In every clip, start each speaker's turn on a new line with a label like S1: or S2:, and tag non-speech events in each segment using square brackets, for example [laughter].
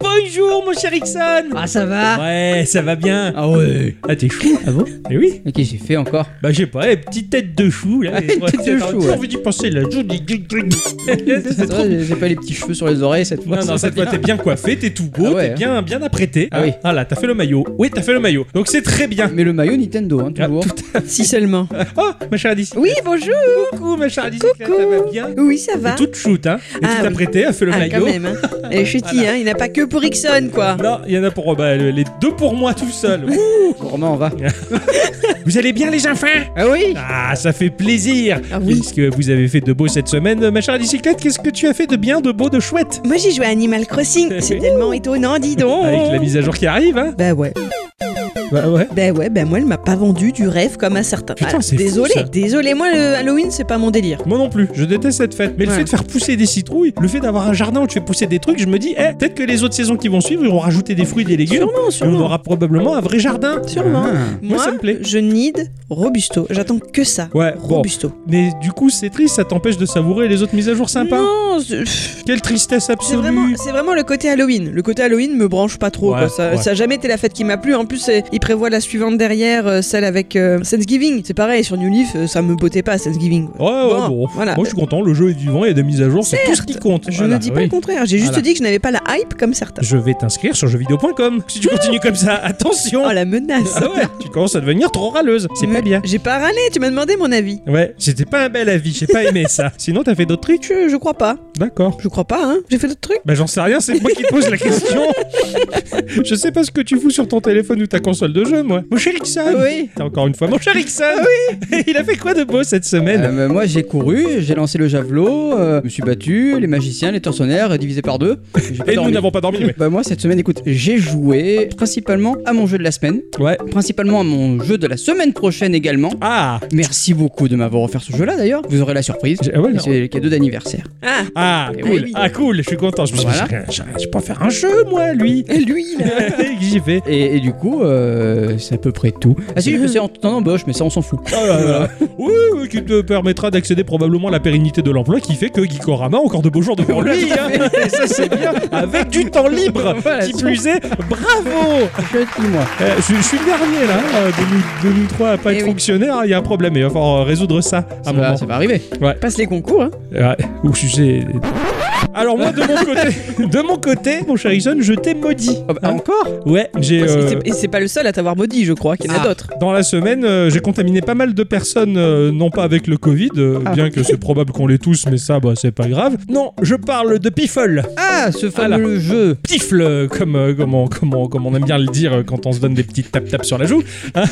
S1: Bonjour, mon cher Ixon
S2: Ah, ça va
S1: Ouais, ça va bien
S2: Ah ouais
S1: Ah, t'es fou Ah bon Eh oui
S2: Mais qu'est-ce que j'ai fait encore
S1: Bah, j'ai pas, eh, petite tête de chou, là.
S2: Ah,
S1: Ouais,
S2: tête
S1: t'as
S2: de chou,
S1: toujours
S2: ouais.
S1: envie d'y penser, là. [laughs]
S2: C'est
S1: [laughs] C'est trop...
S2: vrai, j'ai- J'ai pas les petits cheveux sur les oreilles cette fois.
S1: Non, non,
S2: ça
S1: cette fois,
S2: va
S1: t'es
S2: bien.
S1: bien coiffé, t'es tout beau,
S2: Ah ouais,
S1: t'es bien, bien apprêté.
S2: Ah oui.
S1: hein. Ah là, t'as fait le maillot. Oui, t'as fait le maillot. Donc, c'est très bien.
S2: [laughs] Mais le maillot Nintendo, hein,
S1: Ah,
S2: toujours.
S3: Si
S2: [laughs]
S3: seulement.
S1: Oh, ma chère Alice.
S3: Oui, bonjour.
S1: Coucou, ma chère Alice. Ça va bien
S3: Oui, ça va.
S1: T'es toute shoot, hein. Et tu
S3: Ah,
S1: t'es
S3: oui.
S1: apprêtée, a fait le
S3: ah,
S1: maillot.
S3: quand même.
S1: [laughs]
S3: Hein. Elle est chutille,
S1: Voilà.
S3: hein. Il n'a pas que pour Ixon, quoi.
S1: Non, il y en a pour bah, les deux pour moi tout
S3: [laughs]
S1: seul. Ouh,
S2: Gourmand, on va.
S1: Vous allez bien les enfants
S2: Ah oui
S1: Ah, ça fait plaisir
S3: Ah oui.
S1: Qu'est-ce que vous avez fait de beau cette semaine, ma chère bicyclette Qu'est-ce que tu as fait de bien, de beau, de chouette
S3: Moi, j'ai joué à Animal Crossing. C'est tellement étonnant, dis donc.
S1: Avec la mise à jour qui arrive, hein
S3: Bah ouais.
S1: Oh. Bah ouais.
S3: Bah ouais, bah moi, elle m'a pas vendu du rêve comme à certains.
S1: Putain,
S3: Alors,
S1: c'est fou,
S3: Désolé,
S1: ça.
S3: désolé. Moi, le Halloween, c'est pas mon délire.
S1: Moi non plus, je déteste cette fête. Mais le
S3: Ouais.
S1: fait de faire pousser des citrouilles, le fait d'avoir un jardin où tu fais pousser des trucs, je me dis, eh, peut-être que les autres saisons qui vont suivre, ils vont rajouter des fruits, des légumes.
S3: Sûrement,
S1: Et on
S3: sûrement.
S1: aura probablement un vrai jardin.
S3: Sûrement.
S2: Ah.
S1: Moi, ça me plaît.
S3: je need Robusto. J'attends que ça.
S1: Ouais, bon.
S3: Robusto.
S1: Mais du coup, c'est triste, ça t'empêche de savourer les autres mises à jour sympas.
S3: Non, c'est- pff,
S1: Quelle tristesse
S3: c'est
S1: absolue.
S3: vraiment, c'est vraiment le côté Halloween. Le côté Halloween me branche pas trop.
S1: Ouais,
S3: quoi. Ça,
S1: ouais.
S3: ça a jamais été la fête qui m'a plu. En plus, c'est- il prévoit la suivante derrière, euh, celle avec euh, Thanksgiving. C'est pareil, sur New Leaf, euh, ça me bottait pas Thanksgiving.
S1: Ouais, ouais, bon.
S3: Voilà.
S1: Moi, je suis content, le jeu est vivant, il y a des mises à jour, c'est tout ce qui compte.
S3: Je
S1: Voilà,
S3: ne dis pas
S1: oui.
S3: le contraire. J'ai juste
S1: Voilà.
S3: dit que je n'avais pas la hype comme certains.
S1: Je vais t'inscrire sur jeuxvideo.com. Si tu continues comme ça, attention
S3: Oh Ah. la menace.
S1: Ah ouais, tu commences à devenir trop râleuse. C'est pas
S3: Mais
S1: bien.
S3: [laughs] J'ai pas râlé, tu m'as demandé mon avis.
S1: Ouais, c'était pas un bel avis, j'ai pas aimé ça. [laughs] Sinon, t'as fait d'autres trucs
S3: Je, je crois pas.
S1: D'accord.
S3: Je crois pas, hein. J'ai fait d'autres trucs.
S1: Bah j'en sais rien, c'est moi qui te pose la question. [laughs] je sais pas ce que tu fous sur ton téléphone ou ta console de jeu, moi. Mon cher Ixon
S3: Oui.
S1: T'as Encore une fois, mon cher Ixon Oui [laughs] Il a fait quoi de beau cette semaine
S2: Euh, mais moi j'ai couru, j'ai lancé le javelot, euh, je me suis battu, les magiciens, les tortionnaires, euh, divisé par deux. J'ai pas
S1: Et nous
S2: dormi.
S1: n'avons pas dormi, mais...
S2: Bah moi cette semaine écoute, j'ai joué principalement à mon jeu de la semaine,
S1: Ouais.
S2: principalement à mon jeu de la semaine prochaine également.
S1: Ah
S2: Merci beaucoup de m'avoir offert ce jeu là d'ailleurs, vous aurez la surprise.
S1: J'ai- ah ouais,
S2: Et
S1: non.
S2: c'est le cadeau d'anniversaire.
S3: Ah,
S1: Ah,
S2: Eh
S1: cool.
S2: oui.
S1: Ah, cool, je suis content. Je me suis dit,
S2: Voilà.
S1: j'ai- j'ai- je peux faire un jeu, moi, lui. [laughs]
S3: lui là.
S1: J'y vais.
S2: Et, et du coup, euh, c'est à peu près tout. Ah si, j'ai passé en temps d'embauche, mais ça on s'en fout.
S1: Ah là
S2: [laughs]
S1: là. Oui, oui, qui te permettra d'accéder probablement à la pérennité de l'emploi qui fait que Geekorama a encore de beaux jours devant
S2: Voilà,
S1: lui.
S2: tout
S1: [laughs]
S2: à
S1: hein. Et ça, c'est bien. Avec du temps libre.
S2: [laughs] Voilà,
S1: qui
S2: ça.
S1: plus est, bravo.
S2: Petit moi.
S1: Euh, je, je suis le dernier, là, hein, de nous- de nous trois à pas
S3: Eh
S1: être
S3: oui.
S1: fonctionnaire. Il y a un problème. Il va falloir euh, résoudre ça à
S2: Ça
S1: un
S2: va,
S1: moment.
S2: ça va arriver.
S3: Passe les concours, hein.
S1: Ouais, ou je sais- Alors moi de
S2: [laughs]
S1: mon côté, de mon côté, mon cher Ixon, je t'ai maudit.
S2: Ah bah,
S1: Hein.
S2: encore
S1: Ouais, j'ai
S3: Et
S1: euh,
S3: c'est- Et c'est pas le seul à t'avoir maudit, je crois, qu'il y en a
S2: Ah.
S3: d'autres.
S1: Dans la semaine, euh, j'ai contaminé pas mal de personnes, euh, non pas avec le Covid, euh,
S2: Ah.
S1: bien que c'est probable qu'on les tous, mais ça, bah, c'est pas grave. Non, je parle de Pifle.
S2: Ah, ce fameux jeu
S1: Pifle, euh, comme, euh, comme, on, comme on- comme on aime bien le dire euh, quand on se donne des petites tap-tap sur la joue. hein.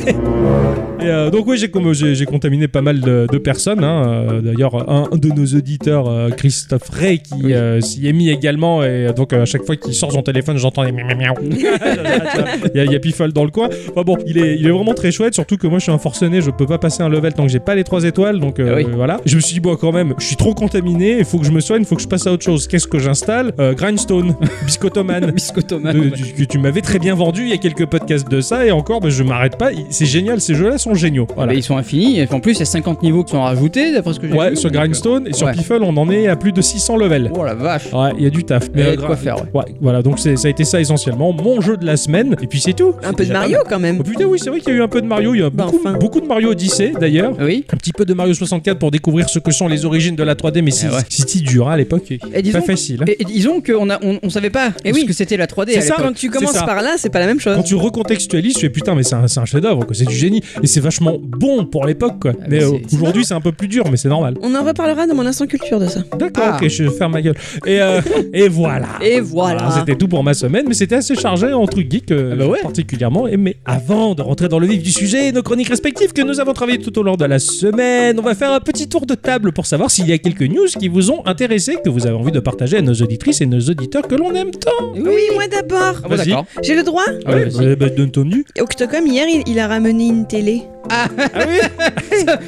S1: [laughs] Et, euh, donc oui, j'ai com- j'ai j'ai contaminé pas mal de, de personnes. hein. Euh, D'ailleurs, un, un de nos auditeurs, euh, Christophe Ray, qui
S2: Oui.
S1: euh, s'y est mis également. Et euh, donc euh, à chaque fois qu'il sort son téléphone, j'entends des miaou, miaou,
S2: [laughs]
S1: il y, a- il y a Pifol dans le coin. Enfin bon, il est, il est vraiment très chouette, surtout que moi je suis un forcené, je peux pas passer un level tant que j'ai pas les 3 étoiles. Donc euh,
S2: Ah oui.
S1: voilà. Je me suis dit, bon, quand même, je suis trop contaminé, il faut que je me soigne, il faut que je passe à autre chose. Qu'est-ce que j'installe Euh, Grindstone, Biscotoman.
S2: Biscotoman.
S1: de- du- que tu m'avais très bien vendu il y a quelques podcasts de ça et encore bah, je m'arrête pas Il- c'est génial ces jeux là sont géniaux voilà.
S2: Mais ils sont infinis. et En plus, il y a 50 niveaux qui sont rajoutés, d'après ce que j'ai vu.
S1: ouais sur
S2: donc, euh,
S1: Grindstone et sur
S2: ouais.
S1: Pifol on en est à plus de 600 levels
S2: Oh la vache.
S1: ouais il y a du taf
S2: Il y a
S1: euh,
S2: de quoi
S1: gra-
S2: faire, ouais.
S1: voilà donc c'est- ça a été ça essentiellement mon jeu de la semaine et puis c'est tout
S3: Un peu de
S1: Déjà pas
S3: Mario quand même.
S1: Oh putain, oui, c'est vrai qu'il y a eu un peu de Mario. Il y a
S2: Ben,
S3: Bah,
S1: beaucoup,
S3: enfin.
S1: beaucoup de Mario Odyssey d'ailleurs.
S2: Oui.
S1: Un petit peu de Mario 64 pour découvrir ce que sont les origines de la 3D, mais c'est
S2: Eh ouais.
S1: c'était dur hein, à l'époque.
S2: Et disons,
S1: Pas facile. hein.
S2: et- et disons qu'on a, on, on savait pas
S3: Eh
S2: ce
S3: oui.
S2: que c'était la 3D.
S1: C'est
S2: à
S1: ça,
S2: l'époque.
S3: Quand tu
S1: C'est
S3: commences
S1: ça.
S3: par là, c'est pas la même chose.
S1: Quand tu recontextualises, tu fais putain, mais c'est un, c'est un chef-d'œuvre, quoi. c'est du génie. Et c'est vachement bon pour l'époque. quoi.
S2: Ah,
S1: mais
S2: mais
S1: euh,
S2: c'est-
S1: aujourd'hui, c'est un peu plus dur, mais c'est normal.
S3: On en reparlera dans mon instant culture de ça.
S1: D'accord,
S2: Ah.
S1: ok, je ferme ma gueule. Et, euh, et voilà.
S3: Et voilà.
S1: Voilà, c'était tout pour ma semaine, mais c'était assez chargé en trucs geeks euh,
S2: Ah bah ouais.
S1: j'ai particulièrement. Et mais avant de rentrer dans le vif du sujet et nos chroniques respectives que nous avons travaillées tout au long de la semaine, on va faire un petit tour de table pour savoir s'il y a quelques news qui vous ont intéressé, que vous avez envie de partager à nos auditrices et nos auditeurs que l'on aime tant.
S3: Oui, moi d'abord.
S2: Ah bon,
S1: Vas-y.
S2: d'accord.
S3: J'ai le droit
S2: Ah ouais, vas-y.
S1: bah, donne ton nu.
S3: Octocom, hier, il, il a ramené une télé.
S2: Ah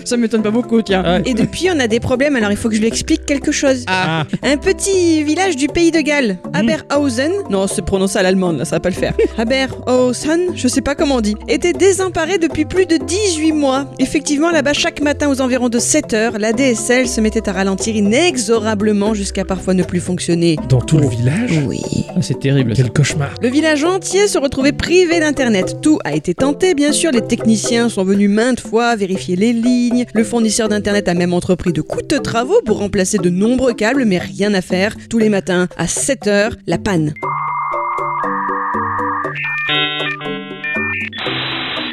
S2: Ça m'étonne pas beaucoup, tiens.
S1: Ah,
S3: Et depuis, on a des problèmes, alors il faut que je lui explique quelque chose.
S2: Ah.
S1: Ah,
S3: Un petit village du pays de Galles,
S1: Hmm.
S3: Aberhausen, non, c'est prononcé à l'allemande, là, ça va pas
S1: [laughs]
S3: le faire. Aberhausen, je sais pas comment on dit, était désemparé depuis plus de 18 mois. Effectivement, là-bas, chaque matin aux environs de 7 heures, la DSL se mettait à ralentir inexorablement jusqu'à parfois ne plus fonctionner.
S1: dans tout le village
S3: Oui.
S2: Ah, c'est terrible. ça.
S1: Quel cauchemar.
S3: Le village entier se retrouvait privé d'internet. Tout a été tenté, bien sûr. Les techniciens sont venus maintes fois vérifier les lignes. Le fournisseur d'internet a même entrepris de coûteux travaux pour remplacer de nombreux câbles, mais rien à faire. Tous les matins, à 7h, la panne.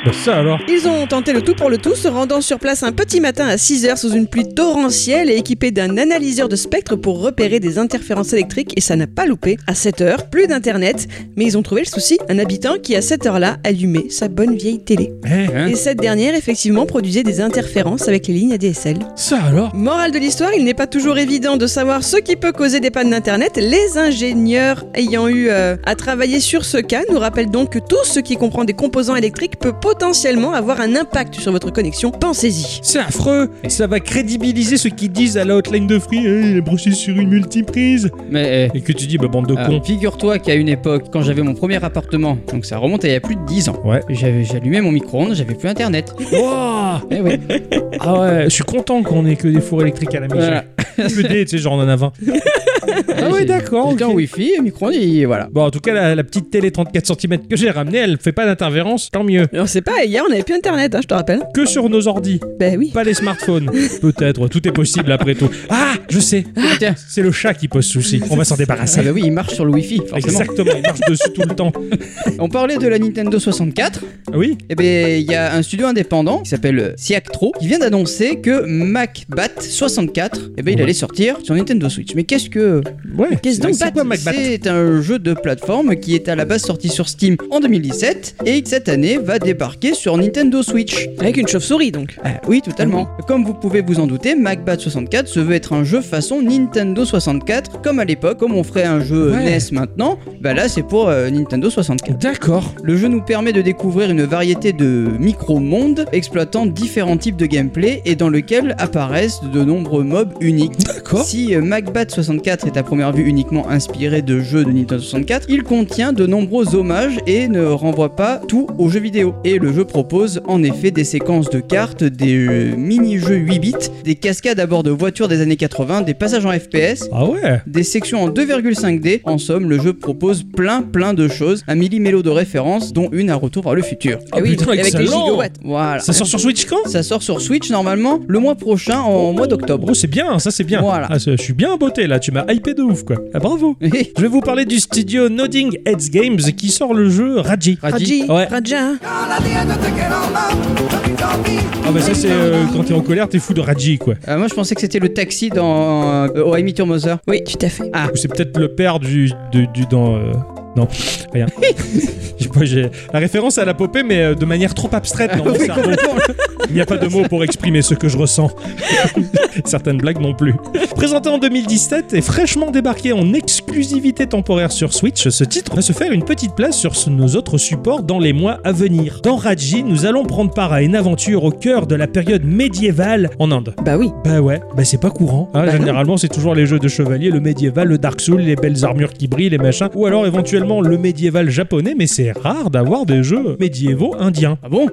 S1: Bah, ça alors.
S3: Ils ont tenté le tout pour le tout, se rendant sur place un petit matin à 6h sous une pluie torrentielle et équipés d'un analyseur de spectre pour repérer des interférences électriques et ça n'a pas loupé. À 7h, plus d'internet, mais ils ont trouvé le souci, un habitant qui à cette heure-là allumait sa bonne vieille télé.
S1: Eh,
S2: Hein
S3: Et cette dernière effectivement produisait des interférences avec les lignes ADSL.
S1: ça alors.
S3: Morale de l'histoire, il n'est pas toujours évident de savoir ce qui peut causer des pannes d'internet. Les ingénieurs ayant eu euh, à travailler sur ce cas nous rappellent donc que tout ce qui comprend des composants électriques peut potentiellement avoir un impact sur votre connexion. Pensez-y.
S1: C'est affreux. Ça va crédibiliser ceux qui disent à la hotline de Free, Eh, il est broché sur une multiprise.
S2: Mais eh,
S1: Et que tu dis, bah bande de
S2: ah,
S1: cons.
S2: figure-toi qu'à une époque, quand j'avais mon premier appartement, donc ça remonte à il y a plus de 10 ans,
S1: Ouais.
S2: j'avais- j'allumais mon micro-ondes, j'avais plus internet.
S1: Wouah
S2: Eh oui.
S1: [laughs] Ah ouais, je suis content qu'on ait que des fours électriques à la maison.
S2: [laughs] Voilà.
S1: Que des, tu sais, genre on en a 20. Ah ouais,
S2: J'ai-
S1: d'accord,
S2: J'étais
S1: ok.
S2: en wifi, micro-ondes, et voilà.
S1: Bon, en tout cas, la, la petite télé 34 cm que j'ai ramenée, elle fait pas d'interférence, tant mieux.
S3: Alors c'est pas, hier on avait plus internet, hein, je te rappelle.
S1: Que sur nos ordis,
S3: Ben oui.
S1: pas les smartphones. Peut-être, tout est possible après tout. Ah, je sais,
S2: Ah,
S1: [laughs]
S2: tiens.
S1: c'est le chat qui pose souci. On va s'en
S2: Ah
S1: débarrasser.
S2: bah oui, il marche sur le wifi, forcément.
S1: Exactement, il marche dessus tout le temps.
S2: On parlait de la Nintendo 64.
S1: Ah oui
S2: Eh ben, il y a un studio indépendant qui s'appelle euh, Siactro qui vient d'annoncer que MacBat 64, eh ben, il
S1: Ouais.
S2: allait sortir sur Nintendo Switch. Mais qu'est-ce que
S1: Ouais. Ah,
S3: Qu'est-ce donc
S1: C'est quoi
S2: MacBat
S1: Macbeth
S2: C'est un jeu de plateforme qui est à la base sorti sur Steam en 2017 et qui, cette année va débarquer sur Nintendo Switch.
S3: Avec une chauve-souris donc.
S2: Ah oui, totalement. Comme vous pouvez vous en douter, MacBat 64 se veut être un jeu façon Nintendo 64, comme à l'époque, comme on ferait un jeu
S1: Ouais.
S2: NES maintenant. Bah là, c'est pour euh, Nintendo 64.
S1: D'accord.
S2: Le jeu nous permet de découvrir une variété de micro-mondes exploitant différents types de gameplay et dans lequel apparaissent de nombreux mobs uniques.
S1: D'accord.
S2: Si euh, MacBat 64 est à première vue uniquement inspiré de jeux de Nintendo 64, il contient de nombreux hommages et ne renvoie pas tout aux jeux vidéo. Et le jeu propose en effet des séquences de cartes, des euh, mini-jeux 8 bits, des cascades à bord de voitures des années 80, des passages en FPS,
S1: Ah ouais
S2: des sections en 2,5D. En somme, le jeu propose plein plein de choses, un millimélo de références, dont une à retour vers le futur.
S1: Ah putain,
S3: Eh avec les
S1: excellent.
S3: gigawatts.
S2: Voilà.
S1: Ça sort sur Switch quand
S2: Ça sort sur Switch normalement le mois prochain, en mois d'octobre.
S1: Oh,
S2: [laughs]
S1: c'est bien, ça c'est bien.
S2: Voilà.
S1: Ah, c'est- je suis bien beauté là, tu m'as hypé de ouf quoi. Ah bravo. Je vais vous parler du studio Nodding Heads Games qui sort le jeu Raji.
S3: Raji,
S1: Ouais.
S3: Raja. hein.
S1: Ah bah ça c'est euh, quand t'es en colère, t'es fou de Raji quoi.
S2: Ah, moi je pensais que c'était le taxi dans euh, Oh, I Meet Your Mother.
S3: Oui, tout à fait.
S1: Ou c'est peut-être le père du, du, du- dans... euh, Non, rien. J'ai pas- J'ai la référence à la popée, mais euh, de manière trop abstraite dans mon cerveau. Il n'y a pas de mots pour exprimer ce que je ressens. Certaines blagues non plus. Présenté en 2017 et fraîchement débarqué en exclusivité temporaire sur Switch, ce titre va se faire une petite place sur ce- nos autres supports dans les mois à venir. Dans Raji, nous allons prendre part à une aventure au cœur de la période médiévale en Inde.
S3: Bah oui.
S1: Bah ouais, bah c'est pas courant. hein.
S3: Bah non.
S1: Généralement, c'est toujours les jeux de chevalier, le médiéval, le Dark Souls, les belles armures qui brillent, les machins, ou alors éventuellement le médiéval japonais, mais c'est rare d'avoir des jeux médiévaux indiens.
S2: Ah bon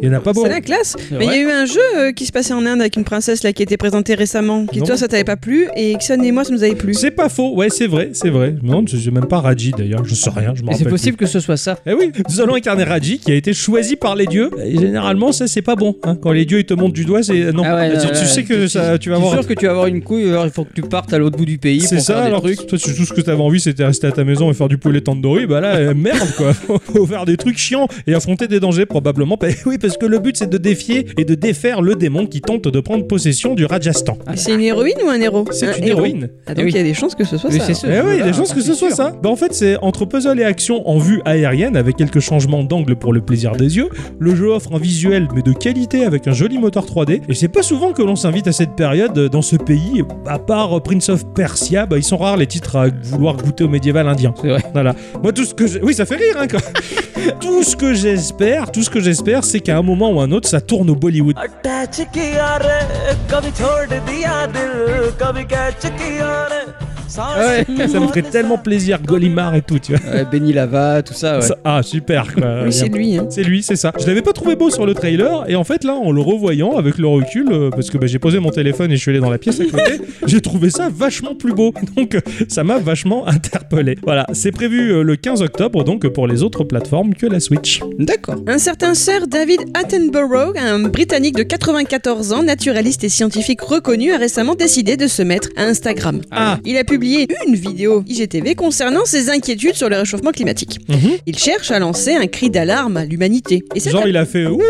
S1: Il y en a pas beaucoup.
S3: C'est la classe. Mais il y
S2: vrai.
S3: a eu un jeu euh, qui se passait en Inde avec une princesse là qui était présentée récemment. Qui
S1: Non.
S3: toi ça t'avait pas plu et Ixon et moi ça nous avait plu.
S1: Ah C'est pas faux, ouais, c'est vrai, c'est vrai. Non, je sais même pas Raji d'ailleurs, je sais rien, je m'en
S2: Et
S1: rappelle.
S2: c'est possible que ce soit ça.
S1: plus. Eh oui, nous allons incarner Raji qui a été choisi par les dieux. Et généralement, ça c'est pas bon. hein. Quand les dieux ils te montrent du doigt, c'est non.
S2: Ah ouais,
S1: tu,
S2: non,
S1: tu
S2: non,
S1: sais que ça, tu vas
S2: T'es
S1: avoir.
S2: sûr que tu vas avoir une couille, alors il faut que tu partes à l'autre bout du pays
S1: C'est
S2: pour
S1: ça,
S2: faire
S1: alors
S2: des trucs.
S1: toi, tu- tout ce que t'avais envie, c'était rester à ta maison et faire du poulet tandoori. Bah là, euh, merde quoi. [laughs] Faut faire des trucs chiants et affronter des dangers probablement. Bah [laughs] oui, parce que le but c'est de défier et de défaire le démon qui tente de prendre possession du Rajasthan.
S3: Et C'est une héroïne ou un héros Un
S1: C'est une
S3: héros.
S1: héroïne.
S3: Ah, donc
S2: Eh oui.
S3: il y a des chances que ce soit
S2: Oui,
S3: ça.
S2: c'est
S1: Eh
S2: ce
S1: oui, il y a
S2: jeu-là,
S1: des chances que
S2: c'est
S1: ce soit
S2: sûr.
S1: ça. Bah en fait, c'est entre puzzle et action en vue aérienne avec quelques changements d'angle pour le plaisir des yeux. Le jeu offre un visuel mais de qualité avec un joli moteur 3D. Et c'est pas souvent que l'on s'invite à cette période euh, dans ce pays. À part euh, Prince of Persia, bah ils sont rares les titres à vouloir goûter au médiéval indien.
S2: C'est vrai.
S1: Voilà. Moi, tout ce que j'ai- oui, ça fait rire, hein, quand...
S2: [laughs]
S1: tout ce que j'espère, tout ce que j'espère, c'est qu'à un moment ou un autre, ça tourne au Bollywood.
S4: Attach किया रे कभी छोड़ दिया दिल कभी catch किया रे
S2: Ouais.
S1: Ça me ferait tellement plaisir, Golimard et tout, tu vois.
S2: Ouais, Benny Lava, tout ça, ouais.
S1: Ça- ah, super, quoi.
S3: Oui, c'est lui. Hein.
S1: C'est lui, c'est ça. Je l'avais pas trouvé beau sur le trailer, et en fait, là, en le revoyant avec le recul, euh, parce que bah, j'ai posé mon téléphone et je suis allé dans la pièce à côté, j'ai trouvé ça vachement plus beau. Donc, euh, ça m'a vachement [laughs] interpellé. Voilà, c'est prévu euh, le 15 octobre, donc euh, pour les autres plateformes que la Switch.
S2: D'accord.
S3: Un certain Sir David Attenborough, un Britannique de 94 ans, naturaliste et scientifique reconnu, a récemment décidé de se mettre à Instagram.
S1: Ah.
S3: Il a publié une vidéo IGTV concernant ses inquiétudes sur le réchauffement climatique.
S1: Mhm.
S3: Il cherche à lancer un cri d'alarme à l'humanité. Et cet,
S1: Genre, il a fait Ouh,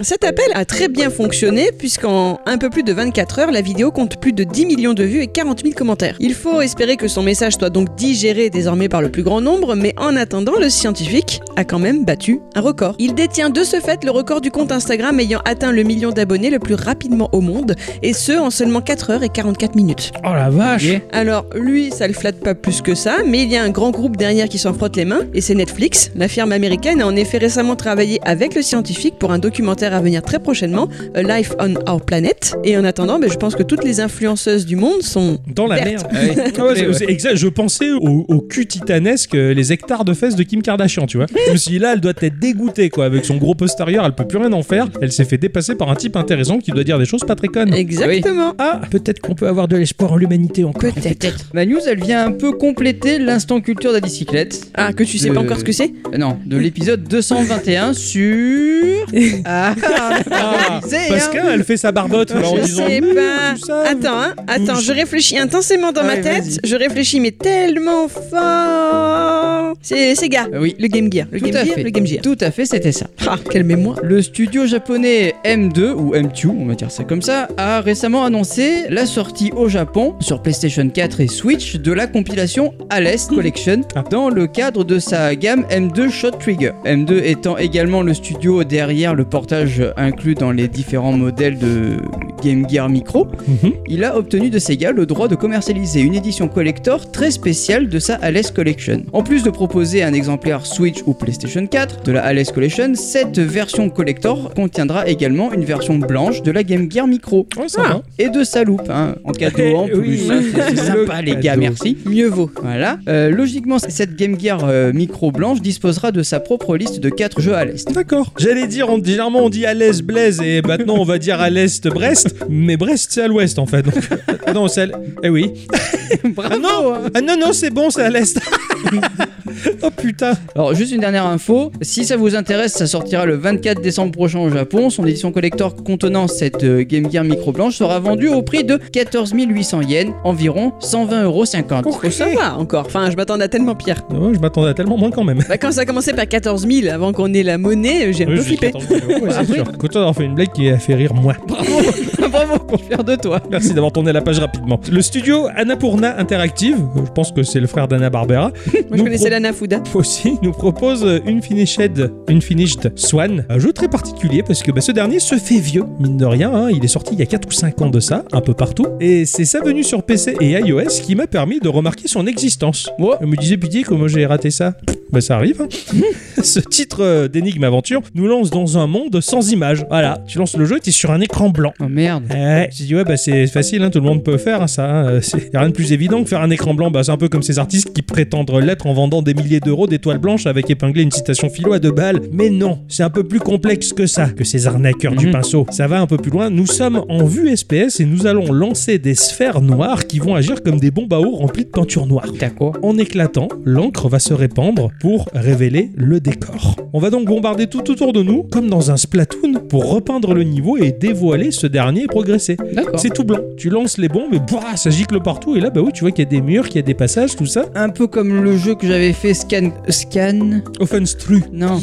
S3: cet appel a très bien fonctionné puisqu'en un peu plus de 24 heures, la vidéo compte plus de 10 millions de vues et 40 000 commentaires. Il faut espérer que son message soit donc digéré désormais par le plus grand nombre, mais en attendant, le scientifique a quand même battu un record. Il détient de ce fait le record du compte Instagram ayant atteint le million d'abonnés le plus rapidement au monde, et ce en seulement 4 heures et 44 minutes.
S1: Oh la vache
S2: Yeah.
S3: Alors lui, ça le flatte pas plus que ça, mais il y a un grand groupe derrière qui s'en frotte les mains, et c'est Netflix. La firme américaine a en effet récemment travaillé avec le scientifique pour un documentaire à venir très prochainement, A Life on Our Planet. Et en attendant, ben, je pense que toutes les influenceuses du monde sont...
S1: Dans la
S3: Verte.
S1: merde.
S2: Ah oui.
S1: Ah ouais, c'est- c'est exact, je pensais au, au cul titanesque, euh, les hectares de fesses de Kim Kardashian, tu vois. Je me suis dit, là, elle doit être dégoûtée, quoi. Avec son gros postérieur, elle peut plus rien en faire. Elle s'est fait dépasser par un type intéressant qui doit dire des choses pas très connes.
S3: Exactement.
S1: Ah, peut-être qu'on peut avoir de l'espoir en l'humanité encore.
S3: Peut-être.
S2: Ma news, elle vient un peu compléter l'instant culture de la bicyclette.
S3: Ah, que tu sais
S2: Le-
S3: pas encore ce que c'est
S2: Euh, non, de l'épisode
S3: [laughs]
S2: 221 sur. Ah,
S1: Ah,
S2: on sait, hein.
S1: Pascal, elle fait sa barbotte là, en
S3: Je
S1: disant.
S3: sais
S1: Mmh,
S3: pas.
S1: tout ça.
S3: Attends, hein, attends, je réfléchis intensément dans ma
S2: Ouais, vas-y.
S3: tête. Je réfléchis, mais tellement fort. C'est Sega.
S2: Euh, Oui,
S3: Le Game Gear. Le
S2: tout
S3: Game
S2: à
S3: Gear.
S2: fait.
S3: Le Game Gear.
S2: Tout à fait, c'était ça.
S3: Ah, calmez-moi.
S2: Le studio japonais M2 ou M2, on va dire ça comme ça, a récemment annoncé la sortie au Japon sur PlayStation 4 et Switch de la compilation Alest Collection
S1: Ah.
S2: dans le cadre de sa gamme M2 Shot Trigger. M2 étant également le studio derrière le portage inclus dans les différents modèles de Game Gear Micro,
S1: mhm.
S2: il a obtenu de Sega le droit de commercialiser une édition collector très spéciale de sa Alice Collection. En plus de proposer un exemplaire Switch ou PlayStation 4 de la Alice Collection, cette version collector contiendra également une version blanche de la Game Gear Micro.
S1: Ouais, Oh, ça va.
S2: Et de sa loupe, hein, en cadeau en
S1: Eh Ah. [laughs] oui,
S2: plus. hein. C'est
S1: le
S2: sympa les gars,
S1: cadeau.
S2: merci.
S3: Mieux vaut.
S2: Voilà. Euh, logiquement, cette Game Gear euh, Micro blanche disposera de sa propre liste de 4 jeux à l'est.
S1: Ah,
S2: [laughs]
S1: D'accord. J'allais dire, on, généralement on dit à l'est Blaise et maintenant on va dire à l'est Brest, mais Brest c'est à l'ouest en fait. Donc, Ah non, c'est. à l- Eh oui.
S2: Bravo hein.
S1: Ah non, non, c'est bon, c'est à l'est. [laughs] oh putain.
S2: Alors juste une dernière info, si ça vous intéresse, ça sortira le 24 décembre prochain au Japon. Son édition collector contenant cette euh, Game Gear micro blanche sera vendue au prix de 14 800 yens, environ 120,50€.
S3: Faut savoir encore. Enfin, je m'attendais à tellement pire.
S1: Ah ouais, je m'attendais à tellement moins quand même.
S3: Bah, quand ça a commencé par 14 000 avant qu'on ait la monnaie, euh, j'ai un peu flippé. Ah,
S1: Content d'avoir fait une blague qui a fait rire moi.
S2: [laughs] Bravo, pour faire de toi.
S1: Merci d'avoir tourné la page rapidement. Le studio Annapurna Interactive, euh, je pense que c'est le frère d'Anna Barbera,
S3: Moi, je
S1: Nous
S3: connaissais
S1: pro-
S3: l'Anna Fuda.
S1: aussi nous propose euh, une finished, une finished Swan, un jeu très particulier parce que bah, ce dernier se fait vieux, mine de rien. hein. il est sorti il y a 4 ou 5 ans de ça, un peu partout. Et c'est sa venue sur PC et iOS qui m'a permis de remarquer son existence.
S2: Moi,
S1: Je me disais pitié comment j'ai raté ça. Bah ça arrive. hein. [laughs] Ce titre euh, d'énigme aventure nous lance dans un monde sans images. Voilà, tu lances le jeu, t'es sur un écran blanc.
S2: oh merde.
S1: Ouais, j'ai dit ouais bah c'est facile, hein, tout le monde peut faire hein, ça. hein, euh, c'est y a rien de plus évident que faire un écran blanc. Bah c'est un peu comme ces artistes qui prétendent l'être en vendant des milliers d'euros d'étoiles blanches avec épinglé une citation philo à deux balles. Mais non, c'est un peu plus complexe que ça, que ces arnaqueurs du
S2: Mhm.
S1: pinceau. Ça va un peu plus loin. Nous sommes en vue SPS et nous allons lancer des sphères noires qui vont agir comme des bombes à eau remplies de peinture noire.
S2: T'as quoi
S1: En éclatant, l'encre va se répandre pour révéler le décor. On va donc bombarder tout autour de nous, comme dans un Splatoon, pour repeindre le niveau et dévoiler ce dernier et progresser.
S2: D'accord.
S1: C'est tout blanc. Tu lances les bombes et boah, ça gicle partout. Et là, bah oui, tu vois qu'il y a des murs, qu'il y a des passages, tout ça.
S2: Un peu comme le jeu que j'avais fait Scan... Scan
S1: Offenstru,
S2: Non,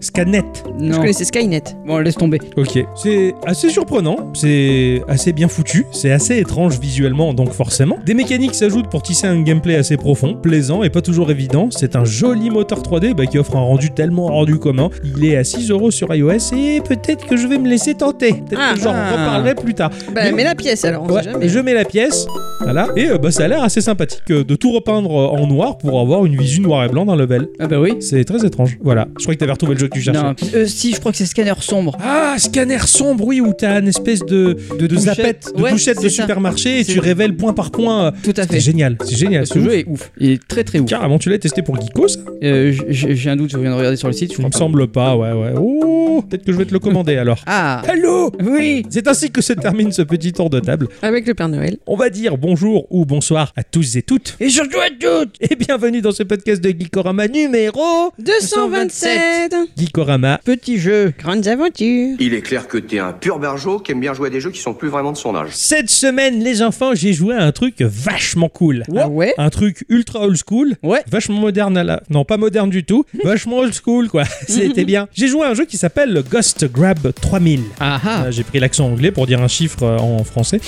S1: Scanette.
S3: Je
S2: non.
S3: connaissais Skynet.
S2: Bon, laisse tomber.
S1: Ok. C'est assez surprenant, c'est assez bien foutu, c'est assez étrange visuellement, donc forcément. Des mécaniques s'ajoutent pour tisser un gameplay assez profond, plaisant et pas toujours évident. C'est un joli moteur 3D bah, qui offre un rendu tellement hors du commun. Il est à 6€ sur iOS et peut-être que je vais me laisser tenter. Peut-être
S3: Ah,
S1: que j'en
S2: ah.
S1: reparlerai plus tard.
S3: Bah,
S1: Mais-
S3: mets la pièce alors, on
S1: Ouais,
S3: sait jamais.
S1: je mets la pièce, voilà, et euh, bah, ça a l'air assez sympathique euh, de tout repeindre euh, en noir pour avoir une visu noir et blanc d'un level.
S2: Ah bah oui.
S1: C'est très étrange, voilà. Je croyais que t'avais retrouvé le jeu que tu cherchais.
S2: Non, euh, si, je crois que c'est scanner sombre.
S1: Ah, scanner sombre, oui, où t'as une espèce de, de, de
S2: Touchette.
S1: zapette, de
S2: Ouais,
S1: touchette de
S2: c'est ça.
S1: supermarché et
S2: C'est-
S1: tu révèles point par point. euh,
S2: Tout à
S1: C'est
S2: fait.
S1: génial, c'est génial.
S2: Ce
S1: Ah, c'est ouf.
S2: jeu est ouf. Il est très très ouf.
S1: Carrément, tu l'as testé pour Geeko, ça
S2: Euh, j- j- J'ai un doute, je viens de regarder sur le site, je
S1: Il
S2: crois
S1: me
S2: pas.
S1: semble pas, ouais, ouais. Oh, peut-être que je vais te le commander alors. [laughs]
S2: Ah
S1: Allô
S2: Oui
S1: C'est ainsi que se termine ce petit tour de table.
S3: Avec le Père Noël.
S1: On va dire bonjour ou bonsoir à tous et toutes.
S2: Et surtout à toutes
S1: Et bienvenue dans ce podcast de Geekorama numéro
S3: 227
S1: Geekorama.
S2: Petit jeu
S3: Grandes aventures
S4: Il est clair que t'es un pur barjo qui aime bien jouer à des jeux qui sont plus vraiment de son âge.
S1: Cette semaine, les enfants, j'ai joué à un truc vachement cool.
S2: Ah ouais
S1: [laughs] Un truc ultra old school.
S2: Ouais.
S1: Vachement moderne à la... Non, pas moderne du
S2: [laughs]
S1: tout. Vachement old school, quoi. [laughs] C'était bien. J'ai joué à un jeu qui s'appelle le Ghost Grab 3000.
S2: Ah ah
S1: Là, J'ai pris l'accent anglais pour dire un chiffre euh, en
S2: [laughs]
S1: français.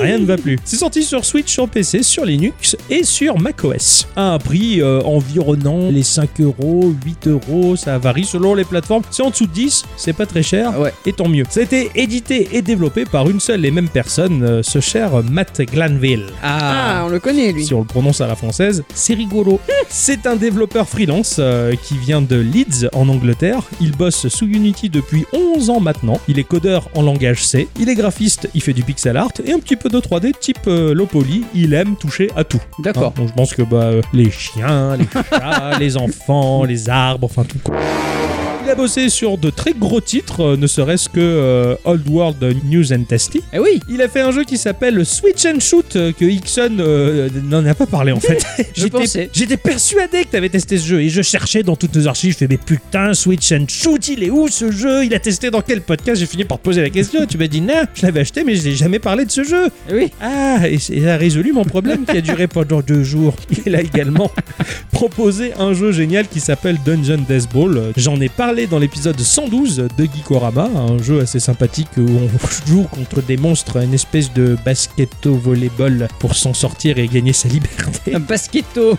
S1: Rien ne va plus. C'est sorti sur Switch, sur PC, sur Linux et sur macOS. À un prix euh, environnant les 5 euros, 8 euros, ça varie selon les plateformes. C'est en dessous de 10, c'est pas très cher.
S2: Ah ouais.
S1: Et tant mieux. Ça a été édité et développé par une seule et même personne, euh, ce cher Matt Glanville.
S2: Ah,
S3: Ah, on le connaît lui.
S1: Si on le prononce à la française, c'est rigolo. c'est un développeur freelance euh, qui vient de Leeds en Angleterre. Il bosse sous Unity depuis 11 ans maintenant. Il est codeur en langage C. Il est graphiste, il fait du pixel art et un petit peu de 3D type euh, low poly. Il aime toucher à tout. hein.
S2: D'accord.
S1: Donc je pense que bah, euh, les chiens, les chats, les enfants, les arbres, enfin tout. quoi. Il a bossé sur de très gros titres, euh, ne serait-ce que euh, Old World News and Tasty,
S2: Eh oui
S1: il a fait un jeu qui s'appelle Switch and Shoot euh, que Ixon euh, n'en a pas parlé en fait.
S2: [laughs] Je
S1: J'étais-
S2: pensais.
S1: J'étais persuadé que t'avais testé ce jeu et je cherchais dans toutes nos archives. Je fais mais putain Switch and Shoot, il est où ce jeu Il a testé dans quel podcast J'ai fini par te poser la question. et Tu m'as dit non, je l'avais acheté mais je n'ai jamais parlé de ce jeu.
S2: Eh oui
S1: Ah, et c'est- ça a résolu mon problème qui a duré pendant deux jours. Il a également proposé un jeu génial qui s'appelle Dungeon Death Ball. Euh, J'en ai parlé dans l'épisode 112 de Geekorama, un jeu assez sympathique où on [laughs] joue contre des monstres, une espèce de basket-volleyball pour s'en sortir et gagner sa liberté.
S2: [laughs] Un basketto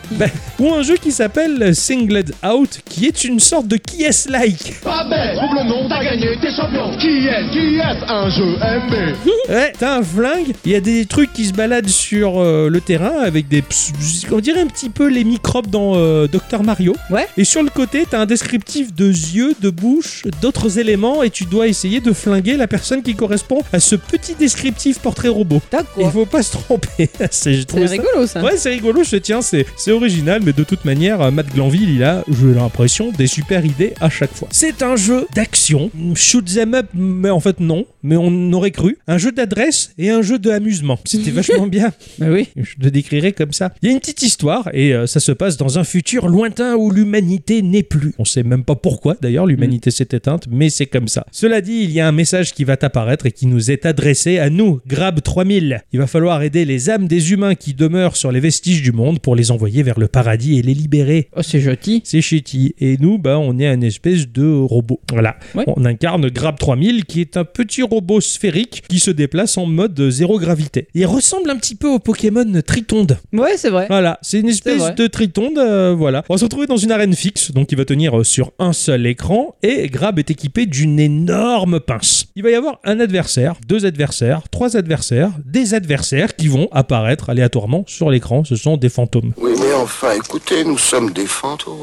S1: Ou un jeu qui s'appelle Singled Out, qui est une sorte de qui est like
S5: Pas bête, trouble non, t'as gagné, t'es champion. Qui est, qui est un jeu aimé
S1: [laughs] Ouais, t'as un flingue, il y a des trucs qui se baladent sur euh, le terrain avec des. ps- On dirait un petit peu les microbes dans euh, Dr. Mario.
S2: Ouais.
S1: Et sur le côté, t'as un descriptif de yeux, de bouche, d'autres éléments et tu dois essayer de flinguer la personne qui correspond à ce petit descriptif portrait robot. Il
S2: D'accord
S1: faut pas se tromper. [laughs] C'est je trouve
S3: C'est
S1: ça-
S3: rigolo ça.
S1: Ouais, c'est rigolo, je te tiens, c'est c'est original, mais de toute manière, euh, Matt Glanville, il a, j'ai l'impression, des super idées à chaque fois. C'est un jeu d'action, shoot them up, mais en fait non, mais on aurait cru, un jeu d'adresse et un jeu de amusement. C'était vachement bien,
S2: Bah oui
S1: je le décrirais comme ça. Il y a une petite histoire, et euh, ça se passe dans un futur lointain où l'humanité n'est plus. On sait même pas pourquoi, d'ailleurs, l'humanité s'est éteinte, mais c'est comme ça. Cela dit, il y a un message qui va t'apparaître et qui nous est adressé à nous, Grab 3000. Il va falloir aider les âmes des humains qui demeurent sur les vestiges du monde pour les envoyer vers le paradis et les libérer.
S2: Oh, c'est joli
S1: C'est shitty. Et nous, bah, on est un espèce de robot. Voilà.
S2: Ouais.
S1: On incarne Grab 3000, qui est un petit robot sphérique qui se déplace en mode zéro gravité. Il ressemble un petit peu au Pokémon Tritonde.
S2: Ouais, c'est vrai
S1: Voilà, c'est une
S2: C'est
S1: espèce
S2: vrai.
S1: de tritonde, euh, voilà. On va se retrouver dans une arène fixe, donc il va tenir euh, sur un seul écran, et Grab est équipé d'une énorme pince. Il va y avoir un adversaire, deux adversaires, trois adversaires, des adversaires qui vont apparaître aléatoirement sur l'écran, ce sont des fantômes.
S6: Oui, mais enfin, écoutez, nous sommes des fantômes.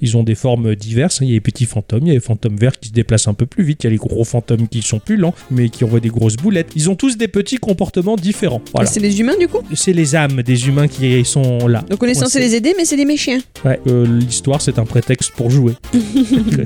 S1: Ils ont des formes diverses, hein. il y a les petits fantômes, il y a les fantômes verts qui se déplacent un peu plus vite, il y a les gros fantômes qui sont plus lents, mais qui envoient des grosses boulettes. Ils ont tous des petits comportements différents,
S3: Et
S1: voilà.
S3: C'est les humains du coup
S1: C'est les âmes des humains qui sont là.
S3: Donc on est censé
S1: Coincés.
S3: les aider, mais c'est des méchiens.
S1: Ouais, euh, l'histoire c'est un prétexte pour jouer.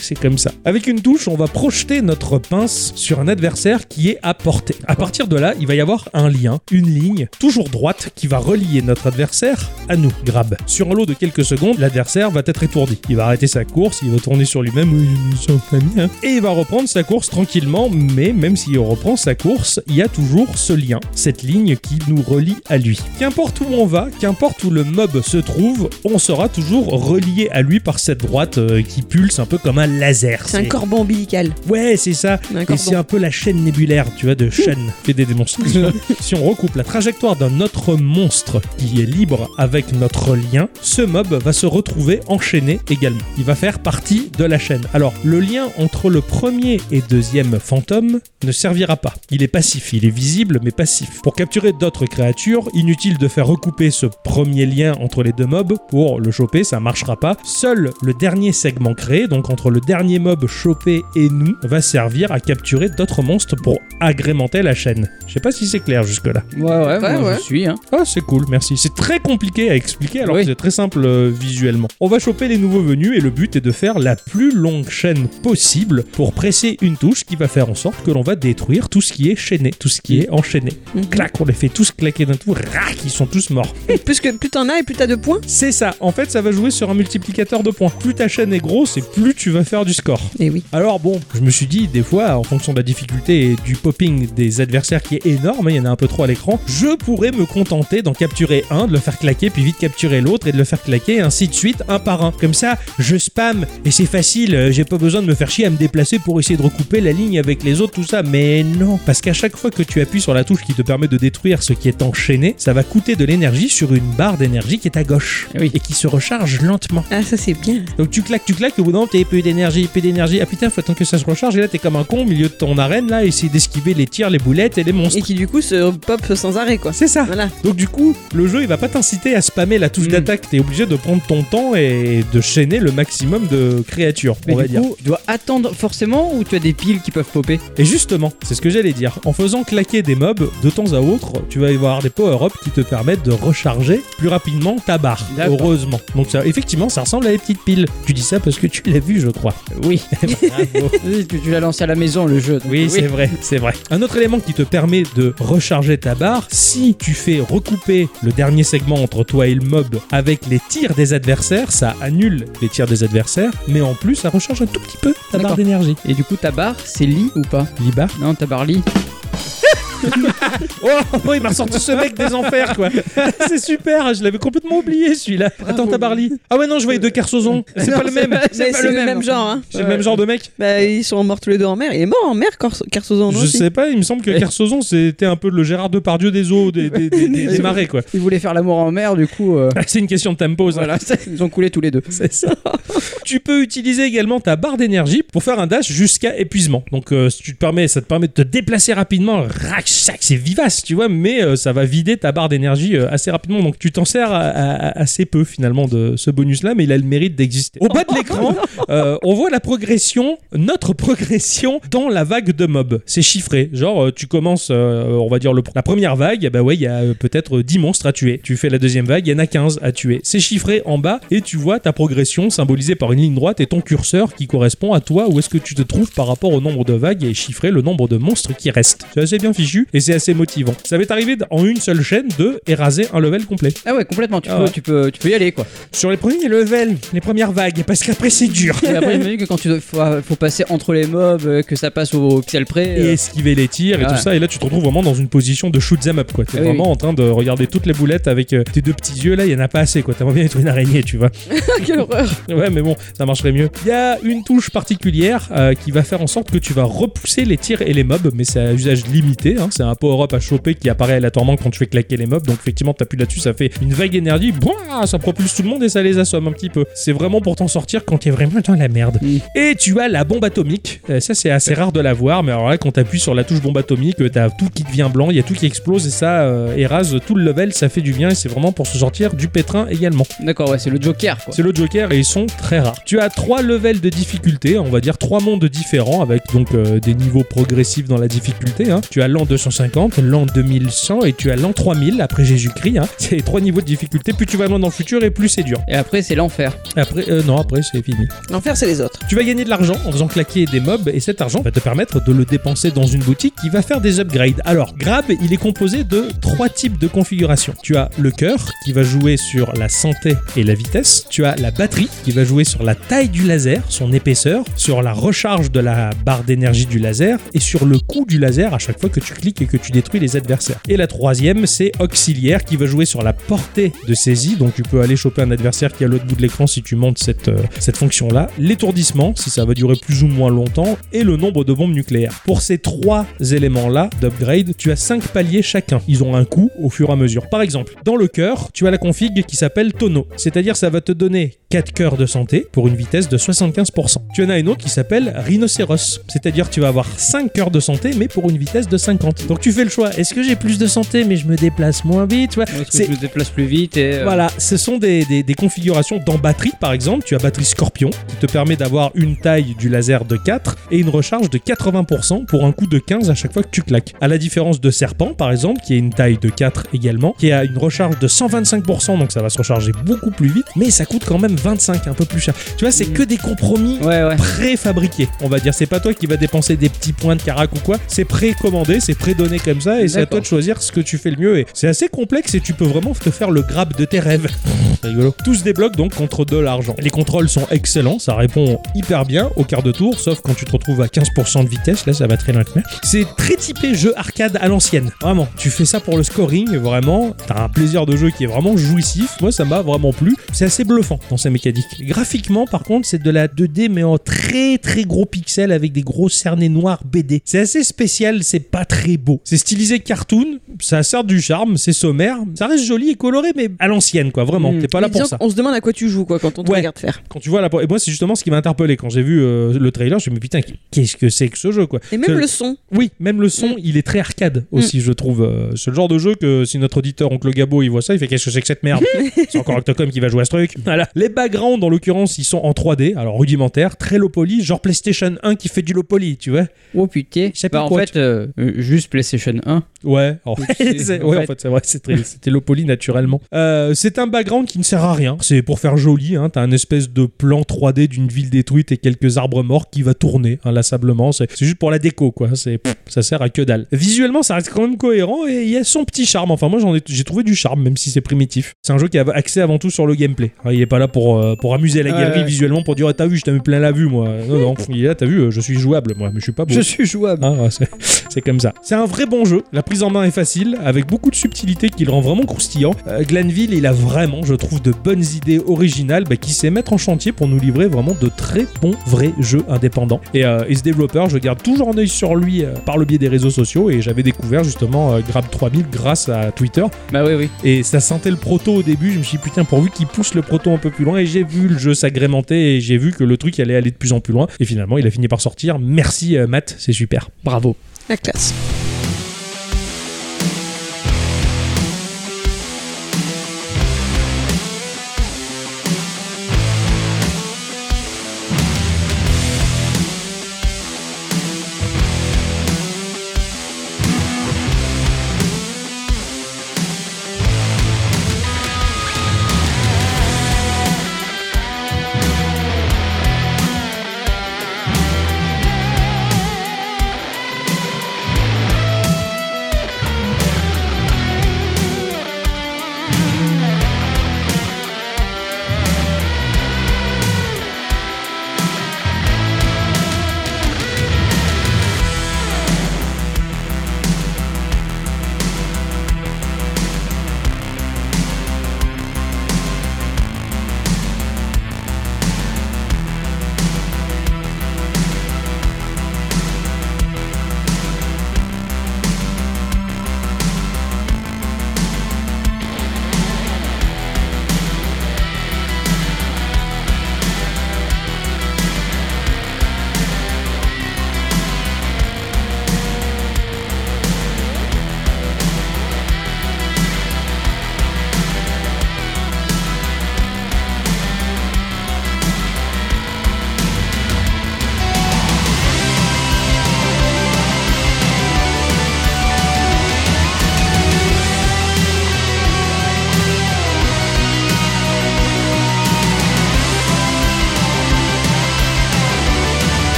S1: c'est comme ça. Avec une touche, on va projeter notre pince sur un adversaire qui est à portée. À partir de là, il va y avoir un lien, une ligne, toujours droite, qui va relier notre adversaire à nous, Grab. Sur un lot de quelques secondes, l'adversaire va être étourdi. Il va arrêter sa course, il va tourner sur lui-même, Oui, je me sens pas bien. et il va reprendre sa course tranquillement, mais même s'il reprend sa course, il y a toujours ce lien, cette ligne qui nous relie à lui. Qu'importe où on va, qu'importe où le mob se trouve, on sera toujours relié à lui par cette droite euh, qui pulse un peu comme un laser.
S3: C'est un cordon ombilical.
S1: Ouais, c'est ça.
S3: Un
S1: Et
S3: cordon.
S1: c'est un peu la chaîne nébulaire, tu vois, de chaîne. Fait des démonstrations. si on recoupe la trajectoire d'un autre monstre qui est libre avec notre lien, rien, ce mob va se retrouver enchaîné également. Il va faire partie de la chaîne. Alors, le lien entre le premier et deuxième fantôme ne servira pas. Il est passif, il est visible mais passif. Pour capturer d'autres créatures, inutile de faire recouper ce premier lien entre les deux mobs pour le choper, ça marchera pas. Seul le dernier segment créé, donc entre le dernier mob chopé et nous, va servir à capturer d'autres monstres pour agrémenter la chaîne. Je sais pas si c'est clair jusque-là.
S2: Ouais, ouais,
S3: Ouais,
S2: moi,
S3: ouais.
S2: je suis. Hein.
S1: Ah, c'est cool, merci. C'est très compliqué à expliquer alors
S2: Oui.
S1: que c'est très simple euh, visuellement. On va choper les nouveaux venus et le but est de faire la plus longue chaîne possible pour presser une touche qui va faire en sorte que l'on va détruire tout ce qui est chaîné, tout ce qui est enchaîné. Clac, on les fait tous claquer d'un coup, rac, ils sont tous morts.
S3: Et plus, que, plus t'en as et plus t'as de points.
S1: C'est ça, en fait ça va jouer sur un multiplicateur de points. Plus ta chaîne est grosse et plus tu vas faire du score.
S2: Eh
S3: Et oui.
S1: Alors bon, je me suis dit, des fois, en fonction de la difficulté et du popping des adversaires qui est énorme, il y en a un peu trop à l'écran, je pourrais me contenter d'en capturer un, de le faire claquer, puis vite capturer l'autre et de le faire claquer, ainsi de suite, un par un. Comme ça, je spam et c'est facile, euh, j'ai pas besoin de me faire chier à me déplacer pour essayer de recouper la ligne avec les autres, tout ça. Mais non, parce qu'à chaque fois que tu appuies sur la touche qui te permet de détruire ce qui est enchaîné, ça va coûter de l'énergie sur une barre d'énergie qui est à gauche
S2: Ah oui.
S1: et qui se recharge lentement.
S3: Ah, ça c'est bien.
S1: Donc tu claques, tu claques, au bout d'un moment t'as peu d'énergie, peu d'énergie. Ah putain, faut attendre que ça se recharge. Et là t'es comme un con au milieu de ton arène, là, essayer d'esquiver les tirs, les boulettes et les monstres.
S3: Et qui du coup se pop sans arrêt, quoi.
S1: C'est ça.
S3: Voilà.
S1: Donc du coup, le jeu il va pas t'inciter à spammer la touche
S2: Mm.
S1: d'attaque. T'es obligé de prendre ton temps et de chaîner le maximum de créatures,
S2: Mais
S1: on va
S2: du
S1: dire.
S2: coup, tu dois attendre forcément ou tu as des piles qui peuvent popper
S1: Et justement, c'est ce que j'allais dire. En faisant claquer des mobs, de temps à autre, tu vas y avoir des power-ups qui te permettent de recharger plus rapidement ta barre.
S2: D'accord.
S1: Heureusement. Donc ça, effectivement, ça ressemble à des petites piles. Tu dis ça parce que tu l'as vu, je crois.
S2: Oui.
S1: [laughs] Bravo.
S2: Oui, tu tu l'as lancé à la maison le jeu. donc
S1: Oui, c'est vrai, c'est vrai. Un autre élément qui te permet de recharger ta barre, si tu fais recouper le dernier segment entre toi et le mob avec les tirs des adversaires, ça annule les tirs des adversaires, mais en plus ça recharge un tout petit peu ta barre
S2: D'accord.
S1: d'énergie.
S2: Et du coup, ta barre, c'est lit ou pas
S1: Libar.
S2: Non, ta [laughs] barre lit.
S1: Oh, il m'a ressorti ce mec des enfers, quoi. [laughs] c'est super, je l'avais complètement oublié celui-là. Attends, ta barre Lee. Ah ouais, non, je voyais deux [laughs] carsozons. C'est
S2: Non,
S1: pas le
S2: c'est
S1: même.
S2: vrai,
S3: Mais C'est le même, genre, hein.
S1: C'est le même genre de mec.
S3: Bah, ils sont morts tous les deux en mer. Il est mort en mer, Cor- Carsozon. non,
S1: Je
S3: si
S1: sais pas, il me semble que [laughs]
S2: Ouais.
S1: Carsozon c'était un peu le Gérard Depardieu des eaux, des, des, des- des- [laughs] des marais quoi.
S2: Ils voulaient faire l'amour en mer, du coup, euh,
S1: C'est une question de tempo ça.
S2: [laughs] voilà, [laughs] ils ont coulé tous les deux.
S1: [laughs] C'est ça. tu peux utiliser également ta barre d'énergie pour faire un dash jusqu'à épuisement. Donc euh, si tu te permets, ça te permet de te déplacer rapidement. Rac, sac, c'est vivace, tu vois, mais euh, ça va vider ta barre d'énergie euh, assez rapidement. Donc tu t'en sers à- à- assez peu finalement de ce bonus-là, mais il a le mérite d'exister. Au bas de l'écran, euh, on voit la progression, notre progression dans la vague de mobs. C'est chiffré. Genre, euh, tu commences, euh, on va dire, le- la première vague, eh ben ouais, il y a euh, peut-être 10 monstres à tuer. Tu fais la deuxième vague, il y en a 15 à tuer. C'est chiffré en bas et tu vois ta progression symbolisée par une ligne droite et ton curseur qui correspond à toi où est-ce que tu te trouves par rapport au nombre de vagues et chiffré le nombre de monstres qui restent. C'est assez bien fichu et c'est assez motivant. Ça va t'arriver d- en une seule chaîne de éraser un level complet.
S2: Ah ouais, complètement. Tu,
S1: Ah
S2: peux,
S1: ouais.
S2: tu, peux, tu peux y aller, [laughs] quoi.
S1: Sur les premiers levels, les premières vagues, parce qu'après c'est dur.
S2: Et après, j'imagine que quand tu dois- faut, faut passer entre les mobs, euh, que ça passe au, au pixel près.
S1: et
S2: euh,
S1: esquiver les tirs et
S2: Ah
S1: tout
S2: ouais.
S1: ça. Et là, tu te retrouves vraiment dans une position de shoot them up, quoi. T'es
S2: Ah oui,
S1: vraiment
S2: oui.
S1: en train de regarder toutes les boulettes avec euh, tes deux petits yeux. Là, il y en a pas assez, quoi. T'aimerais bien être une araignée, tu vois.
S3: Ah, Quelle horreur.
S1: [laughs] Ouais, mais bon, ça marcherait mieux. Il y a une touche particulière euh, qui va faire en sorte que tu vas repousser les tirs et les mobs, mais c'est à usage limité. hein. C'est un power-up à choper qui apparaît aléatoirement quand tu fais claquer les mobs. Donc, effectivement, t'appuies là-dessus, ça fait une vague d'énergie. Bouah, ça propulse tout le monde et ça les assomme un petit peu. C'est vraiment pour t'en sortir quand t'es vraiment dans la merde.
S2: Mm.
S1: Et tu as la bombe atomique. Euh, ça, c'est assez rare de la voir, mais alors là, quand t'appuies sur la touche bombe atomique, euh, t'as tout qui devient blanc, il y a tout qui explose et ça euh, érase tout le level. Ça fait du bien et c'est vraiment pour se sortir du pétrin également.
S2: euh, D'accord, ouais, c'est le Joker, quoi.
S1: C'est le Joker et ils sont très rares. Tu as trois levels de difficulté, on va dire trois mondes différents avec donc euh, des niveaux progressifs dans la difficulté. hein. Tu as l'an 250, l'an 2100 et tu as l'an 3000 après Jésus-Christ. hein. [laughs] C'est les trois niveaux de difficulté. Plus tu vas loin dans le futur et plus c'est dur.
S2: Et après, c'est l'enfer.
S1: Après, euh, non, après c'est fini.
S3: L'enfer, c'est les autres.
S1: Tu vas gagner de l'argent en faisant claquer des mobs et cet argent va te permettre de le dépenser dans une boutique qui va faire des upgrades. Alors, Grab, il est composé de trois types de configurations. Tu as le cœur qui va jouer sur la santé et la vitesse. Tu as la batterie qui va jouer sur la taille du laser, son épaisseur, sur la recharge de la barre d'énergie du laser et sur le coût du laser à chaque fois que tu clics et que tu détruis les adversaires. Et la troisième, c'est auxiliaire qui va jouer sur la portée de saisie. Donc tu peux aller choper un adversaire qui est à l'autre bout de l'écran si tu montes cette, euh, cette fonction-là. L'étourdissement, si ça va durer plus ou moins longtemps, et le nombre de bombes nucléaires. Pour ces trois éléments-là d'upgrade, tu as cinq paliers chacun. Ils ont un coût au fur et à mesure. Par exemple, dans le cœur, tu as la config qui s'appelle tonneau. C'est-à-dire ça va te donner 4 cœurs de santé pour une vitesse de 75%. Tu en as une autre qui s'appelle rhinocéros. C'est-à-dire tu vas avoir 5 cœurs de santé mais pour une vitesse de 50. Donc tu fais le choix. Est-ce que j'ai plus de santé mais je me déplace moins vite tu vois
S7: Est-ce que
S1: C'est-
S7: je me déplace plus vite et. euh,
S1: voilà, ce sont des, des- des configurations dans batterie, par exemple. Tu as batterie Scorpion, qui te permet d'avoir une taille du laser de 4 et une recharge de 80% pour un coup de 15 à chaque fois que tu claques. À la différence de Serpent, par exemple, qui est une taille de 4 également, qui a une recharge de 125%, donc ça va se recharger beaucoup plus vite, mais ça coûte quand même 25, un peu plus cher. Tu vois, c'est que des compromis
S7: Ouais, ouais.
S1: préfabriqués. On va dire, c'est pas toi qui vas dépenser des petits points de carac ou quoi. C'est précommandé, c'est prédonné comme ça, et c'est à
S7: D'accord.
S1: toi de choisir ce que tu fais le mieux. Et c'est assez complexe et tu peux vraiment te faire le grab de tes rêves. C'est rigolo. Tout se débloque donc contre de l'argent. Les contrôles sont excellents, ça répond hyper bien au quart de tour, sauf quand tu te retrouves à 15% de vitesse, là ça va très lentement. C'est très typé jeu arcade à l'ancienne. Vraiment, tu fais ça pour le scoring, vraiment. T'as un plaisir de jeu qui est vraiment jouissif. Moi, ça m'a vraiment plu. C'est assez bluffant dans sa mécanique. Graphiquement, par contre, c'est de la 2D, mais en très très gros pixels avec des gros cernés noirs BD. C'est assez spécial, c'est pas très beau. C'est stylisé cartoon, ça sert du charme, c'est sommaire. Ça reste joli et coloré, mais à l'ancienne, quoi, vraiment.
S7: Mm.
S1: T'es pas là pour
S3: Disons
S1: ça.
S3: qu'on se demande à quoi tu joues quoi quand on te
S1: Ouais.
S3: regarde faire.
S1: Quand tu vois la. Et moi, c'est justement ce qui m'a interpellé. Quand j'ai vu euh, le trailer, je me suis dit, putain, qu'est-ce que c'est que ce jeu, quoi.
S3: Et
S1: Que-
S3: même le son.
S1: oui, même le son,
S3: Mm.
S1: il est très arcade aussi, je trouve. Euh, C'est le genre de jeu que si notre auditeur Oncle Gabo il voit ça, il fait qu'est-ce que c'est que cette merde C'est encore Octocom qui va jouer à ce truc. Voilà. Les backgrounds, en l'occurrence, ils sont en 3D, alors rudimentaire, très low poly, genre PlayStation 1 qui fait du low poly, tu vois
S7: Oh putain.
S1: Je sais plus
S7: Bah, en
S1: quoi,
S7: fait, euh, euh, juste PlayStation 1.
S1: Ouais, en
S7: Oui,
S1: fait,
S7: c'est-
S1: c'est
S7: en
S1: ouais, en
S7: fait.
S1: fait, c'est vrai, c'est très- c'était low poly naturellement. Euh, c'est un background qui ne sert à rien, c'est pour faire joli, hein. t'as un espèce de plan 3D d'une ville détruite et quelques arbres morts qui va tourner inlassablement, c'est c'est juste pour la déco quoi, c'est pff, ça sert à que dalle. Visuellement ça reste quand même cohérent et il y a son petit charme, enfin moi j'en ai- j'ai trouvé du charme même si c'est primitif. C'est un jeu qui a accès avant tout sur le gameplay, hein, il est pas là pour, euh, pour amuser la
S7: Ouais,
S1: galerie
S7: ouais.
S1: visuellement pour dire Ah, t'as vu, je t'ai mis plein la vue moi, non non, il est là t'as vu, euh, je suis jouable moi, mais je suis pas beau.
S7: suis jouable.
S1: Hein, ouais, c'est- c'est comme ça. C'est un vrai bon jeu. La prise en main est facile, avec beaucoup de subtilité qui le rend vraiment croustillant. Euh, Glanville, il a vraiment, je trouve, de bonnes idées originales bah, qui sait mettre en chantier pour nous livrer vraiment de très bons vrais jeux indépendants. Et, euh, et ce développeur, je garde toujours un œil sur lui euh, par le biais des réseaux sociaux. Et j'avais découvert justement euh, Grab 3000 grâce à Twitter.
S7: Bah oui, oui.
S1: Et ça sentait le proto au début. Je me suis dit, putain, pourvu qu'il pousse le proto un peu plus loin. Et j'ai vu le jeu s'agrémenter et j'ai vu que le truc allait aller de plus en plus loin. Et finalement, il a fini par sortir. Merci, euh, Matt, c'est super.
S7: Bravo.
S3: La classe.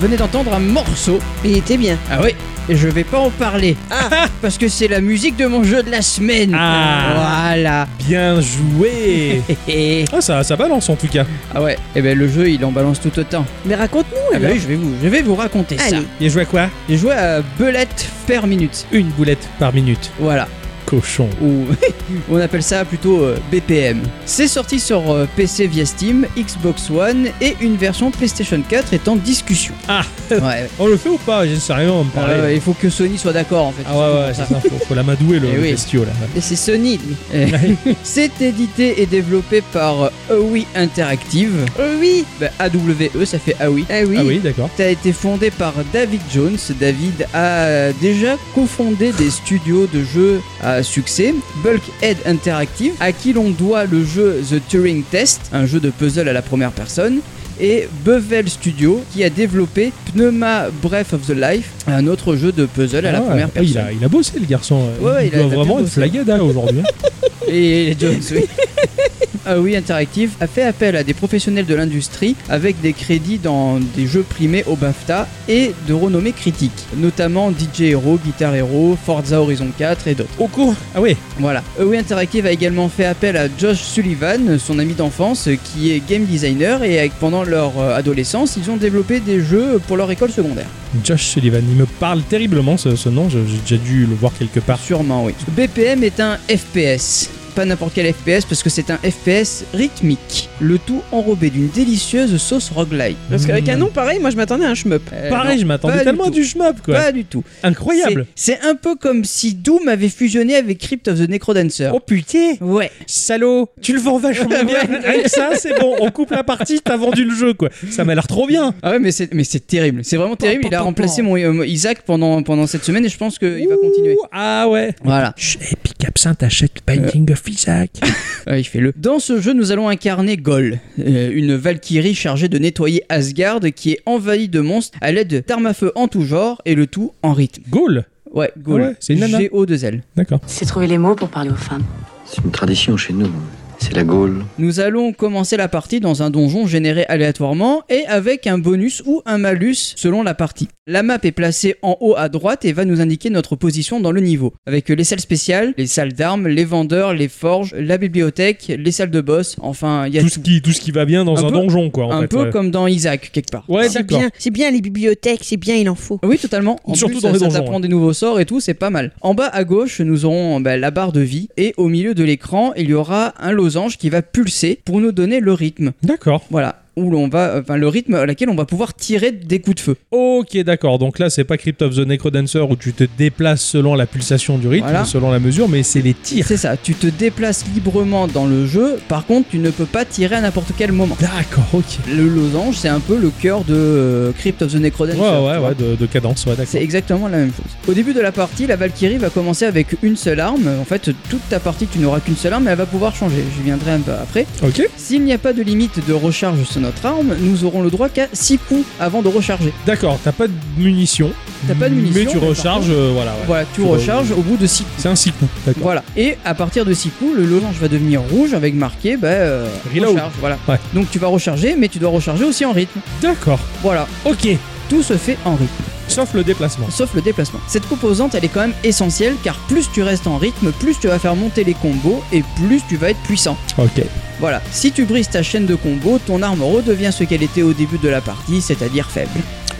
S2: venez d'entendre un morceau.
S3: Il était bien.
S2: Ah oui, et je vais pas en parler.
S3: Ah.
S2: Parce que c'est la musique de mon jeu de la semaine.
S1: Ah.
S2: Voilà. [laughs]
S1: Bien joué Ah, ça, ça balance en tout cas.
S2: ah ouais, et ben le jeu il en balance tout autant.
S3: Mais raconte-nous
S2: Ah bah
S3: alors.
S2: oui, je vais vous, je vais vous raconter ça.
S3: Allez.
S1: Bien joué à quoi
S2: J'ai joué à Belette per minute.
S1: Une boulette par minute.
S2: Voilà.
S1: Cochon.
S2: ou [laughs] on appelle ça plutôt euh, BPM. C'est sorti sur euh, PC via Steam, Xbox One et une version PlayStation 4 est en discussion.
S1: Ah. [laughs]
S2: Ouais.
S1: On le fait ou pas J'ai sérieux, on me parlait.
S2: Euh, il faut que Sony soit d'accord en fait.
S1: Ah ouais, ouais, c'est ça, faut, faut l'amadouer le,
S2: Eh
S1: le
S2: oui.
S1: bestiau là.
S3: Mais c'est Sony,
S1: [laughs]
S3: lui.
S2: [laughs] C'est édité et développé par euh, AOI Interactive.
S3: Oh oui.
S2: Bah, AWE, ça fait AOI.
S3: Ah oui.
S1: Ah oui, d'accord.
S2: Ça a été fondé par David Jones. David a déjà cofondé des studios de jeux à succès, Bulkhead Interactive, à qui l'on doit le jeu The Turing Test, un jeu de puzzle à la première personne, et Bevel Studio, qui a développé Pneuma Breath of the Life, un autre jeu de puzzle à la
S1: Ah,
S2: première
S1: ouais, il,
S2: personne.
S1: a, il a bossé le garçon.
S2: Ouais, ouais,
S1: il,
S2: il a-
S1: doit
S2: il a
S1: vraiment
S2: bien
S1: être
S2: bossé.
S1: flagada aujourd'hui.
S2: [laughs]
S1: hein.
S2: Et les Jones, oui. Ah oui, Interactive a fait appel à des professionnels de l'industrie avec des crédits dans des jeux primés au BAFTA et de renommée critique, notamment DJ Hero, Guitar Hero, Forza Horizon 4 et d'autres.
S1: Au cours Ah ouais,
S2: Voilà. Euh, Oui, Interactive a également fait appel à Josh Sullivan, son ami d'enfance, qui est game designer et avec- pendant leur euh, adolescence, ils ont développé des jeux pour leur école secondaire.
S1: Josh Sullivan, il me parle terriblement ce, ce nom, je- j'ai déjà dû le voir quelque part.
S2: Sûrement, oui. BPM est un FPS. Pas n'importe quel FPS parce que c'est un FPS rythmique. Le tout enrobé d'une délicieuse sauce roguelike.
S3: Parce qu'avec
S1: Mmh.
S2: Hmm.
S3: un nom pareil, moi je m'attendais à un shmup.
S2: Euh,
S1: Pareil,
S2: non,
S1: je m'attendais
S2: pas
S1: tellement à
S2: du
S1: du shmup quoi.
S2: Pas du tout.
S1: Incroyable.
S2: C'est c'est un peu comme si Doom avait fusionné avec Crypt of the Necrodancer.
S1: Oh, putain
S2: Ouais.
S1: Salaud Tu le vends
S2: [laughs]
S1: vachement bien Avec ça, c'est bon, on coupe la partie, t'as vendu le jeu quoi. Ça m'a l'air trop bien
S2: Ah ouais, mais c'est mais c'est terrible. C'est vraiment terrible. Il a
S1: pan,
S2: remplacé
S1: pan.
S2: mon euh, mon Isaac pendant pendant cette semaine et je pense qu'il va
S1: Ouh,
S2: continuer.
S1: Ah ouais
S2: Voilà.
S1: Epic Absinthe achète Binding of Isaac.
S2: Ouais, il fait le. Ah Dans ce jeu, nous allons incarner Gol, euh, une Valkyrie chargée de nettoyer Asgard qui est envahie de monstres à l'aide d'armes à feu en tout genre et le tout en rythme.
S1: Gaulle
S2: Ouais, Gol.
S1: Ah ouais, c'est une nana.
S2: G-O-2-L.
S1: D'accord.
S8: C'est trouver les mots pour parler aux femmes.
S9: C'est une tradition chez nous. C'est la Gaule.
S2: Nous allons commencer la partie dans un donjon généré aléatoirement et avec un bonus ou un malus selon la partie. La map est placée en haut à droite et va nous indiquer notre position dans le niveau, avec les salles spéciales, les salles d'armes, les vendeurs, les forges, la bibliothèque, les salles de boss, enfin il y a
S1: Tout
S2: tout.
S1: ce, qui, tout ce qui va bien dans
S2: Un
S1: un,
S2: peu-
S1: donjon quoi en
S2: Un
S1: fait.
S2: peu
S1: ouais.
S2: comme dans Isaac quelque part.
S1: Ouais,
S3: C'est
S1: d'accord.
S3: bien, c'est bien les bibliothèques, c'est bien, il en faut.
S2: Oui, totalement. En
S1: Surtout
S2: plus,
S1: dans les
S2: ça
S1: donjons,
S2: t'apprend des nouveaux sorts et tout, c'est pas mal. En bas à gauche, nous aurons bah, la barre de vie et au milieu de l'écran, il y aura un losange qui va pulser pour nous donner le rythme.
S1: D'accord.
S2: Voilà, où l'on va, euh, enfin le rythme à laquelle on va pouvoir tirer des coups de feu.
S1: Ok, d'accord. Donc là, c'est pas Crypt of the Necrodancer où tu te déplaces selon la pulsation du rythme,
S2: Voilà.
S1: selon la mesure, mais c'est les tirs.
S2: C'est ça, tu te déplaces librement dans le jeu. Par contre, tu ne peux pas tirer à n'importe quel moment.
S1: D'accord, ok.
S2: Le losange, c'est un peu le cœur de euh, Crypt of the Necrodancer.
S1: Ouais, ouais,
S2: tu vois.
S1: ouais, de, de cadence, ouais,
S2: C'est
S1: d'accord.
S2: exactement la même chose. Au début de la partie, la Valkyrie va commencer avec une seule arme. En fait, toute ta partie, tu n'auras qu'une seule arme, mais elle va pouvoir changer. J'y viendrai un peu après.
S1: Ok.
S2: S'il n'y a pas de limite de recharge sur notre arme, nous aurons le droit qu'à 6 coups avant de recharger.
S1: D'accord, t'as pas de munitions.
S2: T'as pas de munitions,
S1: Mais tu
S2: mais par
S1: recharges,
S2: contre-
S1: euh, voilà, ouais.
S2: Voilà, tu
S1: Faut-
S2: recharges au bout de 6 coups.
S1: C'est un cycle. D'accord.
S2: Voilà. Et à partir de 6 coups, le losange va devenir rouge avec marqué bah, euh,
S1: Reload.
S2: recharge. Voilà.
S1: Ouais.
S2: Donc tu vas recharger, mais tu dois recharger aussi en rythme.
S1: D'accord.
S2: Voilà.
S1: Ok.
S2: Tout se fait en rythme.
S1: Sauf le déplacement.
S2: sauf le déplacement. Cette composante elle est quand même essentielle car plus tu restes en rythme, plus tu vas faire monter les combos et plus tu vas être puissant.
S1: Ok.
S2: Voilà, si tu brises ta chaîne de combos, ton arme redevient ce qu'elle était au début de la partie, c'est-à-dire faible.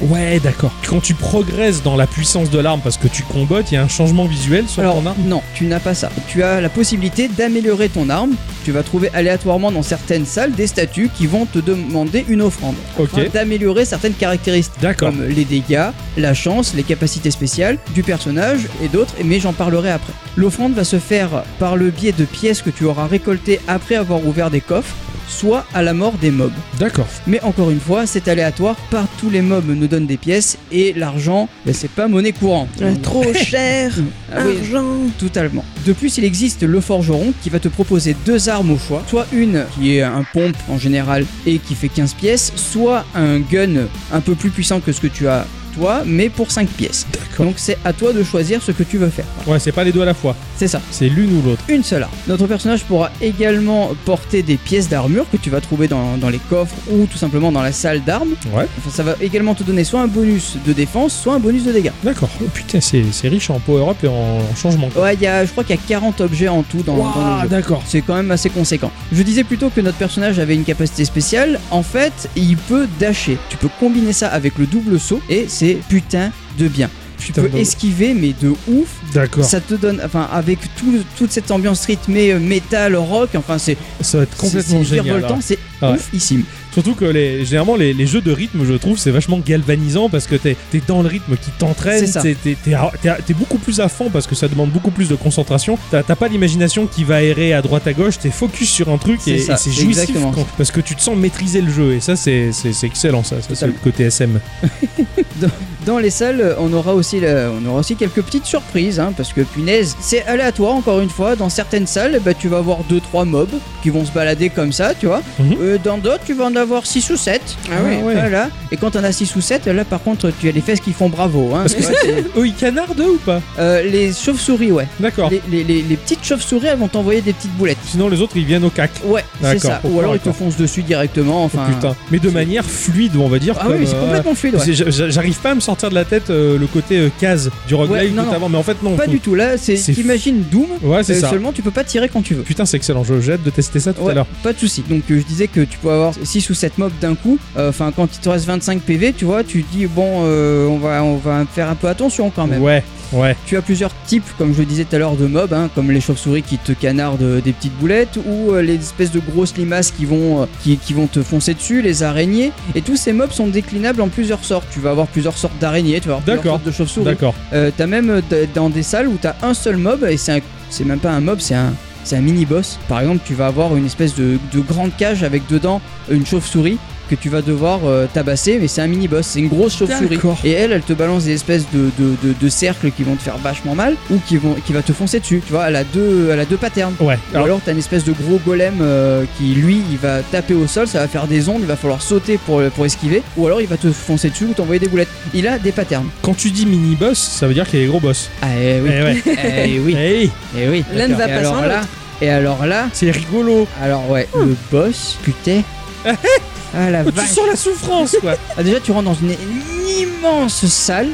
S1: Ouais, d'accord. Quand tu progresses dans la puissance de l'arme parce que tu combattes, il y a un changement visuel sur
S2: Alors
S1: ton arme.
S2: non, tu n'as pas ça. Tu as la possibilité d'améliorer ton arme. Tu vas trouver aléatoirement dans certaines salles des statues qui vont te demander une offrande.
S1: Ok.
S2: Afin D'améliorer certaines caractéristiques.
S1: D'accord.
S2: comme les dégâts, la chance, les capacités spéciales du personnage et d'autres, mais j'en parlerai après. L'offrande va se faire par le biais de pièces que tu auras récoltées après avoir ouvert des coffres, soit à la mort des mobs.
S1: D'accord.
S2: Mais encore une fois, c'est aléatoire, pas tous les mobs nous donnent des pièces et l'argent, ben, c'est pas monnaie courante.
S3: Ah, trop cher,
S2: Ah oui,
S3: argent.
S2: Totalement. De plus, il existe le forgeron qui va te proposer deux armes au choix, soit une qui est un pompe en général et qui fait 15 pièces, soit un gun un peu plus puissant que ce que tu as toi, mais pour 5 pièces.
S1: D'accord.
S2: Donc c'est à toi de choisir ce que tu veux faire.
S1: Ouais, c'est pas les deux à la fois.
S2: C'est ça.
S1: C'est l'une ou l'autre.
S2: Une seule arme. Notre personnage pourra également porter des pièces d'armure que tu vas trouver dans, dans les coffres ou tout simplement dans la salle d'armes.
S1: Ouais.
S2: Enfin, ça va également te donner soit un bonus de défense, soit un bonus de dégâts.
S1: D'accord. Oh, putain, c'est c'est riche en power-up et en, en changement. quoi.
S2: Ouais, il y a, je crois qu'il y a 40 objets en tout dans,
S1: Ouah,
S2: dans le jeu.
S1: d'accord.
S2: C'est quand même assez conséquent. Je disais plutôt que notre personnage avait une capacité spéciale. En fait, il peut dasher. Tu peux combiner ça avec le double saut et c'est putain de bien. Tu
S1: Putain
S2: peux
S1: de-
S2: esquiver, mais de ouf.
S1: D'accord. Ça...
S2: Ça te donne, enfin, avec tout- toute cette ambiance rythmée, euh, métal, rock, enfin, c'est
S1: va être complètement
S2: c'est- c'est
S1: génial.
S2: virevoltant,
S1: alors.
S2: c'est
S1: Ouais.
S2: oufissime.
S1: Surtout que les, généralement, les, les jeux de rythme, je trouve, c'est vachement galvanisant parce que t'es es dans le rythme qui t'entraîne.
S2: C'est ça.
S1: t'es- T'es t'es à- t'es à- t'es beaucoup plus à fond parce que ça demande beaucoup plus de concentration. T'as t'as pas l'imagination qui va errer à droite à gauche. T'es focus sur un truc
S2: C'est
S1: et et
S2: ça,
S1: c'est jouissif
S2: exactement.
S1: quand- parce que tu te sens maîtriser le jeu. Et ça, c'est c'est- c'est excellent, ça. ça c'est le
S2: Totalement.
S1: côté SM.
S2: Dans les salles, euh, on aura aussi, la- on aura aussi quelques petites surprises, hein, parce que punaise, c'est aléatoire encore une fois. Dans certaines salles, eh ben, tu vas avoir 2-3 mobs qui vont se balader comme ça, tu vois.
S1: Mhm.
S2: Euh, dans d'autres, tu vas en avoir 6 ou 7.
S1: Ah ouais.
S2: Voilà. Et quand on a 6 ou 7, là par contre, tu as les fesses qui font bravo. Hein, Tu vois, c'est-
S1: Eux, ils canardent eux, ou pas
S2: Euh, les chauves-souris, ouais.
S1: D'accord.
S2: Les, les- les- les petites chauves-souris, elles vont t'envoyer des petites boulettes.
S1: Sinon, les autres, ils viennent au cac.
S2: Ouais, c'est
S1: D'accord,
S2: ça.
S1: pourquoi,
S2: Ou alors ils te
S1: d'accord.
S2: foncent dessus directement. Enfin,
S1: Oh, putain. Mais de manière fluide, on va dire.
S2: Ah
S1: comme,
S2: oui, c'est
S1: euh,
S2: complètement fluide. ouais.
S1: c'est- j'a- j'a- J'arrive pas à me sortir de la tête euh, le côté euh, case du roguelike
S2: Ouais, non, non.
S1: notamment, mais en fait non.
S2: Pas
S1: faut-
S2: du tout. Là, c'est
S1: C'est fou.
S2: t'imagines Doom.
S1: Ouais, c'est
S2: euh,
S1: ça.
S2: Seulement, tu peux pas tirer quand tu veux.
S1: Putain, c'est excellent. Je j'ai hâte de tester ça tout
S2: Ouais,
S1: à l'heure.
S2: pas de souci. Donc euh, je disais que tu peux avoir 6 ou 7 mobs d'un coup. Euh, Enfin, quand il te reste 25 PV, tu vois, tu te dis bon, euh, on va, on va faire un peu attention quand même.
S1: Ouais, ouais.
S2: Tu as plusieurs types, comme je le disais tout à l'heure, de mobs, hein, comme les chauves-souris qui te canardent euh, des petites boulettes, ou euh, les espèces de grosses limaces qui vont, euh, qui, qui vont te foncer dessus, les araignées. Et tous ces mobs sont déclinables en plusieurs sortes. Tu vas avoir plusieurs sortes d'araignées, tu vas avoir plusieurs
S1: D'accord.
S2: sortes de chauves-souris.
S1: D'accord.
S2: Euh, t'as même euh, d- dans des salles où t'as un seul mob et c'est un- c'est même pas un mob, c'est un c'est un mini boss. Par exemple, tu vas avoir une espèce de, de grande cage avec dedans une chauve-souris que tu vas devoir euh, tabasser, mais c'est un mini boss, c'est une grosse chauve-souris.
S1: D'accord.
S2: Et elle, elle te balance des espèces de, de, de- de cercles qui vont te faire vachement mal ou qui vont qui va te foncer dessus. Tu vois, elle a deux elle a deux patterns.
S1: Ouais.
S2: Ou
S1: Alors,
S2: alors t'as une espèce de gros golem euh, qui lui il va taper au sol, ça va faire des ondes, il va falloir sauter pour, pour esquiver, ou alors il va te foncer dessus ou t'envoyer des boulettes. Il a des patterns.
S1: quand tu dis mini boss, ça veut dire qu'il y a des gros boss.
S2: Ah eh oui.
S1: Eh ouais.
S2: Eh oui.
S1: Eh oui,
S2: Et oui.
S3: L'un ne va
S2: Et
S3: pas
S2: alors
S3: sans
S2: là,
S3: l'autre.
S2: Et alors là,
S1: c'est rigolo.
S2: alors ouais, le boss, putain. ah la
S1: Oh, tu
S2: vache.
S1: sens la souffrance,
S2: [laughs]
S1: quoi.
S2: Ah, déjà, tu rentres dans une, une immense salle.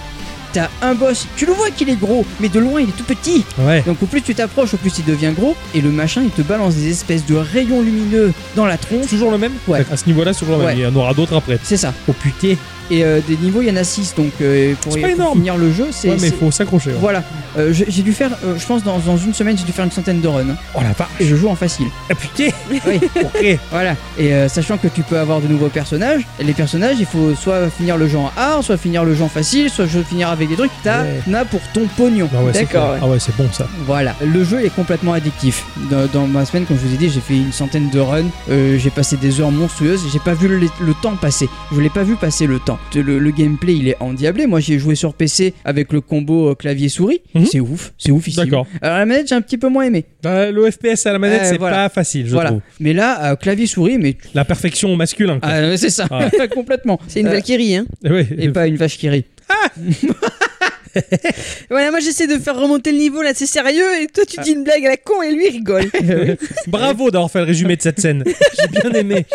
S2: T'as un boss, tu le vois qu'il est gros, mais de loin il est tout petit.
S1: ouais.
S2: Donc au plus tu t'approches, au plus il devient gros. Et le machin, il te balance des espèces de rayons lumineux dans la tronche.
S1: Toujours le même
S2: Ouais.
S1: À ce niveau-là, c'est toujours le même.
S2: Ouais.
S1: Il y en aura d'autres après.
S2: C'est ça.
S1: Oh putain.
S2: Et euh, des niveaux, il y en a 6. Donc euh, pour,
S1: C'est pas
S2: pour
S1: énorme.
S2: finir le jeu, c'est.
S1: Ouais, mais
S2: c'est-
S1: faut s'accrocher. hein. ouais.
S2: Voilà. Euh, j'ai j'ai dû faire, euh, je pense, dans, dans une semaine, j'ai dû faire une centaine de runs.
S1: Oh la vache.
S2: Et je joue en facile.
S1: Ah putain.
S2: Oui.
S1: Ok.
S2: Voilà, et euh, sachant que tu peux avoir de nouveaux personnages, et les personnages, il faut soit finir le jeu en hard, soit finir le jeu en facile, soit je- finir avec des trucs, t'as
S1: Ouais.
S2: as pour ton pognon.
S1: Ah ouais, c'est
S3: D'accord,
S1: cool.
S3: ouais.
S1: Ah ouais, c'est bon ça.
S2: Voilà, le jeu est complètement addictif. Dans, dans ma semaine, comme je vous ai dit, j'ai fait une centaine de runs, euh, j'ai passé des heures monstrueuses, j'ai pas vu le, le temps passer. Je l'ai pas vu passer le temps. Le, le gameplay, il est endiablé. Moi, j'ai joué sur PC avec le combo euh, clavier-souris.
S1: Mhm.
S2: C'est ouf, c'est ouf ici.
S1: D'accord.
S2: Alors la manette, j'ai un petit peu moins aimé.
S1: Euh, le FPS à la manette,
S2: Euh,
S1: c'est pas
S2: voilà.
S1: facile, je
S2: voilà.
S1: trouve.
S2: Mais là, euh, clavier-souris, mais tu-
S1: La perfection masculine. Quoi.
S2: ah, mais c'est ça,
S1: Ah.
S2: [laughs] complètement.
S3: C'est une
S2: Euh,
S3: Valkyrie, hein.
S1: [laughs] Ouais.
S2: et pas une vache qui rit.
S3: Voilà, moi j'essaie de faire remonter le niveau là, c'est sérieux, et toi tu
S1: Ah.
S3: dis une blague à la con et lui il [laughs] rigole.
S1: Bravo d'avoir fait le résumé de cette
S2: [laughs]
S1: scène. J'ai bien aimé.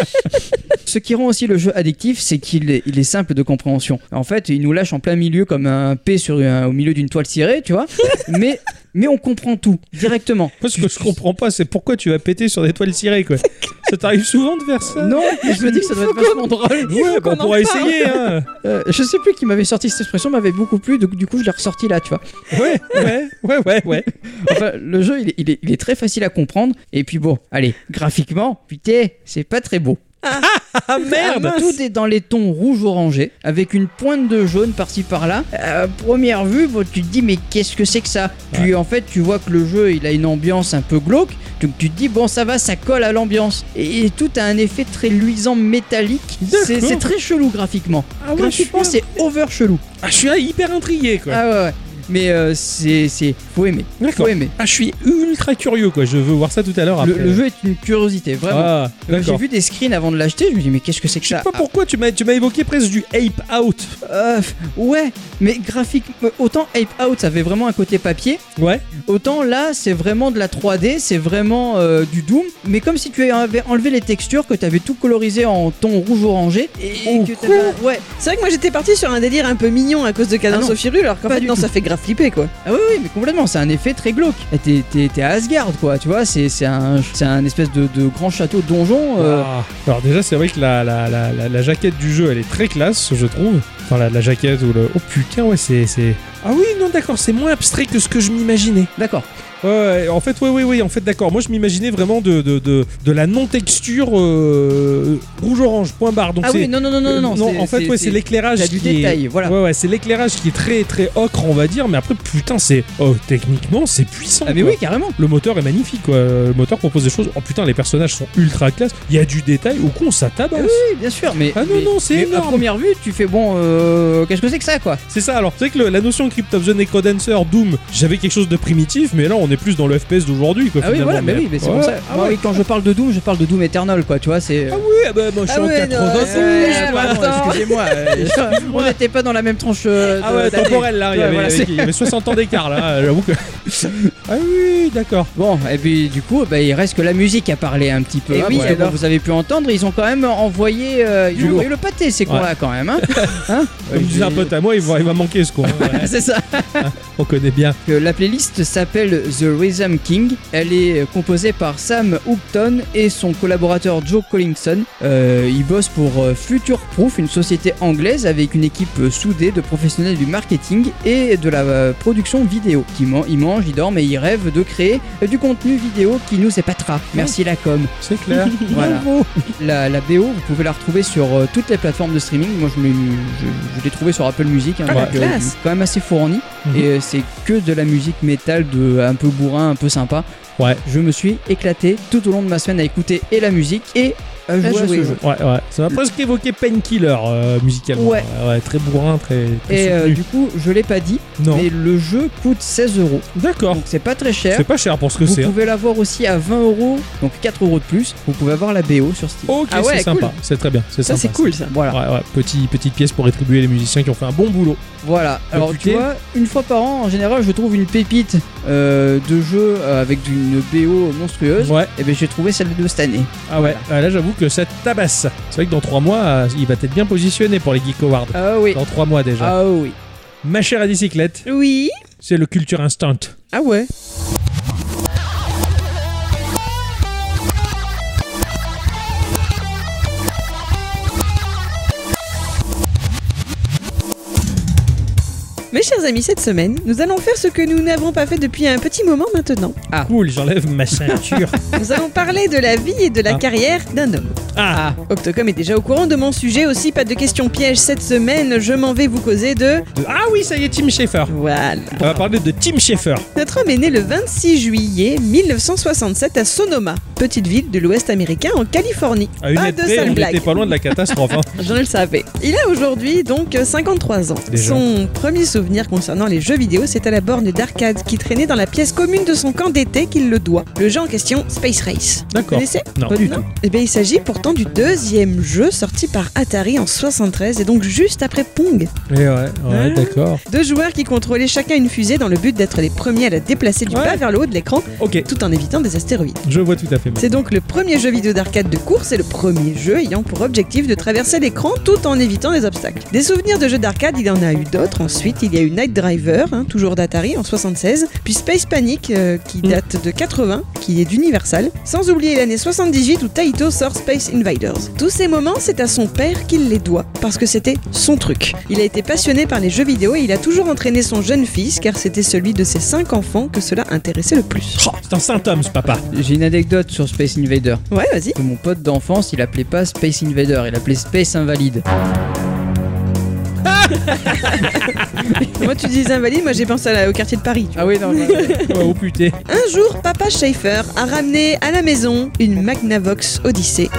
S2: Ce qui rend aussi le jeu addictif, c'est qu'il est, il est simple de compréhension. En fait, il nous lâche en plein milieu comme un P sur un- au milieu d'une toile cirée, [laughs] tu vois. mais, mais on comprend tout directement.
S1: Moi, ce que je comprends pas, c'est pourquoi tu vas péter sur des toiles cirées, quoi. ça t'arrive souvent de faire ça
S2: Non, mais je me dis que ça doit être vachement drôle.
S1: Ouais, bah, on
S3: qu'on en
S1: pourra
S3: parle.
S1: essayer, hein.
S2: Euh, je sais plus qui m'avait sorti cette expression, m'avait beaucoup plu, donc du coup je l'ai ressorti là, tu vois.
S1: Ouais, ouais, ouais, ouais, ouais.
S2: Enfin, le jeu, il est, il est- il est très facile à comprendre. Et puis bon, allez, graphiquement, putain, c'est pas très beau.
S3: Ah merde
S2: Tout est dans les tons rouge orangé, avec une pointe de jaune par-ci par-là. À première vue, bon, tu te dis mais qu'est-ce que c'est que ça Puis en fait, tu vois que le jeu, il a une ambiance un peu glauque, donc tu te dis bon ça va, ça colle à l'ambiance. Et, et tout a un effet très luisant métallique. C'est
S1: D'accord.
S2: c'est très chelou graphiquement.
S1: Ah ouais, je suis,
S2: graphiquement, c'est over chelou.
S1: ah, je suis hyper intrigué, quoi.
S2: Ah ouais, ouais. Mais euh, c'est, c'est, faut aimer. Faut
S1: D'accord.
S2: aimer.
S1: Ah, je suis ultra curieux, quoi. Je veux voir ça tout à l'heure.
S2: Le,
S1: après.
S2: le jeu est une curiosité, vraiment.
S1: Ah,
S2: Euh, J'ai
S1: d'accord. Ah.
S2: vu des screens avant de l'acheter, je me dis mais qu'est-ce que c'est que
S1: Je sais
S2: ça
S1: pas pourquoi tu m'as tu m'as évoqué presque du Ape Out.
S2: Ah, euh, Ouais, mais graphique, euh, autant Ape Out ça avait vraiment un côté papier,
S1: Ouais.
S2: autant là c'est vraiment de la 3D, c'est vraiment euh, du Doom, mais comme si tu avais enlevé les textures, que tu avais tout colorisé en ton rouge orangé et
S1: Oh,
S2: que t'avais- Ouais,
S3: C'est vrai que moi j'étais parti sur un délire un peu mignon à cause de
S2: Ah
S3: Cadence
S2: non,
S3: au Firul, alors qu'en
S2: pas
S3: fait
S2: du
S3: bah, non,
S2: tout.
S3: ça fait grave flipper quoi.
S2: ah oui, oui, mais complètement, c'est un effet très glauque. Et T'es t'es- t'es à Asgard quoi, tu vois, c'est c'est un, c'est un espèce de, de grand château donjon. euh,
S1: Ah. Alors déjà, c'est vrai que la, la, la, la, la jaquette du jeu, elle est très classe, je trouve. Enfin, la, la jaquette ou le... Oh putain, ouais, c'est... c'est- Ah oui, non, d'accord, c'est moins abstrait que ce que je m'imaginais.
S2: D'accord,
S1: Ouais, ouais, en fait, oui, oui, oui, en fait, d'accord. Moi, je m'imaginais vraiment de, de, de, de la non-texture euh, rouge-orange, point barre. Donc
S2: ah
S1: c'est-
S2: oui, non, non, non, non, non,
S1: en fait, ouais, c'est l'éclairage
S2: t'as du
S1: qui est-
S2: détail, voilà.
S1: Ouais, ouais, c'est l'éclairage qui est très, très ocre, on va dire. Mais après, putain, c'est... Oh, techniquement, c'est puissant.
S2: Ah mais
S1: quoi.
S2: oui, carrément.
S1: Le moteur est magnifique, quoi. Le moteur propose des choses. Oh putain, les personnages sont ultra classe. Il y a du détail. Au con, ça tabasse.
S2: Eh Oui, bien sûr, mais.
S1: Ah non,
S2: mais-
S1: non, c'est
S2: mais
S1: énorme.
S2: À première vue, tu fais bon, euh, qu'est-ce que c'est que ça, quoi
S1: C'est ça, alors c'est vrai que le- la notion de Crypt of the Necrodancer, Doom, j'avais quelque chose de primitif, mais là on est plus dans le FPS d'aujourd'hui quoi.
S2: Ah oui,
S1: finalement.
S2: voilà, mais oui, mais c'est pour
S1: Ouais.
S2: ça.
S1: Ah,
S2: Moi,
S1: ouais.
S2: oui, quand je parle de Doom, je parle de Doom Eternal, quoi, tu vois, c'est.
S1: Ah oui, ah bah moi je suis
S3: Ah
S1: en
S3: ouais,
S1: 80.
S3: non,
S2: Euh,
S3: ouais,
S2: pardon,
S3: attends.
S2: excusez-moi,
S1: [laughs]
S2: euh, on n'était pas dans la même tranche. euh,
S1: Ah
S2: de-
S1: ouais,
S2: d'année.
S1: temporel là, il y
S2: Ouais,
S1: avait,
S2: voilà,
S1: il y avait 60 ans d'écart là, euh, j'avoue
S3: [laughs]
S1: que. Ah oui, d'accord.
S2: Bon, et puis du coup, bah, il reste que la musique à parler un petit peu.
S1: Eh
S3: Et
S2: hein,
S3: oui,
S2: parce que,
S3: alors.
S2: comme vous avez pu entendre, ils ont quand même envoyé, euh, ils
S1: Du
S2: ont
S1: lourd.
S2: envoyé le pâté, ces cons-là, quand
S1: [laughs]
S2: même. Hein Hein
S1: Comme
S2: Ouais,
S1: disait un
S2: j'ai-
S1: pote à moi, il va, il va manquer ce con. hein. Ouais,
S2: C'est ça.
S1: on connaît bien.
S2: Que La playlist s'appelle The Rhythm King. Elle est composée par Sam Hoopton et son collaborateur Joe Collinson. Euh, ils bossent pour euh, Future Proof, une société anglaise avec une équipe euh, soudée de professionnels du marketing et de la euh, production vidéo. Ils, man- ils mangent, ils dorment et ils rêvent de créer euh, du contenu vidéo qui nous épatera. Merci la com.
S1: C'est
S3: [laughs]
S1: clair.
S2: Voilà. La, la BO, vous pouvez la retrouver sur euh, toutes les plateformes de streaming. Moi, je l'ai, je- je l'ai trouvée sur Apple Music. hein,
S1: Ah,
S2: donc,
S1: la
S2: euh,
S3: classe.
S2: du- quand même assez fourni.
S1: Mhm.
S2: Et euh, c'est que de la musique métal, de, un peu bourrin, un peu sympa.
S1: Ouais.
S2: Je me suis éclaté tout au long de ma semaine à écouter et la musique et à jouer, à
S3: jouer,
S2: ce
S3: ouais.
S2: jeu.
S1: Ouais, ouais. Ça m'a presque évoqué Painkiller euh, musicalement.
S2: Ouais.
S1: ouais. Très bourrin, très. très
S2: Et euh,
S1: soutenu.
S2: du coup, je l'ai pas dit,
S1: non.
S2: mais le jeu coûte 16 euros.
S1: D'accord.
S2: Donc c'est pas très cher.
S1: C'est pas cher pour ce que
S2: Vous
S1: c'est. hein.
S2: pouvez l'avoir aussi à 20 euros, donc 4 euros de plus. Vous pouvez avoir la BO sur Steam.
S1: Ok,
S3: Ah ouais,
S1: c'est
S3: cool.
S1: sympa. C'est très bien. C'est
S3: Ça
S1: sympa,
S3: c'est cool ça.
S2: Voilà.
S1: Ouais, ouais, petit, petite pièce pour rétribuer les musiciens qui ont fait un bon boulot.
S2: Voilà,
S1: Le
S2: alors tu
S1: putain.
S2: vois, une fois par an, en général, je trouve une pépite euh, de jeu euh, avec une BO monstrueuse.
S1: Ouais,
S2: Et bien, j'ai trouvé celle de cette année.
S1: ah ouais, Ah, là j'avoue que ça tabasse. C'est vrai que dans 3 mois, euh, il va être bien positionné pour les Geek Awards.
S2: Ah oui.
S1: Dans 3 mois déjà.
S2: Ah oui.
S1: Ma chère à bicyclette,
S3: Oui.
S1: c'est le Culture Instant.
S3: Ah ouais. Mes chers amis, cette semaine, nous allons faire ce que nous n'avons pas fait depuis un petit moment maintenant.
S1: Cool, j'enlève ma ceinture.
S3: Nous allons parler de la vie et de la
S1: Ah.
S3: carrière d'un homme.
S1: Ah,
S3: Octocom est déjà au courant de mon sujet aussi, pas de questions pièges cette semaine, je m'en vais vous causer de...
S1: de- ah oui, ça y est, Tim Schafer.
S3: Voilà.
S1: On va parler de Tim Schafer.
S3: Notre homme est né le 26 juillet 1967 à Sonoma, petite ville de l'ouest américain en Californie.
S1: À Ah, une
S3: pas
S1: aide
S3: de
S1: près,
S3: sale
S1: on
S3: blague.
S1: était pas loin de la catastrophe. hein.
S3: Je le savais. Il a aujourd'hui donc 53 ans.
S1: Déjà.
S3: Son premier souvenir concernant les jeux vidéo, c'est à la borne d'arcade qui traînait dans la pièce commune de son camp d'été qu'il le doit. Le jeu en question, Space Race. Vous
S1: D'accord.
S3: connaissez
S1: Non.
S2: Pas du
S3: Non.
S2: tout.
S3: Eh bien, il s'agit pourtant du deuxième jeu sorti par Atari en 73 et donc juste après Pong.
S1: Et Eh ouais, ouais, d'accord.
S3: Deux joueurs qui contrôlaient chacun une fusée dans le but d'être les premiers à la déplacer du
S1: Ouais.
S3: bas vers le haut de l'écran,
S1: Ok,
S3: tout en évitant des astéroïdes.
S1: je vois tout à fait.
S3: C'est donc le premier jeu vidéo d'arcade de course et le premier jeu ayant pour objectif de traverser l'écran tout en évitant les obstacles. Des souvenirs de jeux d'arcade, il en a eu d'autres. Ensuite, il y a eu Night Driver, hein, toujours d'Atari en 76, puis Space Panic euh, qui date de 80, qui est d'Universal, sans oublier l'année 78 où Taito sort Space Invaders. Tous ces moments, c'est à son père qu'il les doit parce que c'était son truc. Il a été passionné par les jeux vidéo et il a toujours entraîné son jeune fils car c'était celui de ses cinq enfants que cela intéressait le plus.
S1: Oh, c'est un symptôme, ce papa.
S2: J'ai une anecdote sur Space Invader.
S3: Ouais, vas-y.
S2: Que mon pote d'enfance, il appelait pas Space Invader, il appelait Space Invalide.
S3: Moi, tu dis invalide, moi j'ai pensé à la- au quartier de Paris. tu vois.
S2: Ah oui, non,
S1: Oh putain.
S3: Un jour, papa Schaeffer a ramené à la maison une Magnavox Odyssey.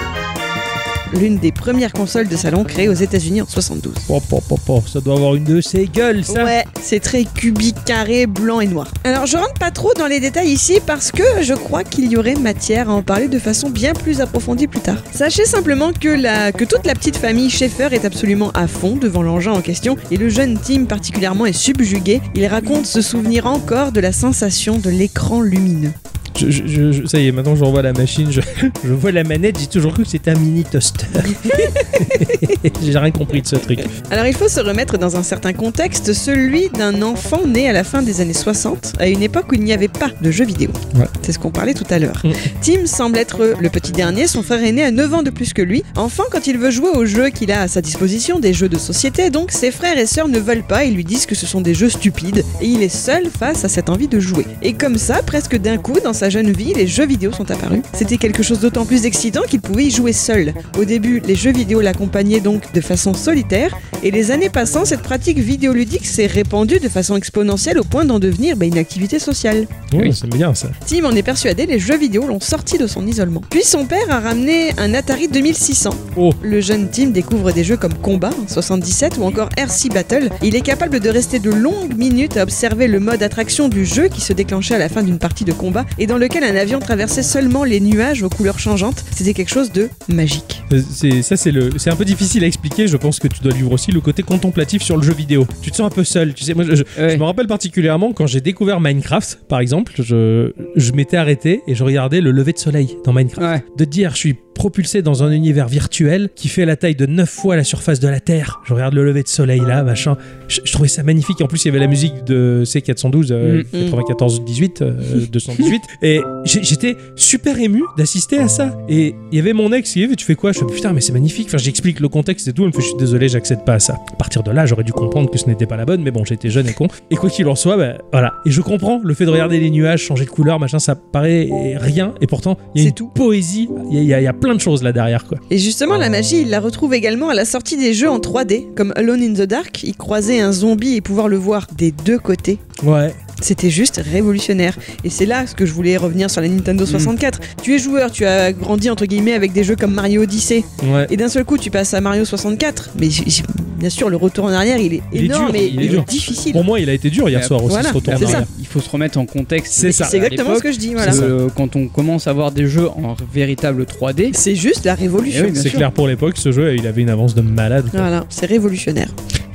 S3: l'une des premières consoles de salon créées aux États-Unis en 72.
S1: Pop, pop, pop, pop, ça doit avoir une de ses gueules, ça.
S3: Ouais, c'est très cubique, carré, blanc et noir. Alors je rentre pas trop dans les détails ici parce que je crois qu'il y aurait matière à en parler de façon bien plus approfondie plus tard. Sachez simplement que, la, que toute la petite famille Schaeffer est absolument à fond devant l'engin en question et le jeune Tim particulièrement est subjugué. Il raconte se souvenir encore de la sensation de l'écran lumineux.
S1: Je- je- je- je- ça y est, maintenant je revois la machine, je, [laughs] je vois la manette, j'ai toujours cru que c'était un mini toaster. [laughs] j'ai rien compris de ce truc.
S3: Alors il faut se remettre dans un certain contexte, celui d'un enfant né à la fin des années 60, à une époque où il n'y avait pas de jeux vidéo.
S1: Ouais.
S3: C'est ce qu'on parlait tout à l'heure.
S1: Mm.
S3: Tim semble être le petit dernier, son frère aîné a 9 ans de plus que lui. Enfant, quand il veut jouer aux jeux qu'il a à sa disposition, des jeux de société, donc ses frères et sœurs ne veulent pas et lui disent que ce sont des jeux stupides, et il est seul face à cette envie de jouer. Et comme ça, presque d'un coup, dans sa jeune vie, les jeux vidéo sont apparus. C'était quelque chose d'autant plus excitant qu'il pouvait y jouer seul. Au début, les jeux vidéo l'accompagnaient donc de façon solitaire, et les années passant, cette pratique vidéoludique s'est répandue de façon exponentielle au point d'en devenir bah, une activité sociale.
S1: Ouais,
S7: Oui.
S1: C'est bien ça.
S3: Tim en est persuadé, les jeux vidéo l'ont sorti de son isolement. Puis son père a ramené un Atari 2600.
S1: Oh.
S3: Le jeune Tim découvre des jeux comme Combat en 77 ou encore RC Battle. Il est capable de rester de longues minutes à observer le mode attraction du jeu qui se déclenchait à la fin d'une partie de combat et dans lequel un avion traversait seulement les nuages aux couleurs changeantes. C'était quelque chose de magique.
S1: Euh, C'est- Ça, c'est le, c'est un peu difficile à expliquer. Je pense que tu dois vivre aussi le côté contemplatif sur le jeu vidéo. Tu te sens un peu seul. Tu sais, moi, je, je-
S7: Ouais.
S1: je me rappelle particulièrement quand j'ai découvert Minecraft, par exemple. Je, je m'étais arrêté et je regardais le lever de soleil dans Minecraft.
S7: Ouais.
S1: De dire, je suis propulsé dans un univers virtuel qui fait la taille de 9 fois la surface de la Terre. Je regarde le lever de soleil là, machin. Je, je trouvais ça magnifique. En plus, il y avait la musique de C412, euh,
S7: Mm.
S1: 94, 18, euh, [laughs] 218. Et j'ai- j'étais super ému d'assister à ça. Et il y avait mon ex qui dit Tu fais quoi Je fais Putain, mais c'est magnifique. Enfin, j'explique le contexte et tout. Elle me fait Je suis désolé, j'accède pas à ça. À partir de là, j'aurais dû comprendre que ce n'était pas la bonne, mais bon, j'étais jeune et con. Et quoi qu'il en soit, bah, voilà. Et je comprends le fait de regarder les nuages changer de couleur, machin, ça paraît rien. Et pourtant, il y a
S3: C'est
S1: une
S3: tout.
S1: poésie. Il y a- il y, a- il y a plein de choses là derrière, quoi.
S3: Et justement, la magie, il la retrouve également à la sortie des jeux en 3D, comme Alone in the Dark, y croiser un zombie et pouvoir le voir des deux côtés.
S1: Ouais.
S3: C'était juste révolutionnaire. Et c'est là ce que je voulais revenir sur la Nintendo
S1: Mhm.
S3: 64. Tu es joueur, tu as grandi entre guillemets avec des jeux comme Mario Odyssey.
S1: Ouais.
S3: Et d'un seul coup, tu passes à Mario 64. Mais j- j- bien sûr, le retour en arrière, il est
S1: Il est
S3: énorme
S1: dur,
S3: et
S1: il est
S3: il
S1: dur.
S3: est difficile.
S1: Pour moi, il a été dur hier
S7: Mais
S1: soir aussi
S3: voilà,
S1: ce retour
S3: c'est
S1: en
S3: ça.
S1: arrière.
S7: Il faut se remettre en contexte.
S1: Ah, bah, C'est ça.
S3: C'est exactement ce que je dis, voilà.
S1: ça.
S7: Euh, quand on commence à voir des jeux en véritable 3D,
S3: C'est juste la révolution.
S7: Eh oui, bien
S1: C'est clair pour l'époque, ce jeu, il avait une avance de malade. quoi.
S3: Voilà, c'est révolutionnaire.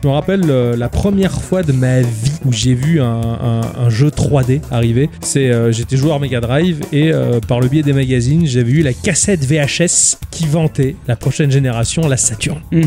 S1: Je me rappelle euh, la première fois de ma vie où j'ai vu un, un- un jeu 3D arriver. C'est euh, j'étais joueur Mega Drive et euh, par le biais des magazines, j'avais eu la cassette VHS qui vantait la prochaine génération, la Saturn.
S7: Mm.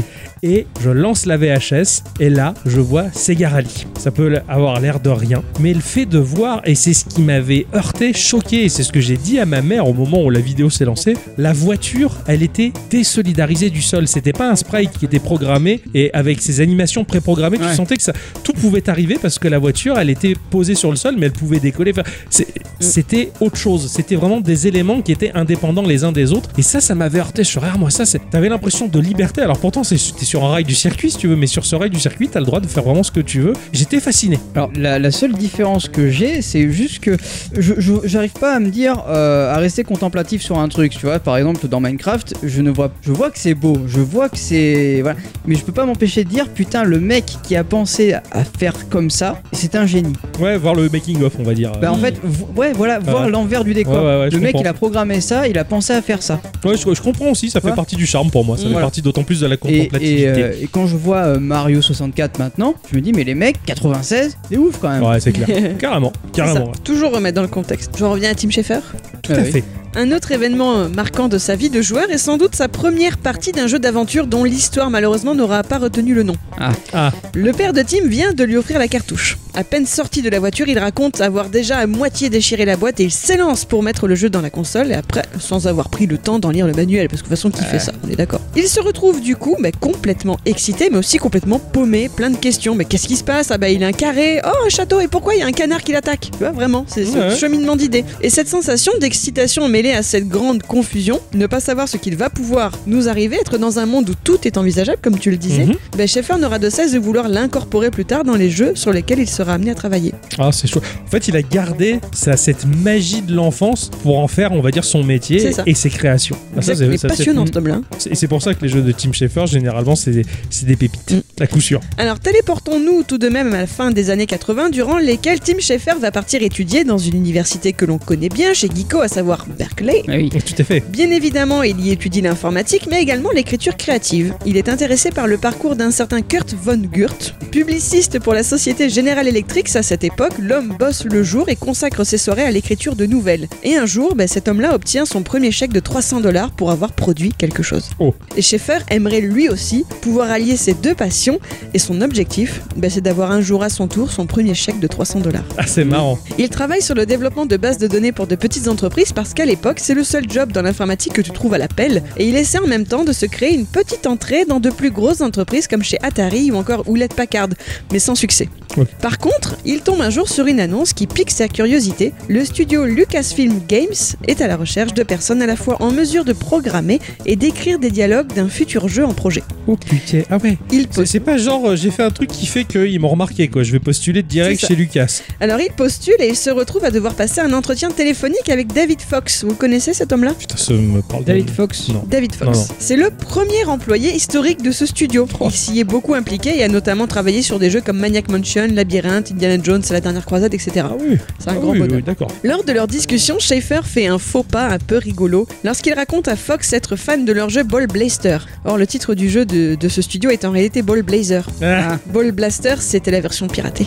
S1: Et je lance la VHS et là, je vois Sega Rally. Ça peut avoir l'air de rien, mais le fait de voir et c'est ce qui m'avait heurté, choqué et c'est ce que j'ai dit à ma mère au moment où la vidéo s'est lancée, la voiture, elle était désolidarisée du sol. C'était pas un sprite qui était programmé et avec ses animations préprogrammées, tu
S7: Ouais.
S1: sentais que ça, tout pouvait arriver parce que la voiture, elle était posée sur le sol, mais elle pouvait décoller. Enfin, c'est-
S7: Mm.
S1: c'était autre chose. C'était vraiment des éléments qui étaient indépendants les uns des autres. Et ça, ça m'avait heurté. Je suis rare, moi, ça, c'est- t'avais l'impression de liberté. Alors pourtant, c'est- t'es sur un rail du circuit, si tu veux, mais sur ce rail du circuit, t'as le droit de faire vraiment ce que tu veux. J'étais fasciné.
S7: Alors la, la seule différence que j'ai, c'est juste que je je- j'arrive pas à me dire euh, à rester contemplatif sur un truc. Tu vois, par exemple dans Minecraft, je ne vois, je vois que c'est beau, je vois que c'est voilà, mais je peux pas m'empêcher de dire putain le mec qui a pensé à- à faire comme ça, c'est un génie.
S1: Ouais, voir le making-of, on va dire. Mm.
S7: Bah en fait, vo- ouais voilà, voir
S1: ouais.
S7: l'envers du décor.
S1: Ouais, ouais, ouais, je
S7: le mec
S1: comprends.
S7: il a programmé ça, il a pensé à faire ça.
S1: Ouais, je, je comprends aussi, ça fait
S7: Voilà.
S1: partie du charme pour moi. Ça fait
S7: Mm, Voilà.
S1: partie d'autant plus de la
S7: Et,
S1: contemplativité.
S7: et, euh, et quand je vois euh, Mario 64 maintenant, je me dis mais les mecs 96, c'est ouf quand même.
S1: Ouais,
S7: [laughs]
S1: c'est
S3: [laughs]
S1: clair. carrément,
S7: Bah
S1: carrément.
S3: C'est ça. Toujours remettre dans le contexte. Je reviens à Tim Schafer.
S1: Tout
S7: Ah
S1: à
S7: oui.
S1: fait.
S3: Un autre événement euh, marquant de sa vie de joueur est sans doute sa première partie d'un jeu d'aventure dont l'histoire malheureusement n'aura pas retenu le nom.
S7: Ah.
S1: Ah.
S3: Le père de Tim vient de lui offrir la cartouche. À peine sorti de la voiture, il raconte avoir déjà à moitié déchiré la boîte et il s'élance pour mettre le jeu dans la console et après, sans avoir pris le temps d'en lire le manuel, parce que de toute façon, qui fait ça On est d'accord. Il se retrouve du coup bah, complètement excité, mais aussi complètement paumé, plein de questions. Mais qu'est-ce qui se passe Ah bah il a un carré, oh un château, et pourquoi il y a un canard qui l'attaque Tu vois, vraiment, c'est ce
S1: Ouais.
S3: cheminement d'idées. Et cette sensation d'excitation mais mêler à cette grande confusion, ne pas savoir ce qu'il va pouvoir nous arriver, être dans un monde où tout est envisageable, comme tu le disais,
S1: Mhm.
S3: ben Schaeffer n'aura de cesse de vouloir l'incorporer plus tard dans les jeux sur lesquels il sera amené à travailler.
S1: Ah, c'est chaud. En fait, il a gardé sa, cette magie de l'enfance pour en faire, on va dire, son métier
S3: C'est ça.
S1: et ses créations. Ah, ça,
S3: Il est
S1: ça,
S3: passionnant cet homme-là. hein.
S1: Et c'est pour ça que les jeux de Tim Schafer, généralement, c'est des, c'est des pépites,
S3: Mm.
S1: à coup sûr.
S3: Alors téléportons-nous tout de même à la fin des années 80, durant lesquelles Tim Schafer va partir étudier dans une université que l'on connaît bien chez Geeko, à savoir Berkeley.
S7: Ah oui.
S1: [laughs] Tout à fait.
S3: Bien évidemment, il y étudie l'informatique, mais également l'écriture créative. Il est intéressé par le parcours d'un certain Kurt von Gurt, publiciste pour la Société Générale Electric. À cette époque, l'homme bosse le jour et consacre ses soirées à l'écriture de nouvelles. Et un jour, ben, cet homme-là obtient son premier chèque de 300 dollars pour avoir produit quelque chose.
S1: Oh.
S3: Et Schaeffer aimerait lui aussi pouvoir allier ses deux passions, et son objectif, ben, c'est d'avoir un jour à son tour son premier chèque de 300 dollars.
S1: Ah, c'est marrant.
S3: Il travaille sur le développement de bases de données pour de petites entreprises parce qu'à l'époque, c'est le seul job dans l'informatique que tu trouves à l'appel. Et il essaie en même temps de se créer une petite entrée dans de plus grosses entreprises comme chez Atari ou encore Hewlett Packard, mais sans succès.
S1: Ouais.
S3: Par contre, il tombe un jour sur une annonce qui pique sa curiosité. Le studio Lucasfilm Games est à la recherche de personnes à la fois en mesure de programmer et d'écrire des dialogues d'un futur jeu en projet.
S1: Oh putain, ah ouais.
S3: Il
S1: C'est,
S3: postule.
S1: c'est pas genre, euh, j'ai fait un truc qui fait qu'ils m'ont remarqué, quoi. Je vais postuler direct
S3: C'est ça.
S1: chez Lucas.
S3: Alors il postule et il se retrouve à devoir passer un entretien téléphonique avec David Fox. Vous connaissez cet homme-là
S1: Putain, ça me parle de-
S7: David Fox.
S1: Non.
S3: David
S1: Non, Oh. non.
S3: Fox. C'est le premier employé historique de ce studio. Il s'y est beaucoup impliqué et a notamment travaillé sur des jeux comme Maniac Mansion, Labyrinthe, Indiana Jones, La Dernière Croisade, etc.
S1: Ah oui.
S3: C'est un
S1: Ah
S3: grand
S1: oui,
S3: bonhomme.
S1: oui,
S3: [laughs]
S1: d'accord.
S3: Lors de leur discussion, Schaeffer fait un faux pas un peu rigolo lorsqu'il raconte à Fox être fan de leur jeu Ball Blaster. Or, le titre du jeu de, de ce studio est en réalité Ball Blazer.
S1: Ah.
S3: Ball Blaster, c'était la version piratée.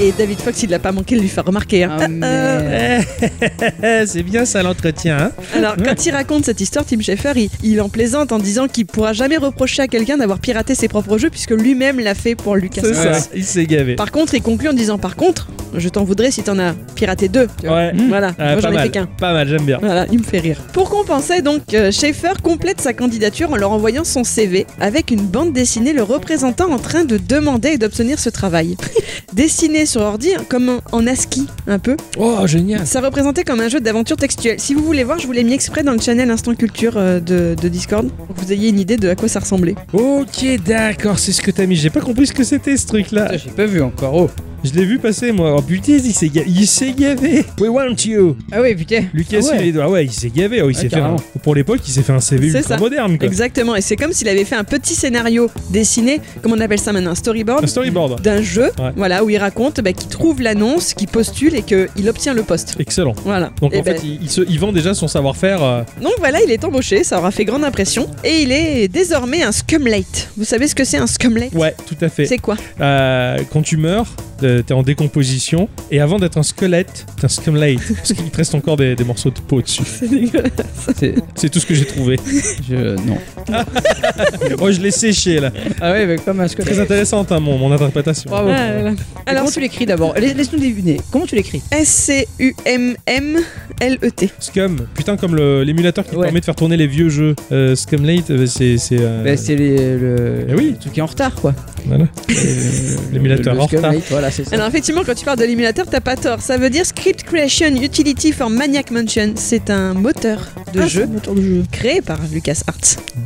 S3: Et David Fox, il l'a pas manqué de lui faire remarquer. hein.
S7: Ah, merde.
S1: [laughs] c'est bien ça l'entretien, hein.
S3: Alors, quand il raconte cette histoire, Tim Schafer, il, il en plaisante en disant qu'il pourra jamais reprocher à quelqu'un d'avoir piraté ses propres jeux puisque lui-même l'a fait pour Lucas.
S1: C'est ça, il s'est gavé.
S3: Par contre, il conclut en disant Par contre, je t'en voudrais si t'en as piraté deux. Tu vois.
S1: Ouais.
S3: Voilà,
S1: Ah,
S3: moi
S1: pas
S3: j'en ai fait
S1: mal.
S3: qu'un.
S1: Pas mal, j'aime bien.
S3: Voilà, il me fait rire. Pour compenser, donc, euh, Schaeffer complète sa candidature en leur envoyant son CV avec une bande dessinée le représentant en train de demander et d'obtenir ce travail. [laughs] Dessiné sur ordi, hein, comme en, en ASCII, un peu.
S1: Oh, génial.
S3: Ça représentait comme un jeu d'aventure textuelle. Si vous voulez voir, je vous l'ai mis exprès dans le channel Instant Culture euh, de, de Discord pour que vous ayez une idée de à quoi ça ressemblait.
S1: Ok, d'accord, c'est ce que t'as mis. J'ai pas compris ce que c'était ce truc-là.
S7: Putain, J'ai pas vu encore. Oh.
S1: Je l'ai vu passer, moi. Oh putain, il s'est gavé. Il s'est gavé. We want you.
S7: Ah oui, putain.
S1: Lucas,
S7: Ah ouais.
S1: il est- ah ouais, il s'est gavé. Oh, il
S7: Ah,
S1: s'est fait
S7: carrément.
S1: un- Pour l'époque, il s'est fait un CV
S3: C'est
S1: ultra
S3: ça.
S1: moderne, quoi.
S3: Exactement, et c'est comme s'il avait fait un petit scénario dessiné, comment on appelle ça maintenant, un
S1: [laughs]
S3: storyboard
S1: Un storyboard.
S3: d'un jeu,
S1: Ouais.
S3: voilà, où il raconte bah, qu'il trouve l'annonce, qu'il postule et qu'il obtient le poste.
S1: Excellent.
S3: Voilà.
S1: Donc
S3: Et
S1: en
S3: ben,
S1: fait, il, il se, il vend déjà son savoir-faire. euh,
S3: donc voilà, il est embauché, ça aura fait grande impression, et il est désormais un scumlate. Vous savez ce que c'est un scumlate
S1: Ouais, tout à fait.
S3: C'est quoi
S1: Euh, quand tu meurs, euh, t'es en décomposition. Et avant d'être un squelette, t'es un scumlate. parce qu'il te reste encore des, des morceaux de peau dessus.
S3: C'est dégueulasse.
S7: C'est-
S1: C'est tout ce que j'ai trouvé.
S7: Je... Non.
S1: oh, je l'ai séché, là.
S7: Ah oui, avec pas masque.
S1: Très intéressante, hein, mon, mon interprétation.
S7: Bravo.
S3: Ah là là.
S7: Alors,
S3: Alors,
S7: comment tu l'écris d'abord Laisse- Laisse-nous deviner. Comment tu l'écris
S3: S-C-U-M-M-L-E-T.
S1: Scum, putain, comme le- l'émulateur qui te
S7: Ouais.
S1: permet de faire tourner les vieux jeux. Euh, Scumlate, euh, c'est. c'est euh,
S7: Bah, c'est les- le.
S1: Eh oui.
S7: le truc qui est en retard, [laughs] quoi.
S1: voilà.
S7: Euh,
S1: L'émulateur
S7: le
S1: en retard.
S7: Scumlite, Voilà, c'est ça.
S3: Alors effectivement, quand tu parles de l'émulateur, t'as pas tort. Ça veut dire Script Creation Utility for Maniac Mansion. C'est un moteur de
S1: Ah,
S3: jeu créé par LucasArts.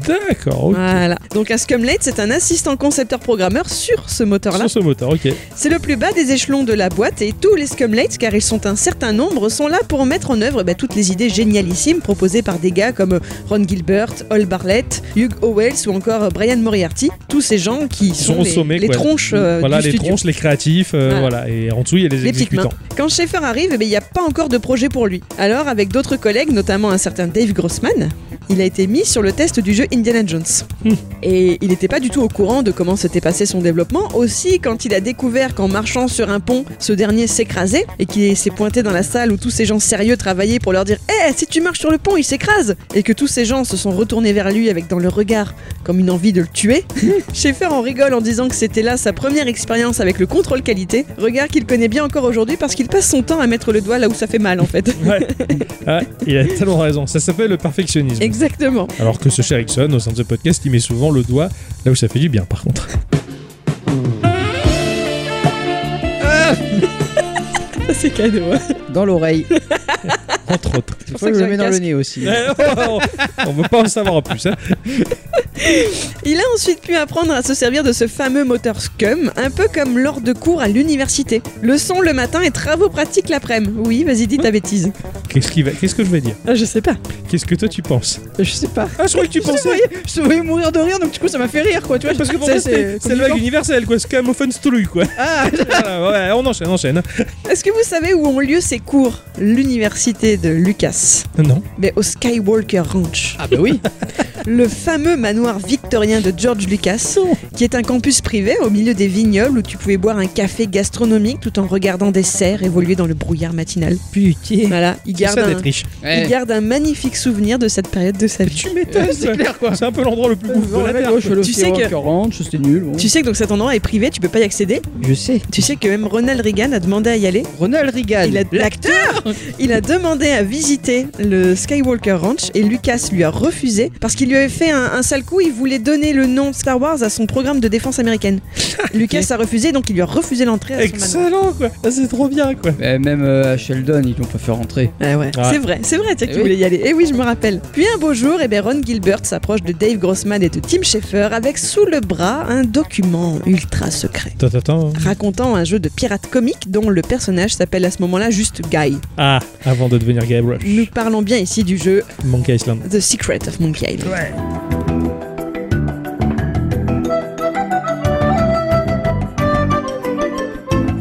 S1: D'accord, ok.
S3: Voilà. Donc un Scumlate, c'est un assistant concepteur programmeur sur ce moteur-là.
S1: Sur ce moteur, ok.
S3: C'est le plus bas des échelons de la boîte et tous les Scumlates, car ils sont un certain nombre, sont là pour mettre en œuvre bah, toutes les idées génialissimes proposées par des gars comme Ron Gilbert, Hall Barlett, Hugh Owells ou encore Brian Moriarty. Tous ces gens qui
S1: Ils sont
S3: sont
S1: au
S3: les,
S1: sommet,
S3: les
S1: quoi.
S3: tronches euh,
S1: voilà,
S3: du
S1: les
S3: studio.
S1: tronches, les créatifs, euh, voilà.
S3: Voilà.
S1: Et en dessous, il y a les,
S3: Les petites
S1: exécutants.
S3: Quand Schaeffer arrive, eh ben, il n'y a pas encore de projet pour lui. Alors, avec d'autres collègues, notamment un certain Dave Grossman, il a été mis sur le test du jeu Indiana Jones.
S1: Hmm.
S3: Et il n'était pas du tout au courant de comment s'était passé son développement. Aussi, quand il a découvert qu'en marchant sur un pont, ce dernier s'écrasait et qu'il s'est pointé dans la salle où tous ces gens sérieux travaillaient pour leur dire Eh, si tu marches sur le pont, il s'écrase Et que tous ces gens se sont retournés vers lui avec dans leur regard comme une envie de le tuer. Schaeffer en rigole en disant que c'était là sa première expérience avec le contrôle qualité, regard qu'il connaît bien encore aujourd'hui parce qu'il passe son temps à mettre le doigt là où ça fait mal en fait. [laughs]
S1: Ouais. Ah, il a tellement raison. Ça s'appelle le perfectionnisme.
S3: Exactement.
S1: Alors que ce cher Ixon, au sein de ce podcast, il met souvent le doigt là où ça fait du bien, par contre. [laughs]
S3: C'est cadeau. hein.
S7: dans l'oreille.
S1: entre
S3: [laughs]
S1: autres.
S7: C'est
S3: pour
S7: ça
S3: ça
S7: que je
S3: que j'ai
S7: le
S3: un
S7: mets dans le
S3: casque.
S7: nez aussi.
S1: on ne veut pas en savoir en plus. hein.
S3: Il a ensuite pu apprendre à se servir de ce fameux moteur Scum, un peu comme lors de cours à l'université. Leçon le matin et travaux pratiques l'après-midi. Oui, vas-y, dis ta bêtise.
S1: Qu'est-ce qui va- qu'est-ce que je vais dire
S3: Ah, je sais pas.
S1: Qu'est-ce que toi tu penses
S7: Je sais pas.
S1: Ah, je croyais que tu
S7: Je te
S1: pensais.
S7: voyais, je te voyais mourir de rire, donc du coup ça m'a fait rire quoi. Tu vois,
S1: Parce que pour
S7: C'est-
S1: moi,
S7: c'est
S1: c'est c'est le vague universel, quoi. C'est quand même au fun Stoulouille, quoi.
S7: Ah,
S1: [laughs] Voilà, ouais, on enchaîne, on enchaîne.
S3: Est-ce que vous savez où ont lieu ces cours L'université de Lucas.
S1: Non.
S3: Mais au Skywalker Ranch.
S7: ah bah oui.
S3: Le fameux manoir victorien de George Lucas, qui est un campus privé au milieu des vignobles où tu pouvais boire un café gastronomique tout en regardant des cerfs évoluer dans le brouillard
S7: Ah,
S3: matinal.
S7: Putain.
S3: Voilà, il
S1: C'est
S3: garde,
S1: ça
S3: un,
S1: d'être riche.
S3: il garde un magnifique souvenir de cette période de sa vie.
S7: [laughs]
S1: Tu m'étonnes,
S7: Ah, C'est clair quoi.
S1: [laughs] C'est un peu l'endroit le plus bouffe de la terre. quoi.
S7: Tu sais que 40, c'était nul. bon.
S3: Tu sais que donc cet endroit est privé, tu peux pas y accéder.
S7: Je sais.
S3: Tu sais que même Ronald Reagan a demandé à y aller.
S7: Ronald Reagan.
S3: Il a l'acteur, il a demandé à visiter le Skywalker Ranch et Lucas lui a refusé parce qu'il lui avait fait un, un sale coup. Il voulait donner le nom Star Wars à son programme de défense américaine. Lucas a refusé, donc il lui a refusé l'entrée à son manoir.
S1: Excellent, quoi. Ah, c'est trop bien, quoi.
S7: Eh, Même euh, à Sheldon, ils l'ont pas fait rentrer.
S3: Ah ouais,
S1: Ouais.
S3: C'est vrai, c'est vrai, tiens,
S7: Eh
S3: qu'il
S7: oui.
S3: voulait y aller. Et oui, je me rappelle. Puis un beau jour, eh ben Ron Gilbert s'approche de Dave Grossman et de Tim Schafer avec sous le bras un document ultra secret.
S1: Attends, attends.
S3: racontant un jeu de pirate comique dont le personnage s'appelle à ce moment-là juste Guy.
S1: Ah, avant de devenir Guybrush.
S3: Nous parlons bien ici du jeu
S1: Monkey Island.
S7: [laughs]
S3: The Secret of Monkey Island.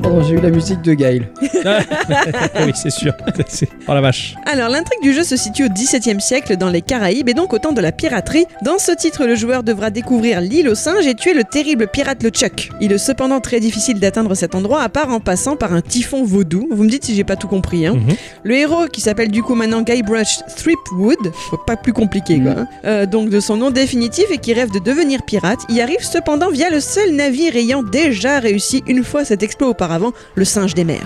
S7: Pardon, j'ai eu la musique de Gail.
S1: Ah [laughs] oui, c'est sûr. C'est- Oh la vache.
S3: Alors l'intrigue du jeu se situe au XVIIe siècle dans les Caraïbes et donc au temps de la piraterie. Dans ce titre, le joueur devra découvrir l'île aux singes et tuer le terrible pirate le Chuck. Il est cependant très difficile d'atteindre cet endroit à part en passant par un typhon vaudou. Vous me dites si j'ai pas tout compris. Hein.
S1: Mhm.
S3: Le héros qui s'appelle du coup maintenant Guybrush Threepwood, faut pas plus compliqué quoi, hein, euh, donc de son nom définitif et qui rêve de devenir pirate, y arrive cependant via le seul navire ayant déjà réussi une fois cet exploit auparavant, le singe des mers.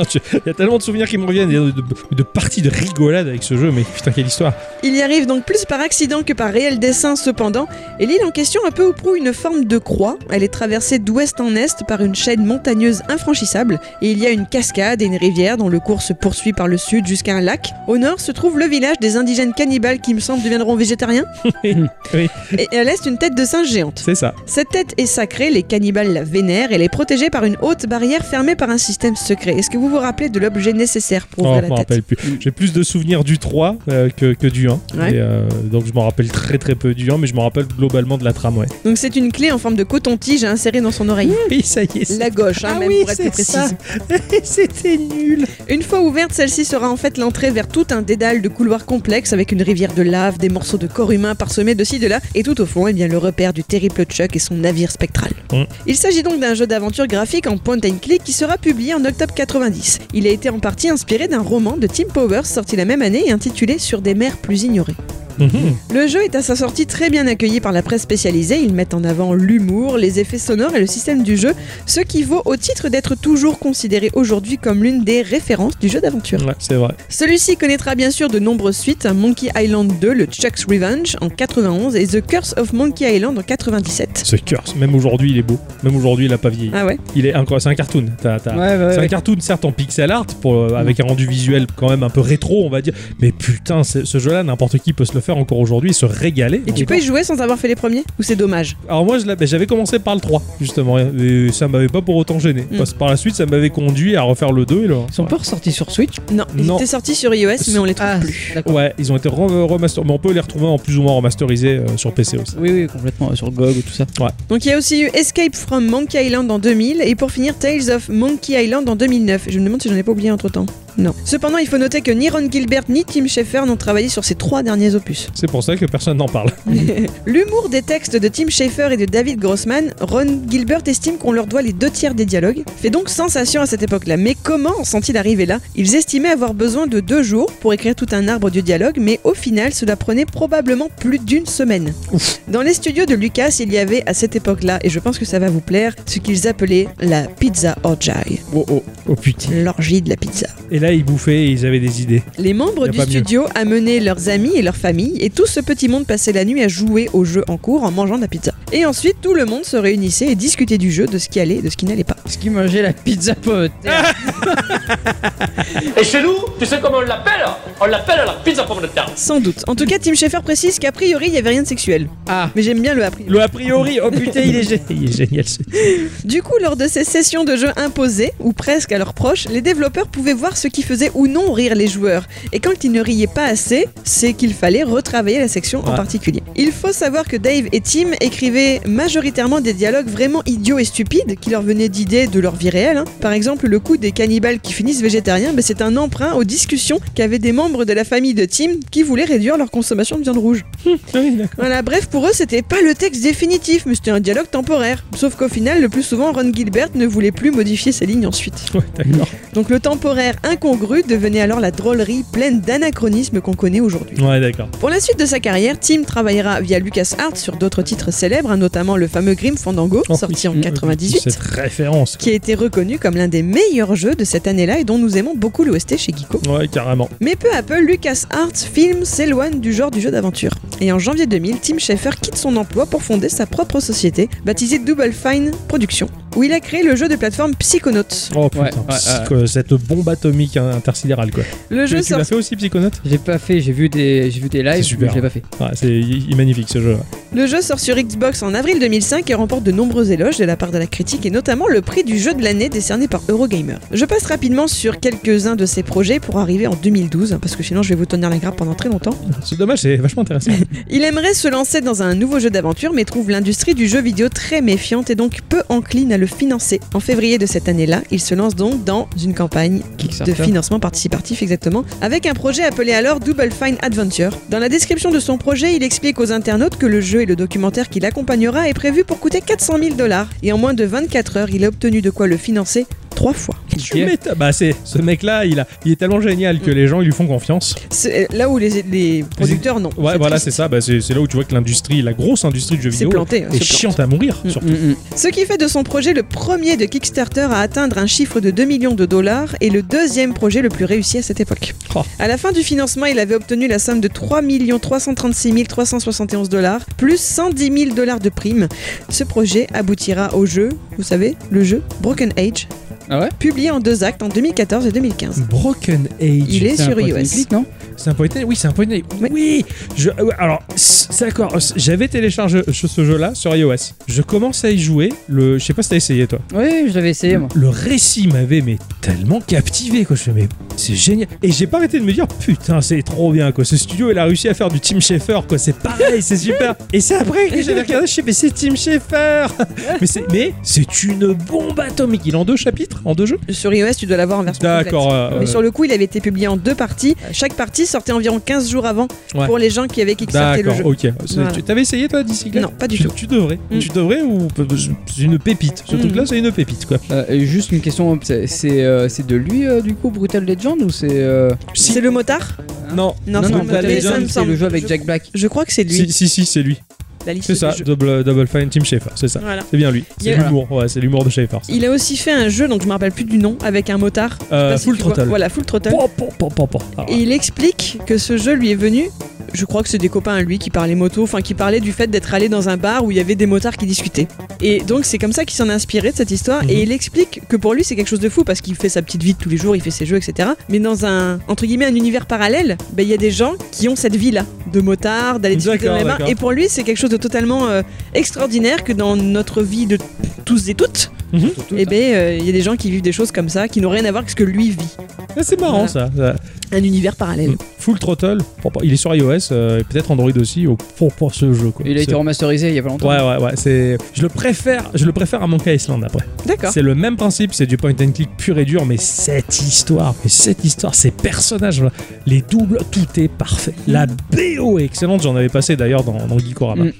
S1: Ah, tu- Il y a tellement de souvenirs qui me reviennent, il y a de, de- de parties de rigolade avec ce jeu, mais putain, quelle histoire.
S3: Il y arrive donc plus par accident que par réel dessein cependant, et l'île en question a peu ou prou une forme de croix. Elle est traversée d'ouest en est par une chaîne montagneuse infranchissable, et il y a une cascade et une rivière dont le cours se poursuit par le sud jusqu'à un lac. Au nord se trouve le village des indigènes cannibales qui, il me semble, deviendront végétariens,
S1: [laughs] Oui,
S3: et à l'est une tête de singe géante.
S1: c'est ça.
S3: Cette tête est sacrée, les cannibales la vénèrent, elle est protégée par une haute barrière fermée par un système secret. Est-ce que vous vous rappelez de l'objet nécessaire pour
S1: Oh,
S3: ouvrir
S1: je
S3: la
S1: m'en
S3: tête Mm.
S1: rappelle plus. J'ai plus de souvenirs du 3 euh, que, que du 1.
S3: Ouais.
S1: Et, euh, donc je m'en rappelle très très peu du 1, mais je me rappelle globalement de la trame, ouais.
S3: Donc c'est une clé en forme de coton-tige à insérer dans son oreille.
S1: [laughs] Oui, ça y est. c'est-
S3: Mm. La gauche, hein,
S1: Ah
S3: même
S1: oui,
S3: pour être plus
S1: c'est
S3: précise.
S1: ça. [laughs] C'était nul.
S3: Une fois ouverte, celle-ci sera en fait l'entrée vers tout un dédale de couloirs complexes avec une rivière de lave, des morceaux de corps humain parsemés de ci, de là, et tout au fond, eh bien, le repère du terrible Chuck et son navire spectral.
S1: Mm.
S3: Il s'agit donc d'un jeu d'aventure graphique en point and click qui sera publié en octobre 90. Il a été en partie inspiré d'un roman de Tim Powers sorti la même année et intitulé Sur des mers plus ignorées.
S1: Mhm.
S3: Le jeu est à sa sortie très bien accueilli par la presse spécialisée. Ils mettent en avant l'humour, les effets sonores et le système du jeu, ce qui vaut au titre d'être toujours considéré aujourd'hui comme l'une des références du jeu d'aventure.
S1: Ouais, c'est vrai.
S3: Celui-ci connaîtra bien sûr de nombreuses suites, un Monkey Island 2, le Chuck's Revenge en 91 et The Curse of Monkey Island en 97.
S1: Ce curse, même aujourd'hui, il est beau. Même aujourd'hui, il a pas vieilli.
S3: Ah ouais
S1: Il est incroyable. C'est un cartoon. T'as- t'as-
S7: Ouais, ouais,
S1: C'est un
S7: ouais.
S1: cartoon certes en pixel art pour, euh,
S3: Mm.
S1: avec un rendu visuel quand même un peu rétro on va dire mais putain c'est- ce jeu là n'importe qui peut se le faire encore aujourd'hui et se régaler
S3: Et tu peux
S1: Encore.
S3: y jouer sans avoir fait les premiers Ou c'est dommage
S1: alors moi je l'avais- j'avais commencé par le 3 justement et ça m'avait pas pour autant gêné
S3: Mm.
S1: parce que par la suite ça m'avait conduit à refaire le 2 et le un.
S7: Ils sont pas ressortis sur Switch
S3: Non, ils
S1: Non.
S3: étaient sortis sur iOS mais on les trouve
S7: Ah,
S3: plus.
S7: d'accord.
S1: Ouais, ils ont été re- remaster, mais on peut les retrouver en plus ou moins remasterisés euh, sur PC aussi.
S7: Oui, oui, complètement. euh, Sur GOG ou tout ça.
S3: Donc il y a aussi eu Escape from Monkey Island en 2000 et pour finir Tales of Monkey Island en 2009. Je me demande si j'en ai pas oublié entre temps. Non. Cependant, il faut noter que ni Ron Gilbert ni Tim Schafer n'ont travaillé sur ces trois derniers opus.
S1: C'est pour ça que personne n'en parle.
S3: L'humour des textes de Tim Schafer et de David Grossman, Ron Gilbert estime qu'on leur doit les deux tiers des dialogues, fait donc sensation à cette époque-là. Mais comment en sont-ils arrivés là Ils estimaient avoir besoin de deux jours pour écrire tout un arbre de dialogue, mais au final, cela prenait probablement plus d'une semaine. Dans les studios de Lucas, il y avait à cette époque-là, et je pense que ça va vous plaire, ce qu'ils appelaient la pizza orgy,
S1: Oh oh, oh putain.
S3: l'orgie de la pizza.
S1: Et là, ils bouffaient et ils avaient des idées.
S3: Les
S1: Y
S3: membres
S1: a
S3: du
S1: pas mieux.
S3: studio amenaient leurs amis et leurs familles, et tout ce petit monde passait la nuit à jouer aux jeux en cours en mangeant de la pizza. Et ensuite, tout le monde se réunissait et discutait du jeu, de ce qui allait, de ce qui n'allait pas.
S7: Ce qui mangeait la pizza pote.
S8: Et chez nous, tu sais comment on l'appelle On l'appelle la pizza pomme de terre.
S3: Sans doute. En tout cas, Tim Schafer précise qu'a priori, il n'y avait rien de sexuel.
S7: Ah.
S3: Mais j'aime bien le a priori.
S1: Le a priori, oh putain, il est,
S7: [laughs]
S1: gé- il est [laughs] génial. ce-
S3: Du coup, lors de ces sessions de jeu imposées, ou presque à leurs proches, les développeurs pouvaient voir ce qui faisait ou non rire les joueurs. Et quand ils ne riaient pas assez, c'est qu'il fallait retravailler la section en
S1: Ouais.
S3: particulier. Il faut savoir que Dave et Tim écrivaient majoritairement des dialogues vraiment idiots et stupides qui leur venaient d'idées de leur vie réelle. hein. Par exemple, le coup des cannibales qui finissent végétariens, ben, c'est un emprunt aux discussions qu'avaient des membres de la famille de Tim qui voulaient réduire leur consommation de viande rouge.
S1: Oui, d'accord.
S3: Voilà, bref, pour eux, c'était pas le texte définitif, mais c'était un dialogue temporaire. Sauf qu'au final, le plus souvent, Ron Gilbert ne voulait plus modifier ses lignes ensuite.
S1: Ouais, d'accord.
S3: Donc le temporaire incongru devenait alors la drôlerie pleine d'anachronismes qu'on connaît aujourd'hui.
S1: Ouais, d'accord.
S3: Pour la suite de sa carrière, Tim travaillera via LucasArts sur d'autres titres célèbres, hein, notamment le fameux Grim Fandango,
S1: Oh,
S3: sorti
S1: oui.
S3: en 98,
S1: Cette référence.
S3: qui a été reconnu comme l'un des meilleurs jeux de cette année-là et dont nous aimons beaucoup l'OST chez Geeko.
S1: Ouais, carrément.
S3: Mais peu à peu, LucasArts Film s'éloigne du genre du jeu d'aventure. Et en janvier 2000, Tim Schafer quitte son emploi pour fonder sa propre société, baptisée Double Fine Productions, où il a créé le jeu de plateforme Psychonauts.
S1: Oh putain,
S7: Ouais, ouais,
S1: psycho- cette bombe atomique hein, intersidérale quoi.
S3: Le
S1: Tu,
S3: jeu
S1: tu l'as
S3: sort...
S1: fait aussi Psychonaut
S7: J'ai pas fait, j'ai vu des, j'ai vu des
S1: C'est
S7: lives,
S1: super.
S7: mais je l'ai pas fait.
S1: Ouais, c'est il est magnifique ce jeu. ouais.
S3: le jeu sort sur Xbox en avril 2005 et remporte de nombreux éloges de la part de la critique et notamment le prix du jeu de l'année décerné par Eurogamer. Je passe rapidement sur quelques-uns de ses projets pour arriver en 2012, hein, parce que sinon je vais vous tenir la grappe pendant très longtemps.
S1: C'est dommage, c'est vachement intéressant.
S3: Il aimerait se lancer dans un nouveau jeu d'aventure, mais trouve l'industrie du jeu vidéo très méfiante et donc peu encline à le financer. En février de cette année-là, il se lance donc dans une campagne de
S7: Kickstarter.
S3: financement participatif exactement, avec un projet appelé alors Double Fine Adventure. Dans la description de son projet, il explique aux internautes que le jeu et le documentaire qui l'accompagnera est prévu pour coûter 400 000 dollars, et en moins de 24 heures, il a obtenu de quoi le financer trois fois.
S1: Tu m'étonnes. Bah c'est ce mec là, il, a, il est tellement génial que les gens ils lui font confiance.
S3: C'est- euh, Là où les, les producteurs non.
S1: Ouais, voilà,
S3: triste.
S1: c'est ça. Bah, c'est c'est là où tu vois que l'industrie, la grosse industrie du jeu
S3: C'est
S1: vidéo,
S3: planté. hein,
S1: est
S3: c'est planté.
S1: chiante à mourir.
S7: Mm,
S1: surtout.
S7: mm, mm.
S3: Ce qui fait de son projet le premier de Kickstarter à atteindre un chiffre de 2 millions de dollars et le deuxième projet le plus réussi à cette époque.
S1: Oh.
S3: À la fin du financement, il avait obtenu la somme de 3 336 371 dollars, plus 110 000 dollars de primes. Ce projet aboutira au jeu, vous savez, le jeu Broken Age,
S7: Ah ouais
S3: publié en deux actes en 2014 et 2015.
S1: Broken Age.
S3: mm. Il est
S7: C'est un
S3: sur
S7: point and
S3: iOS.
S7: click, non
S1: C'est un point and click Oui, c'est un point and click.
S3: Oui.
S1: Oui. Je, euh, alors, c'est d'accord. euh, J'avais téléchargé ce ce jeu-là sur iOS. Je commence à y jouer. Le, je sais pas si t'as essayé toi.
S7: Oui, je l'avais essayé moi.
S1: Le récit m'avait mais tellement captivé quoi. Je fais, mais c'est génial. Et j'ai pas arrêté de me dire putain c'est trop bien quoi. Ce studio il a réussi à faire du Tim Schafer quoi. C'est pareil, c'est
S3: [laughs]
S1: super. Et c'est après que j'avais regardé, je fais mais c'est Tim Schafer. mais c'est mais c'est une bombe atomique. Il est en deux chapitres, en deux jeux.
S3: Sur iOS, tu dois l'avoir en version complète.
S1: D'accord. euh,
S3: Mais sur le coup, il avait été publié en deux parties. Chaque partie sortait environ 15 jours avant
S1: Ouais.
S3: pour les gens qui avaient kickstarté le
S1: D'accord,
S3: jeu.
S1: ok. C'est-
S3: Voilà.
S1: tu- T'avais essayé toi Dicyclette
S3: Non, pas du
S1: Tu-
S3: tout.
S1: Tu devrais.
S3: Mm.
S1: Tu devrais ou c'est une pépite. Ce
S3: Mm.
S1: truc-là, c'est une pépite quoi.
S7: Euh, et juste une question, c'est c'est, euh, c'est de lui euh, du coup Brutal Legend ou c'est euh,
S1: Si-
S3: C'est le motard
S1: Non,
S3: Non,
S1: non,
S3: c'est
S1: non,
S3: Brutal
S1: Legend,
S3: ça me
S7: c'est
S3: semble.
S7: le jeu avec
S3: Je-
S7: Jack Black.
S3: Je crois que c'est lui.
S1: Si si si, c'est lui.
S3: La liste
S1: C'est ça.
S3: des jeux.
S1: Double Double Fine Tim Schafer, c'est ça.
S3: Voilà.
S1: C'est bien lui.
S3: Il y
S1: C'est
S3: a-
S1: l'humour. Ouais, c'est l'humour de Schaeffer.
S3: Il a aussi fait un jeu, donc je me rappelle plus du nom, avec un motard. Je sais
S1: Euh,
S3: pas si
S1: Full
S3: tu vois.
S1: Throttle.
S3: Voilà, Full Throttle.
S1: Pan, pan, pan, pan, pan. Alors,
S3: Et il explique que ce jeu lui est venu. Je crois que c'est des copains à lui qui parlaient moto, enfin qui parlaient du fait d'être allé dans un bar où il y avait des motards qui discutaient. Et donc c'est comme ça qu'il s'en a inspiré de cette histoire.
S1: Mhm.
S3: Et il explique que pour lui c'est quelque chose de fou parce qu'il fait sa petite vie de tous les jours, il fait ses jeux, etc. Mais dans un entre guillemets un univers parallèle, ben, il y a des gens qui ont cette vie là de motards, d'aller discuter dans
S1: D'accord,
S3: les bars.
S1: d'accord.
S3: Et pour lui c'est quelque chose de totalement euh, extraordinaire que dans notre vie de tous et toutes, eh ben euh, il y a des gens qui vivent des choses comme ça qui n'ont rien à voir avec ce que lui vit.
S1: ah, c'est marrant ça. ça.
S3: Un univers
S1: Mm.
S3: parallèle.
S1: Full Throttle, pan, pan. il est sur iOS, euh, et peut-être Android aussi, au pour, pour ce jeu quoi.
S7: Il a été
S1: C'est-
S7: remasterisé il y a pas longtemps.
S1: Ouais ouais ouais, c'est je le préfère, je le préfère à Monkey Island après.
S3: D'accord.
S1: C'est le même principe, c'est du point and click pur et dur, mais cette histoire, mais cette histoire, ces personnages, voilà, les doubles, tout est parfait. La BO est excellente, j'en avais passé d'ailleurs dans, dans Geekorama.
S7: Mm.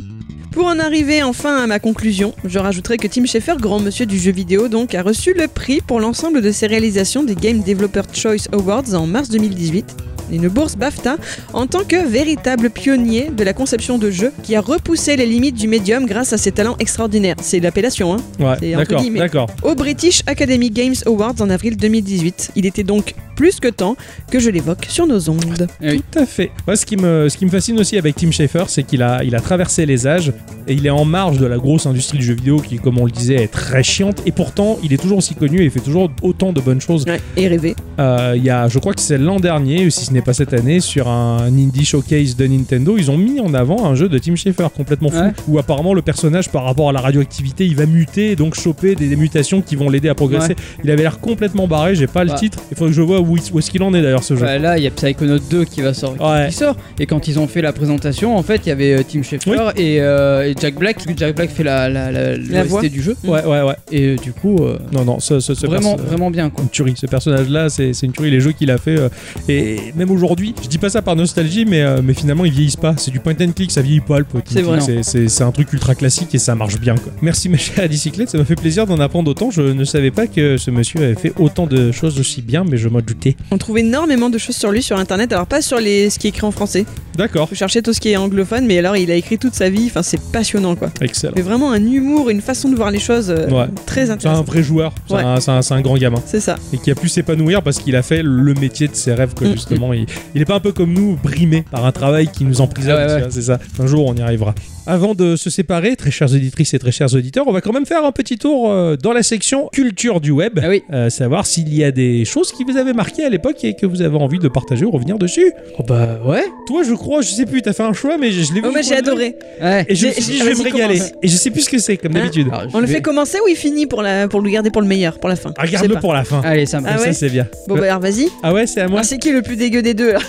S3: Pour en arriver enfin à ma conclusion, je rajouterai que Tim Schafer, grand monsieur du jeu vidéo donc, a reçu le prix pour l'ensemble de ses réalisations des Game Developer Choice Awards en mars 2018 une bourse BAFTA en tant que véritable pionnier de la conception de jeux qui a repoussé les limites du médium grâce à ses talents extraordinaires. C'est l'appellation, hein
S1: Ouais,
S3: C'est entre
S1: d'accord,
S3: guillemets.
S1: d'accord.
S3: au British Academy Games Awards en avril 2018. Il était donc plus que temps que je l'évoque sur nos ondes.
S1: Tout à fait. Moi, ce qui me, ce qui me fascine aussi avec Tim Schafer, c'est qu'il a, il a traversé les âges et il est en marge de la grosse industrie du jeu vidéo qui, comme on le disait, est très chiante. Et pourtant, il est toujours aussi connu et il fait toujours autant de bonnes choses.
S3: Ouais, et rêver.
S1: Euh, il y a, je crois que c'est l'an dernier, ou si ce n'est pas cette année, sur un indie showcase de Nintendo, ils ont mis en avant un jeu de Tim Schafer complètement fou,
S7: Ouais.
S1: où apparemment le personnage, par rapport à la radioactivité, il va muter et donc choper des, des mutations qui vont l'aider à progresser. Il avait l'air complètement barré. J'ai pas le
S7: Ouais.
S1: titre. Il faudrait que je vois où, il- où est-ce qu'il en est d'ailleurs ce jeu.
S7: Bah, là, il y a Psychonaut 2 qui va sortir.
S1: Ouais.
S7: qui sort. Et quand ils ont fait la présentation, en fait, il y avait euh, Tim Schafer
S1: Oui.
S7: et, euh, et Jack Black. Jack Black fait la, la, la, l'OST
S3: voix.
S7: du jeu.
S1: Ouais, ouais, euh, ouais.
S7: Et euh, du coup, euh,
S1: Non, non, ce, ce, ce
S7: vraiment,
S1: perso-
S7: vraiment bien quoi.
S1: une tuerie. Ce personnage-là, c'est c'est une tuerie. Les jeux qu'il a fait, euh, et même aujourd'hui, je dis pas ça par nostalgie, mais, euh, mais finalement, ils vieillissent pas. C'est du point and click, ça vieillit pas le point and
S7: C'est vrai.
S1: click. C'est- C'est c'est un truc ultra classique et ça marche bien. Quoi. Merci, [laughs] ma chère à bicyclette, ça m'a fait plaisir d'en apprendre autant. Je ne savais pas que ce monsieur avait fait autant de choses aussi bien, mais je m'en doutais.
S3: On trouve énormément de choses sur lui sur internet, alors pas sur les, ce qui est écrit en français.
S1: D'accord,
S3: Faut chercher tout ce qui est anglophone, mais alors il a écrit toute sa vie, enfin c'est passionnant quoi.
S1: excellent.
S3: Mais vraiment un humour, une façon de voir les choses euh,
S1: Ouais.
S3: très
S1: C'est un
S3: intéressante.
S1: vrai joueur, c'est
S3: Ouais.
S1: un- c'est un- c'est un grand gamin.
S3: C'est ça.
S1: et qui a pu s'épanouir parce qu'il a fait le métier de ses rêves quoi,
S3: Mm,
S1: justement il, il est pas un peu comme nous brimé par un travail qui nous emprisonne
S7: Ah ouais,
S1: tu
S7: ouais.
S1: vois, c'est ça un jour on y arrivera avant de se séparer très chères auditrices et très chers auditeurs on va quand même faire un petit tour euh, dans la section culture du web
S7: Ah oui.
S1: Euh, savoir s'il y a des choses qui vous avaient marqué à l'époque et que vous avez envie de partager ou revenir dessus
S7: Oh bah ouais.
S1: toi je crois je sais plus t'as fait un choix mais je, je l'ai vu
S3: Oh, moi
S1: du
S3: j'ai
S1: coin de l'œil.
S3: adoré.
S7: Ouais.
S1: et je me
S3: J'ai-
S1: suis dit
S3: j'ai-
S1: je vais me
S3: vas-y,
S1: régaler
S3: commence.
S1: et je sais plus ce que c'est comme
S3: Hein
S1: d'habitude
S7: Alors, je
S3: On le
S7: vais-
S3: fait commencer ou il finit pour, la, pour le garder pour le meilleur, pour la fin Je sais
S1: Ah, regarde-le
S3: pas.
S1: pour la fin
S7: Allez, ça marche.
S3: Ah
S1: Comme ça
S3: ouais
S1: c'est bien
S3: Bon bah alors vas-y.
S1: ah ouais c'est à moi
S3: Ah, c'est qui le plus dégueu des deux là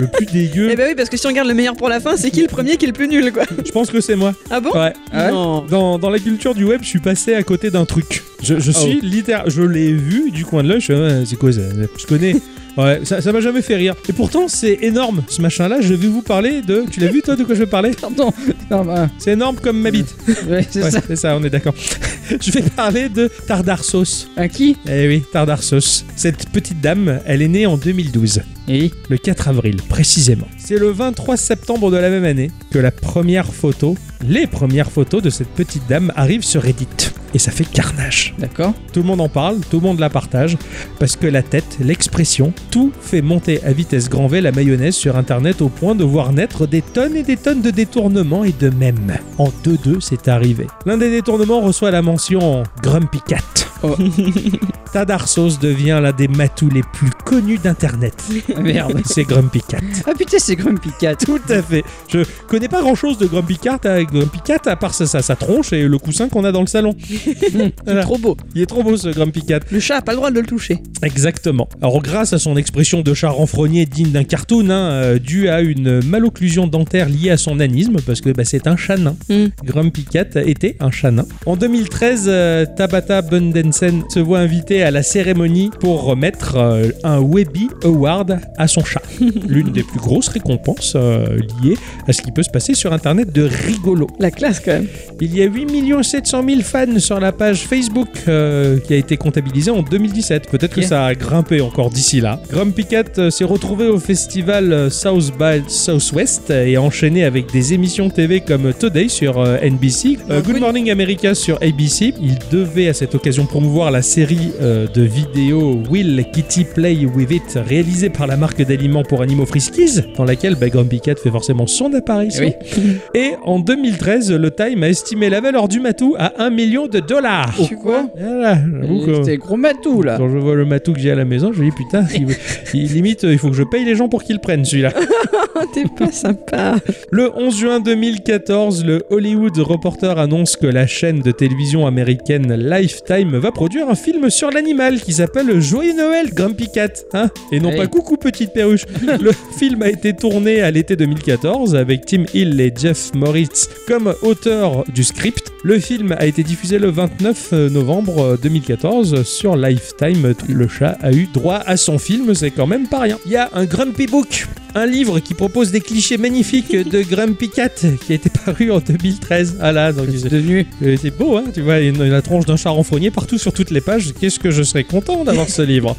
S1: le plus
S3: Eh
S1: dégueu
S3: bah oui, parce que si on garde le meilleur pour la fin, c'est qui le premier qui est le plus nul quoi
S1: je pense que c'est moi
S3: Ah bon
S1: ouais
S7: Ah ouais
S3: Non.
S1: Dans, dans la culture du web, je suis passé à côté d'un truc. Je,
S7: Ah
S1: je suis littéralement. Je l'ai vu du coin de l'œil. Je suis, Ah, c'est quoi ça
S7: [laughs]
S1: Je connais. Ouais, ça ça m'a jamais fait rire. Et pourtant, c'est énorme ce machin-là. Je vais vous parler de. Tu l'as vu toi de quoi je veux parler
S7: Pardon. [laughs] Non, bah,
S1: C'est énorme comme ma bite.
S7: ouais, c'est
S1: Ouais,
S7: ça.
S1: c'est ça, on est d'accord. [laughs] je vais parler de Tardar Sauce.
S7: À qui
S1: Eh oui, Tardar Sauce. Cette petite dame, elle est née en 2012
S7: Et
S1: le 4 avril précisément. C'est le 23 septembre de la même année que la première photo, les premières photos de cette petite dame arrivent sur Reddit. Et ça fait carnage.
S7: D'accord.
S1: Tout le monde en parle, tout le monde la partage, parce que la tête, l'expression, tout fait monter à vitesse grand V la mayonnaise sur Internet au point de voir naître des tonnes et des tonnes de détournements et de mèmes. En 2-2, c'est arrivé. L'un des détournements reçoit la mention Grumpy Cat. [laughs]
S7: Oh.
S1: Tadarsos devient l'un des matous les plus connus d'Internet.
S7: Ah,
S3: [laughs]
S7: Merde.
S1: [laughs] C'est Grumpy Cat.
S7: Ah putain, c'est Grumpy Cat.
S1: Tout à fait. Je connais pas grand chose de Grumpy Cat à, Grumpy Cat, à part sa, sa, sa tronche et le coussin qu'on a dans le salon. Voilà.
S3: Trop beau.
S1: Il est trop beau ce Grumpy Cat.
S3: Le chat a pas le droit de le toucher.
S1: Exactement. Alors, grâce à son expression de chat renfrogné digne d'un cartoon, hein, euh, due à une malocclusion dentaire liée à son nanisme, parce que bah, c'est un chat nain.
S3: Mm.
S1: Grumpy Cat était un chat nain. En 2013, euh, Tabata Bundensen se voit invitée à la cérémonie pour remettre euh, un Webby Award à son chat. L'une des plus grosses récompenses euh, liées à ce qui peut se passer sur Internet de rigolo.
S3: La classe quand même.
S1: Il y a 8 700 000 fans sur la page Facebook euh, qui a été comptabilisée en 2017. Peut-être que
S7: Yeah.
S1: ça a grimpé encore d'ici là. Grumpy Cat euh, s'est retrouvé au festival euh, South by Southwest euh, et a enchaîné avec des émissions TV comme Today sur euh, NBC, euh, Good
S3: Good-
S1: Morning America sur ABC. Il devait à cette occasion promouvoir la série euh, de vidéos Will Kitty Play With It réalisée par la marque d'aliments pour animaux Friskies dans laquelle bah, Grumpy Cat fait forcément son apparition.
S7: Eh oui.
S1: Et en 2013, le Time a estimé la valeur du matou à 1 million de dollars.
S2: Oh.
S7: Tu quoi
S1: Voilà, Oh. j'avoue que-
S7: C'était gros matou là.
S1: Quand je vois le matou que j'ai à la maison, je me dis putain, il- il- limite, il faut que je paye les gens pour qu'ils le prennent celui-là.
S3: Ah, t'es pas
S1: [laughs]
S3: sympa.
S1: Le 11 juin 2014, le Hollywood Reporter annonce que la chaîne de télévision américaine Lifetime va produire un film sur l'animal qui s'appelle Joyeux Noël Grumpy Cat, hein Et non
S7: Hey.
S1: pas Coucou Petite Perruche. le film a été tourné à l'été 2014 avec Tim Hill et Jeff Moritz comme auteurs du script. Le film a été diffusé le 29 novembre 2014 sur Lifetime. Le chat a eu droit à son film, c'est quand même pas rien. Il y a un Grumpy Book un livre qui propose des clichés
S7: [laughs]
S1: magnifiques de Grumpy Cat qui a été paru en 2013. Ah là, donc
S7: C'est devenu.
S1: euh, c'est beau, hein
S7: [laughs]
S1: tu vois, il y a une- la tronche d'un chat renfrogné partout sur toutes les pages. Qu'est-ce que je serais content d'avoir ce livre.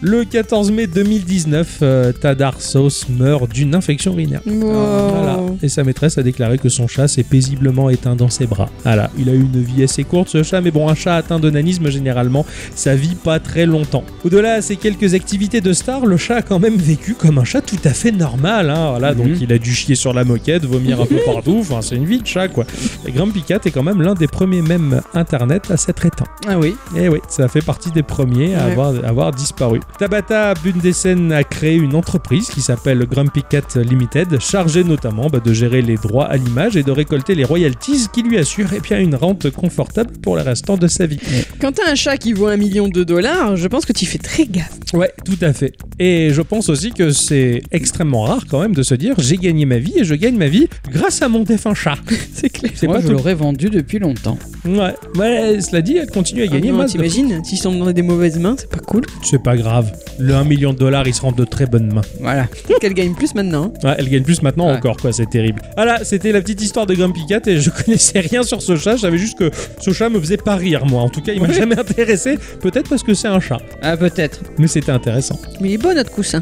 S1: Le 14 mai 2019, euh, Tadar Sos meurt d'une infection urinaire.
S3: Wow.
S1: Oh, Voilà. Et sa maîtresse a déclaré que son chat s'est paisiblement éteint dans ses bras. Voilà. Il a eu une vie assez courte ce chat, mais bon, un chat atteint d'onanisme généralement, ça vit pas très longtemps. Au-delà de ses quelques activités de star, le chat a quand même vécu comme un chat tout à fait normal. Hein. Voilà, donc
S7: Mhm.
S1: il a dû chier sur la moquette, vomir un peu partout. Enfin, c'est une vie de chat quoi. Et Grumpy Cat est quand même l'un des premiers mèmes internet à s'être éteint.
S7: Ah oui.
S1: Et Eh oui, ça fait partie des premiers à
S3: Ouais.
S1: avoir, à avoir disparu. Tabata Bundesen a créé une entreprise qui s'appelle Grumpy Cat Limited, chargée notamment bah, de gérer les droits à l'image et de récolter les royalties qui lui assurent et bien une rente confortable pour le restant de sa vie.
S3: Quand t'as un chat qui vaut un million de dollars, je pense que tu fais très gaffe.
S1: Ouais, tout à fait. Et je pense aussi que c'est extrêmement rare quand même de se dire j'ai gagné ma vie et je gagne ma vie grâce à mon défunt chat.
S3: [laughs] C'est clair.
S1: C'est
S7: Moi,
S1: pas
S7: je
S1: tout.
S7: l'aurais vendu depuis longtemps.
S1: Ouais. ouais, cela dit, elle continue à gagner.
S3: Ah non,
S1: masse de-
S3: T'imagines, s'ils sont dans des mauvaises mains, c'est pas cool.
S1: C'est pas grave. Le 1 million de dollars, il se rend de très bonnes mains.
S7: Voilà.
S3: Qu'elle gagne plus maintenant. hein.
S1: Ouais, elle gagne plus maintenant
S7: Ouais.
S1: encore, quoi, c'est terrible. Voilà, c'était la petite histoire de Grumpy Cat et je [laughs] connaissais rien sur ce chat, je savais juste que ce chat me faisait pas rire, moi. En tout cas, il m'a jamais intéressé, peut-être parce que c'est un chat,
S7: Ah peut-être.
S1: mais c'était intéressant.
S3: Mais il est beau notre coussin.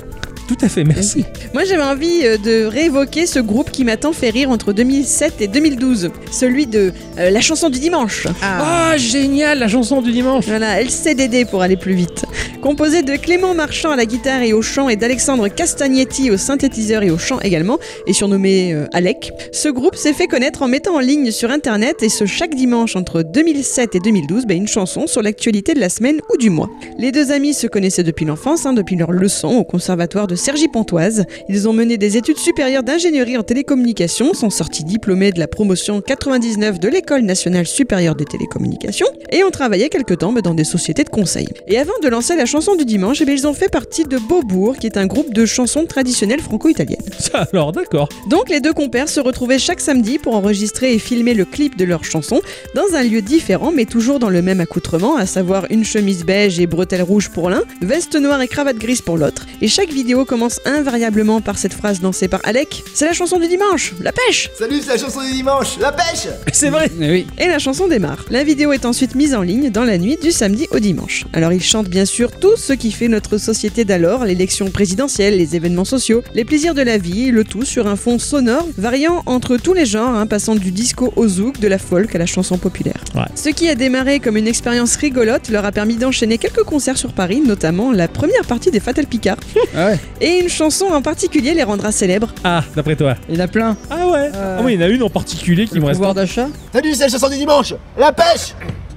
S1: Tout à fait, merci.
S3: Moi j'avais envie euh, de réévoquer ce groupe qui m'a tant fait rire entre 2007 et 2012. Celui de euh, la chanson du dimanche.
S1: Ah, génial, la chanson du dimanche.
S3: Voilà, LCDD pour aller plus vite. Composé de Clément Marchand à la guitare et au chant et d'Alexandre Castagnetti au synthétiseur et au chant également, et surnommé euh, Alec, ce groupe s'est fait connaître en mettant en ligne sur internet et ce chaque dimanche entre 2007 et 2012 ben, une chanson sur l'actualité de la semaine ou du mois. Les deux amis se connaissaient depuis l'enfance, hein, depuis leur leçon au conservatoire de Cergy-Pontoise. Ils ont mené des études supérieures d'ingénierie en télécommunications, sont sortis diplômés de la promotion 99 de l'École nationale supérieure des télécommunications et ont travaillé quelque temps bah, dans des sociétés de conseil. Et avant de lancer la chanson du dimanche, eh bien, ils ont fait partie de Beaubourg, qui est un groupe de chansons traditionnelles franco-italiennes.
S1: [laughs] Ça, alors, d'accord.
S3: Donc les deux compères se retrouvaient chaque samedi pour enregistrer et filmer le clip de leur chanson dans un lieu différent mais toujours dans le même accoutrement, à savoir une chemise beige et bretelles rouges pour l'un, veste noire et cravate grise pour l'autre. Et chaque vidéo commence invariablement par cette phrase lancée par Alec C'est la chanson du dimanche La pêche
S5: Salut, c'est la chanson du dimanche, la
S10: [laughs]
S5: pêche
S1: C'est vrai.
S7: Mais oui.
S3: et la chanson démarre. La vidéo est ensuite mise en ligne dans la nuit du samedi au dimanche. Alors ils chantent bien sûr tout ce qui fait notre société d'alors, l'élection présidentielle, les événements sociaux, les plaisirs de la vie, le tout sur un fond sonore variant entre tous les genres, hein, passant du disco au zouk, de la folk à la chanson populaire.
S1: Ouais.
S3: Ce qui a démarré comme une expérience rigolote leur a permis d'enchaîner quelques concerts sur Paris, notamment la première partie des Fatal Picard.
S7: Ah ouais.
S3: Et une chanson en particulier les rendra célèbres.
S1: Ah, d'après toi.
S7: Il y en a plein.
S1: Ah ouais.
S7: Euh,
S1: Ah oui, il y en a une en particulier qui
S7: Le
S1: me reste.
S7: pouvoir d'achat.
S5: Salut, c'est la chanson du dimanche, la pêche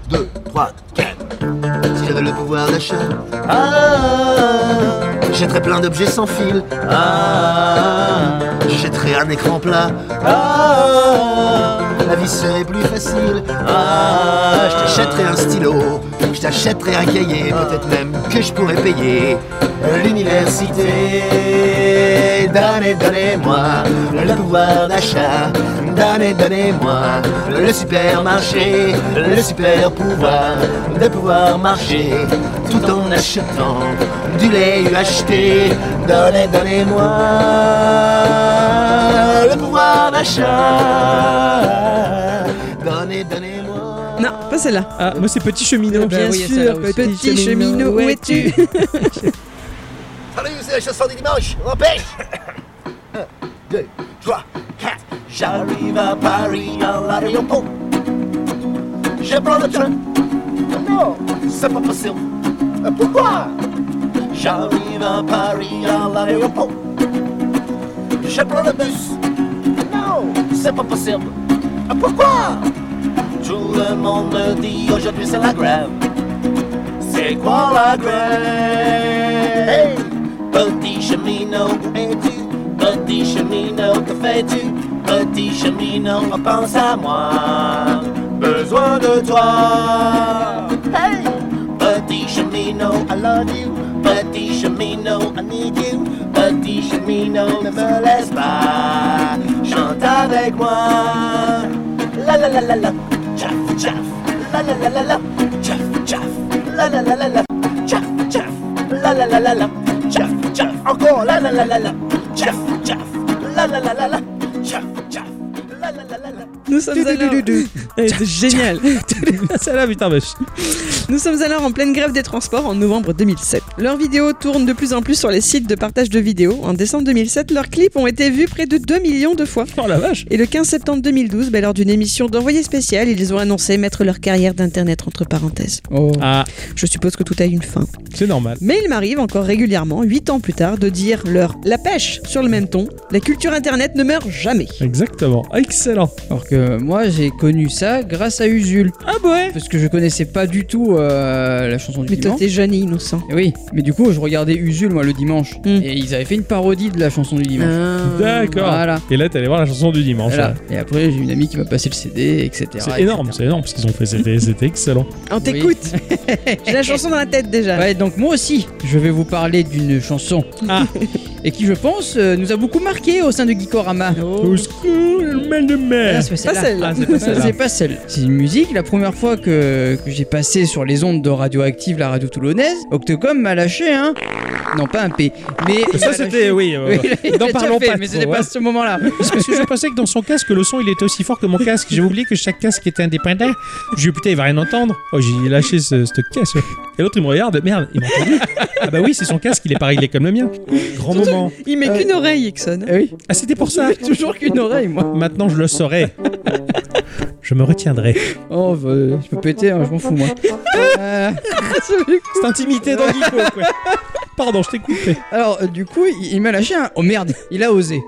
S6: 2, 3, 4. Si j'avais le pouvoir d'achat, ah, j'achèterais plein d'objets sans fil, ah, j'achèterais un écran plat, ah, la vie serait plus facile, ah, je t'achèterais un stylo, je t'achèterais un cahier, peut-être même que je pourrais payer l'université. Donnez, donnez-moi le pouvoir d'achat, donnez, donnez-moi le supermarché, le super pouvoir de pouvoir marcher tout en achetant du lait UHT. Donnez, donnez-moi le pouvoir d'achat. Donnez, donnez-moi.
S3: Non, pas celle-là.
S1: Ah, moi c'est Petit Cheminot.
S7: Bah
S3: Bien
S7: oui, il y a
S3: sûr,
S7: celle-là
S1: [laughs]
S7: aussi.
S3: petit cheminot, où es-tu
S5: Salut, c'est la chanson du dimanche, la pêche 2, 3, 4. J'arrive à Paris à la Pont. Je prends le train. Non, c'est pas possible. Pourquoi J'arrive à Paris à l'aéroport. Je prends le bus. Non, c'est pas possible. Pourquoi Tout le monde me dit aujourd'hui c'est la grève. C'est quoi la grève Petit cheminot, où es-tu Petit cheminot, que fais-tu Petit cheminot, pense à moi. Besoin de toi. Hey Petit cheminot, I love you. Petit cheminot, I need you. Petit cheminot, ne me laisse pas. Chante avec moi. La la la la la. Jaff, jaff. La la la la la. Jaff, jaff. La la la la la. Jaff, jaff. La la la la la. Jaff, jaff. Encore. La la la la la. Jaff, jaff. La la la la la. Jaff, jaff. La la la la la.
S3: Nous sommes à l'heure.
S1: [laughs] Eh, C'est génial. C'est là, putain, vache.
S3: Nous sommes alors en pleine grève des transports en novembre 2007. Leurs vidéos tournent de plus en plus sur les sites de partage de vidéos. En décembre 2007, leurs clips ont été vus près de 2 millions de fois.
S1: Oh la vache
S3: Et le 15 septembre 2012, bah, lors d'une émission d'envoyé spécial, ils ont annoncé mettre leur carrière d'internet entre parenthèses.
S2: Oh.
S1: Ah,
S3: Je suppose que tout a une fin.
S1: c'est normal.
S3: Mais il m'arrive encore régulièrement, 8 ans plus tard, de dire leur la pêche sur le même ton. La culture internet ne meurt jamais.
S1: Exactement. Excellent.
S2: Alors que moi j'ai connu ça grâce à Usul.
S1: Ah ouais
S2: Parce que je connaissais pas du tout euh, la chanson du
S3: Mais toi,
S2: dimanche.
S3: t'es jeune et innocent.
S2: Et oui, mais du coup je regardais Usul moi le dimanche.
S3: Mm.
S2: Et ils avaient fait une parodie de la chanson du dimanche.
S6: Euh.
S3: Euh,
S1: D'accord.
S2: Voilà.
S1: Et là, t'es allé voir la chanson du dimanche.
S2: Voilà.
S1: ouais.
S2: Et après j'ai une amie qui m'a passé le CD, etc.
S1: Ah, C'est énorme, c'est énorme ce qu'ils ont fait. C'était c'était excellent.
S3: On t'écoute. J'ai la chanson dans la tête déjà.
S2: Ouais, donc moi aussi, je vais vous parler d'une chanson.
S1: Ah.
S2: [laughs] Et qui, je pense, euh, nous a beaucoup marqué au sein de Gikorama.
S1: Au secours, le mal de
S2: Ah,
S1: mer.
S2: c'est pas
S3: Pas
S2: celle-là.
S3: celle-là.
S1: c'est pas
S2: C'est pas celle. C'est une musique. La première fois que, que j'ai passé sur les ondes de Radioactive, la radio toulonnaise, Octocom m'a lâché un. Non, pas un P. Mais il
S1: Ça,
S2: m'a
S1: c'était,
S2: lâché-
S1: oui.
S2: Oui,
S1: euh,
S2: il a- il
S1: n'en
S2: l'a déjà
S1: parlons
S2: fait,
S1: pas
S2: Mais
S1: trop, hein.
S2: c'était pas
S1: ouais.
S2: à ce
S1: [laughs]
S2: moment-là.
S1: Parce que je pensais que dans son casque, le son il était aussi fort que mon casque. J'ai oublié que chaque casque était indépendant. J'ai dit putain, il va rien entendre. Oh, j'ai lâché ce, cette caisse. Et l'autre, il me regarde. Merde, il m'a entendu. Ah bah oui, c'est son casque, il est pas réglé comme le mien. Grand moment.
S3: Il met qu'une oreille, Ixon.
S2: Eh oui,
S1: Ah, c'était pour ça.
S2: j'ai toujours qu'une oreille, moi.
S1: Maintenant, je le saurai. Je me retiendrai.
S2: Oh, bah, je peux péter, hein, je m'en fous, moi. Euh,
S1: Cette intimité dans Geeko, quoi. Pardon, je t'ai coupé.
S2: alors, euh, du coup, il, il m'a lâché un. Oh merde, il a osé.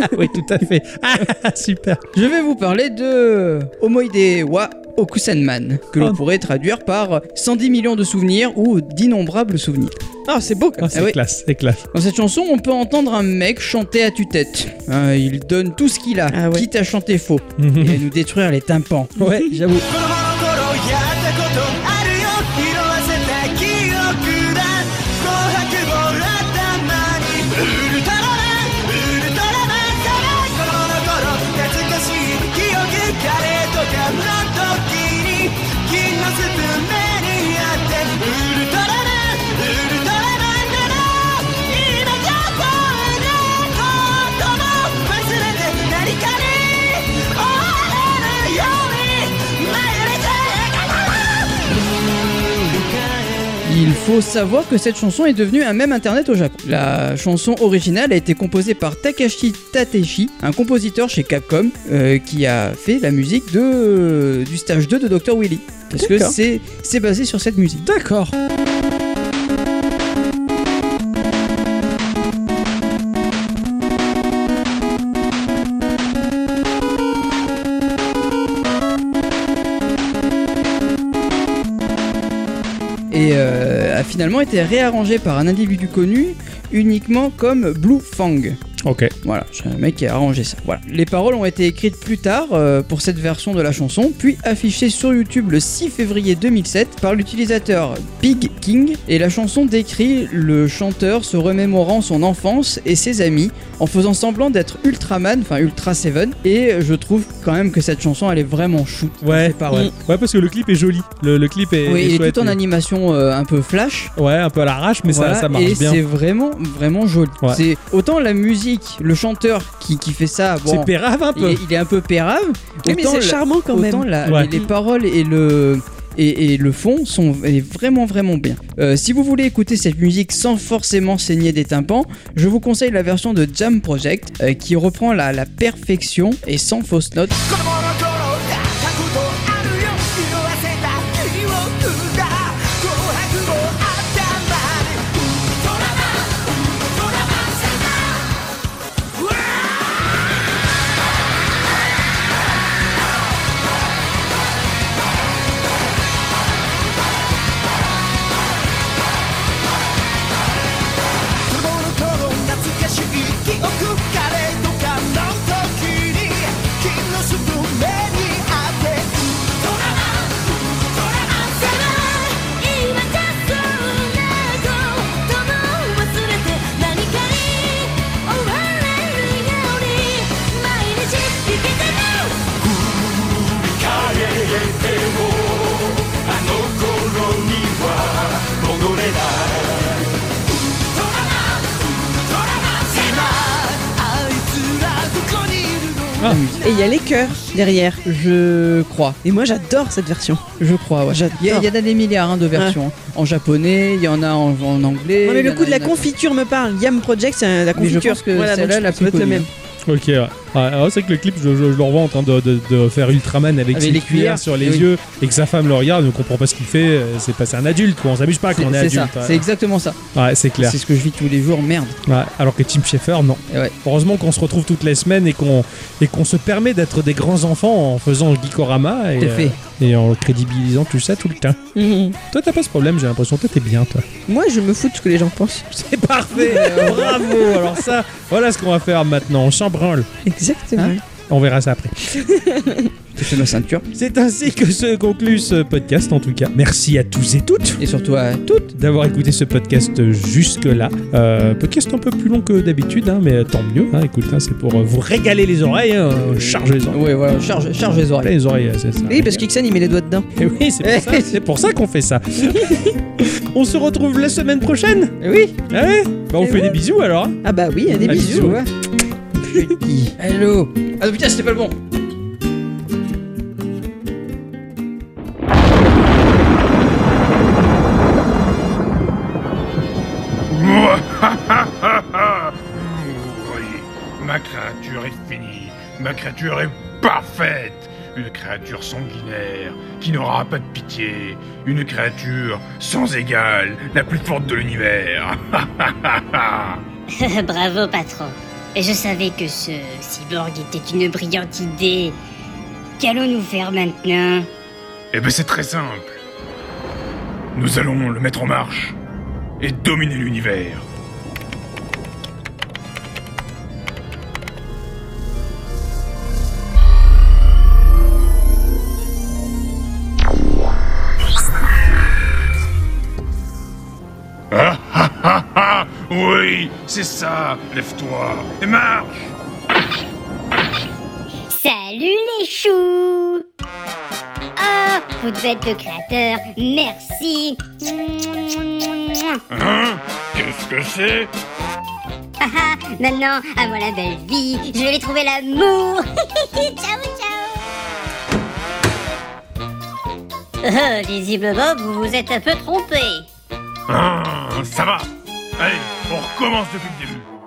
S1: Ah oui, tout à fait. Ah, super.
S2: Je vais vous parler de Homoide wa Okusenman, que l'on
S1: Oh.
S2: pourrait traduire par 110 millions de souvenirs ou d'innombrables souvenirs.
S3: Ah, c'est beau. comme
S1: Ah,
S3: ça.
S1: c'est
S2: Ah oui.
S1: classe, c'est classe.
S2: Dans cette chanson, on peut entendre un mec chanter à tue-tête. Hein, il donne tout ce qu'il a,
S3: Ah ouais.
S2: quitte à chanter
S1: [laughs]
S2: faux et à nous détruire les tympans.
S1: ouais, j'avoue.
S2: Il faut savoir que cette chanson est devenue un même internet au Japon. La chanson originale a été composée par Takashi Tateshi, un compositeur chez Capcom, euh, qui a fait la musique de, du stage 2 de Dr. Willy. Parce que
S3: D'accord.
S2: c'est c'est basé sur cette musique.
S1: D'accord.
S2: et euh, a finalement été réarrangé par un individu connu uniquement comme Blue Fang.
S1: Ok.
S2: Voilà, c'est un mec qui a arrangé ça. Voilà. Les paroles ont été écrites plus tard euh, pour cette version de la chanson, puis affichées sur YouTube le 6 février 2007 par l'utilisateur Big King. Et la chanson décrit le chanteur se remémorant son enfance et ses amis en faisant semblant d'être Ultraman, enfin Ultra Seven. Et je trouve quand même que cette chanson elle est vraiment shoot.
S1: Ouais, Mm.
S2: C'est pas vrai.
S1: ouais, parce que le clip est joli. Le, le clip est,
S2: Oui,
S1: est
S2: il est
S1: chouette,
S2: tout en
S1: mais-
S2: animation euh, un peu flash.
S1: Ouais, un peu à l'arrache, mais
S2: Voilà,
S1: ça, ça marche
S2: et
S1: bien.
S2: c'est vraiment, vraiment joli.
S1: Ouais.
S2: C'est autant la musique, le chanteur qui, qui fait ça, bon,
S1: C'est pérave un
S3: [laughs]
S2: il,
S1: peu.
S2: est, il est un peu pérave.
S3: Oui, mais
S2: autant
S3: c'est
S2: la-
S3: charmant quand même.
S2: autant la-
S1: Ouais.
S2: les, les paroles et le et, et le fond sont est vraiment vraiment bien. Euh, si vous voulez écouter cette musique sans forcément saigner des tympans, je vous conseille la version de Jam Project euh, qui reprend la, la perfection et sans fausse note.
S5: 「
S1: Ah.
S2: la musique.
S3: Et il y a les chœurs derrière.
S2: Je crois,
S3: Et moi j'adore cette version.
S2: je crois, ouais.
S3: J'adore.
S2: Il y, a- il y en a des milliards hein, de versions. hein. En japonais, il y en a en, en anglais.
S3: Non, mais
S2: il y
S3: le
S2: en
S3: coup
S2: a-
S3: de la
S2: il y en a-
S3: confiture me parle. Yam Project, c'est un- la
S2: Mais je
S3: confiture.
S2: pense que
S3: Voilà, donc
S2: celle-là
S3: je
S2: la
S3: pense que
S2: plus
S3: ça doit être
S2: connue.
S3: le même.
S1: Ok, ouais. Ah, ah, c'est que le clip, je, je- je le revois en train de, de- de faire Ultraman avec,
S2: Avec
S1: ses
S2: les
S1: cuillères,
S2: cuillères,
S1: sur les
S2: oui.
S1: yeux et que sa femme le regarde, ne comprend pas ce qu'il fait. euh, C'est pas, c'est un adulte, quoi. On s'amuse pas quand on est
S2: C'est
S1: adulte.
S2: ça,
S1: ouais.
S2: c'est exactement ça.
S1: Ouais, c'est clair.
S2: C'est ce que je vis tous les jours, merde.
S1: Ouais, alors que Tim Schafer, non.
S2: Et Eh ouais.
S1: Heureusement qu'on se retrouve toutes les semaines et qu'on et qu'on se permet d'être des grands enfants en faisant Geekorama et,
S2: Tout à fait.
S1: euh, et en crédibilisant tout ça tout le temps.
S3: Mhm.
S1: Toi, t'as pas ce problème, j'ai l'impression. Toi, t'es bien, toi.
S3: [laughs] Moi je me fous de ce que les gens pensent.
S1: [laughs] C'est parfait Bravo Alors, ça, voilà ce qu'on va faire maintenant. On s'en branle.
S3: Exactement.
S2: Hein
S1: On verra ça après.
S2: J'ai fait ma ceinture.
S1: C'est ainsi que se conclut ce podcast, en tout cas. Merci à tous et toutes
S2: Et surtout euh, à toutes.
S1: d'avoir écouté ce podcast jusque-là. Euh, podcast un peu plus long que d'habitude, hein, mais tant mieux. hein. écoute, hein, c'est pour euh, vous régaler les oreilles. hein. Chargez-en.
S2: Ouais, voilà, charge, charge les oreilles.
S1: Plein les oreilles, c'est ça.
S3: Oui, parce qu'Ixon il met les doigts dedans.
S1: Eh [laughs] oui, c'est pour ça- c'est pour ça, qu'on fait ça. [laughs] on se retrouve la semaine prochaine.
S2: Eh Oui,
S1: Ah ouais Bah, on
S3: Eh
S1: fait
S3: oui.
S1: des bisous alors. hein.
S3: Ah bah oui, des
S1: Ah,
S3: bisous.
S1: bisous, ouais.
S2: Petit. Hello. Ah non, putain, c'était pas le bon.
S10: voyez, ma créature est finie, ma créature est parfaite, une créature sanguinaire qui n'aura pas de pitié, une créature sans égale, la plus forte de l'univers.
S5: [laughs] Bravo, patron. Et je savais que ce cyborg était une brillante idée. Qu'allons-nous faire maintenant
S10: Eh ben c'est très simple. Nous allons le mettre en marche et dominer l'univers. Ah ah ah ah Oui, c'est ça Lève-toi et marche
S5: Salut les choux Ah, vous devez être le créateur. Merci.
S10: Hein Qu'est-ce que c'est
S5: Ah, maintenant, à moi la belle vie. Je vais trouver l'amour. [laughs] ciao, ciao. Euh, visiblement, vous vous êtes un peu trompé.
S10: Hein? Ah, ça va Allez, on recommence depuis le début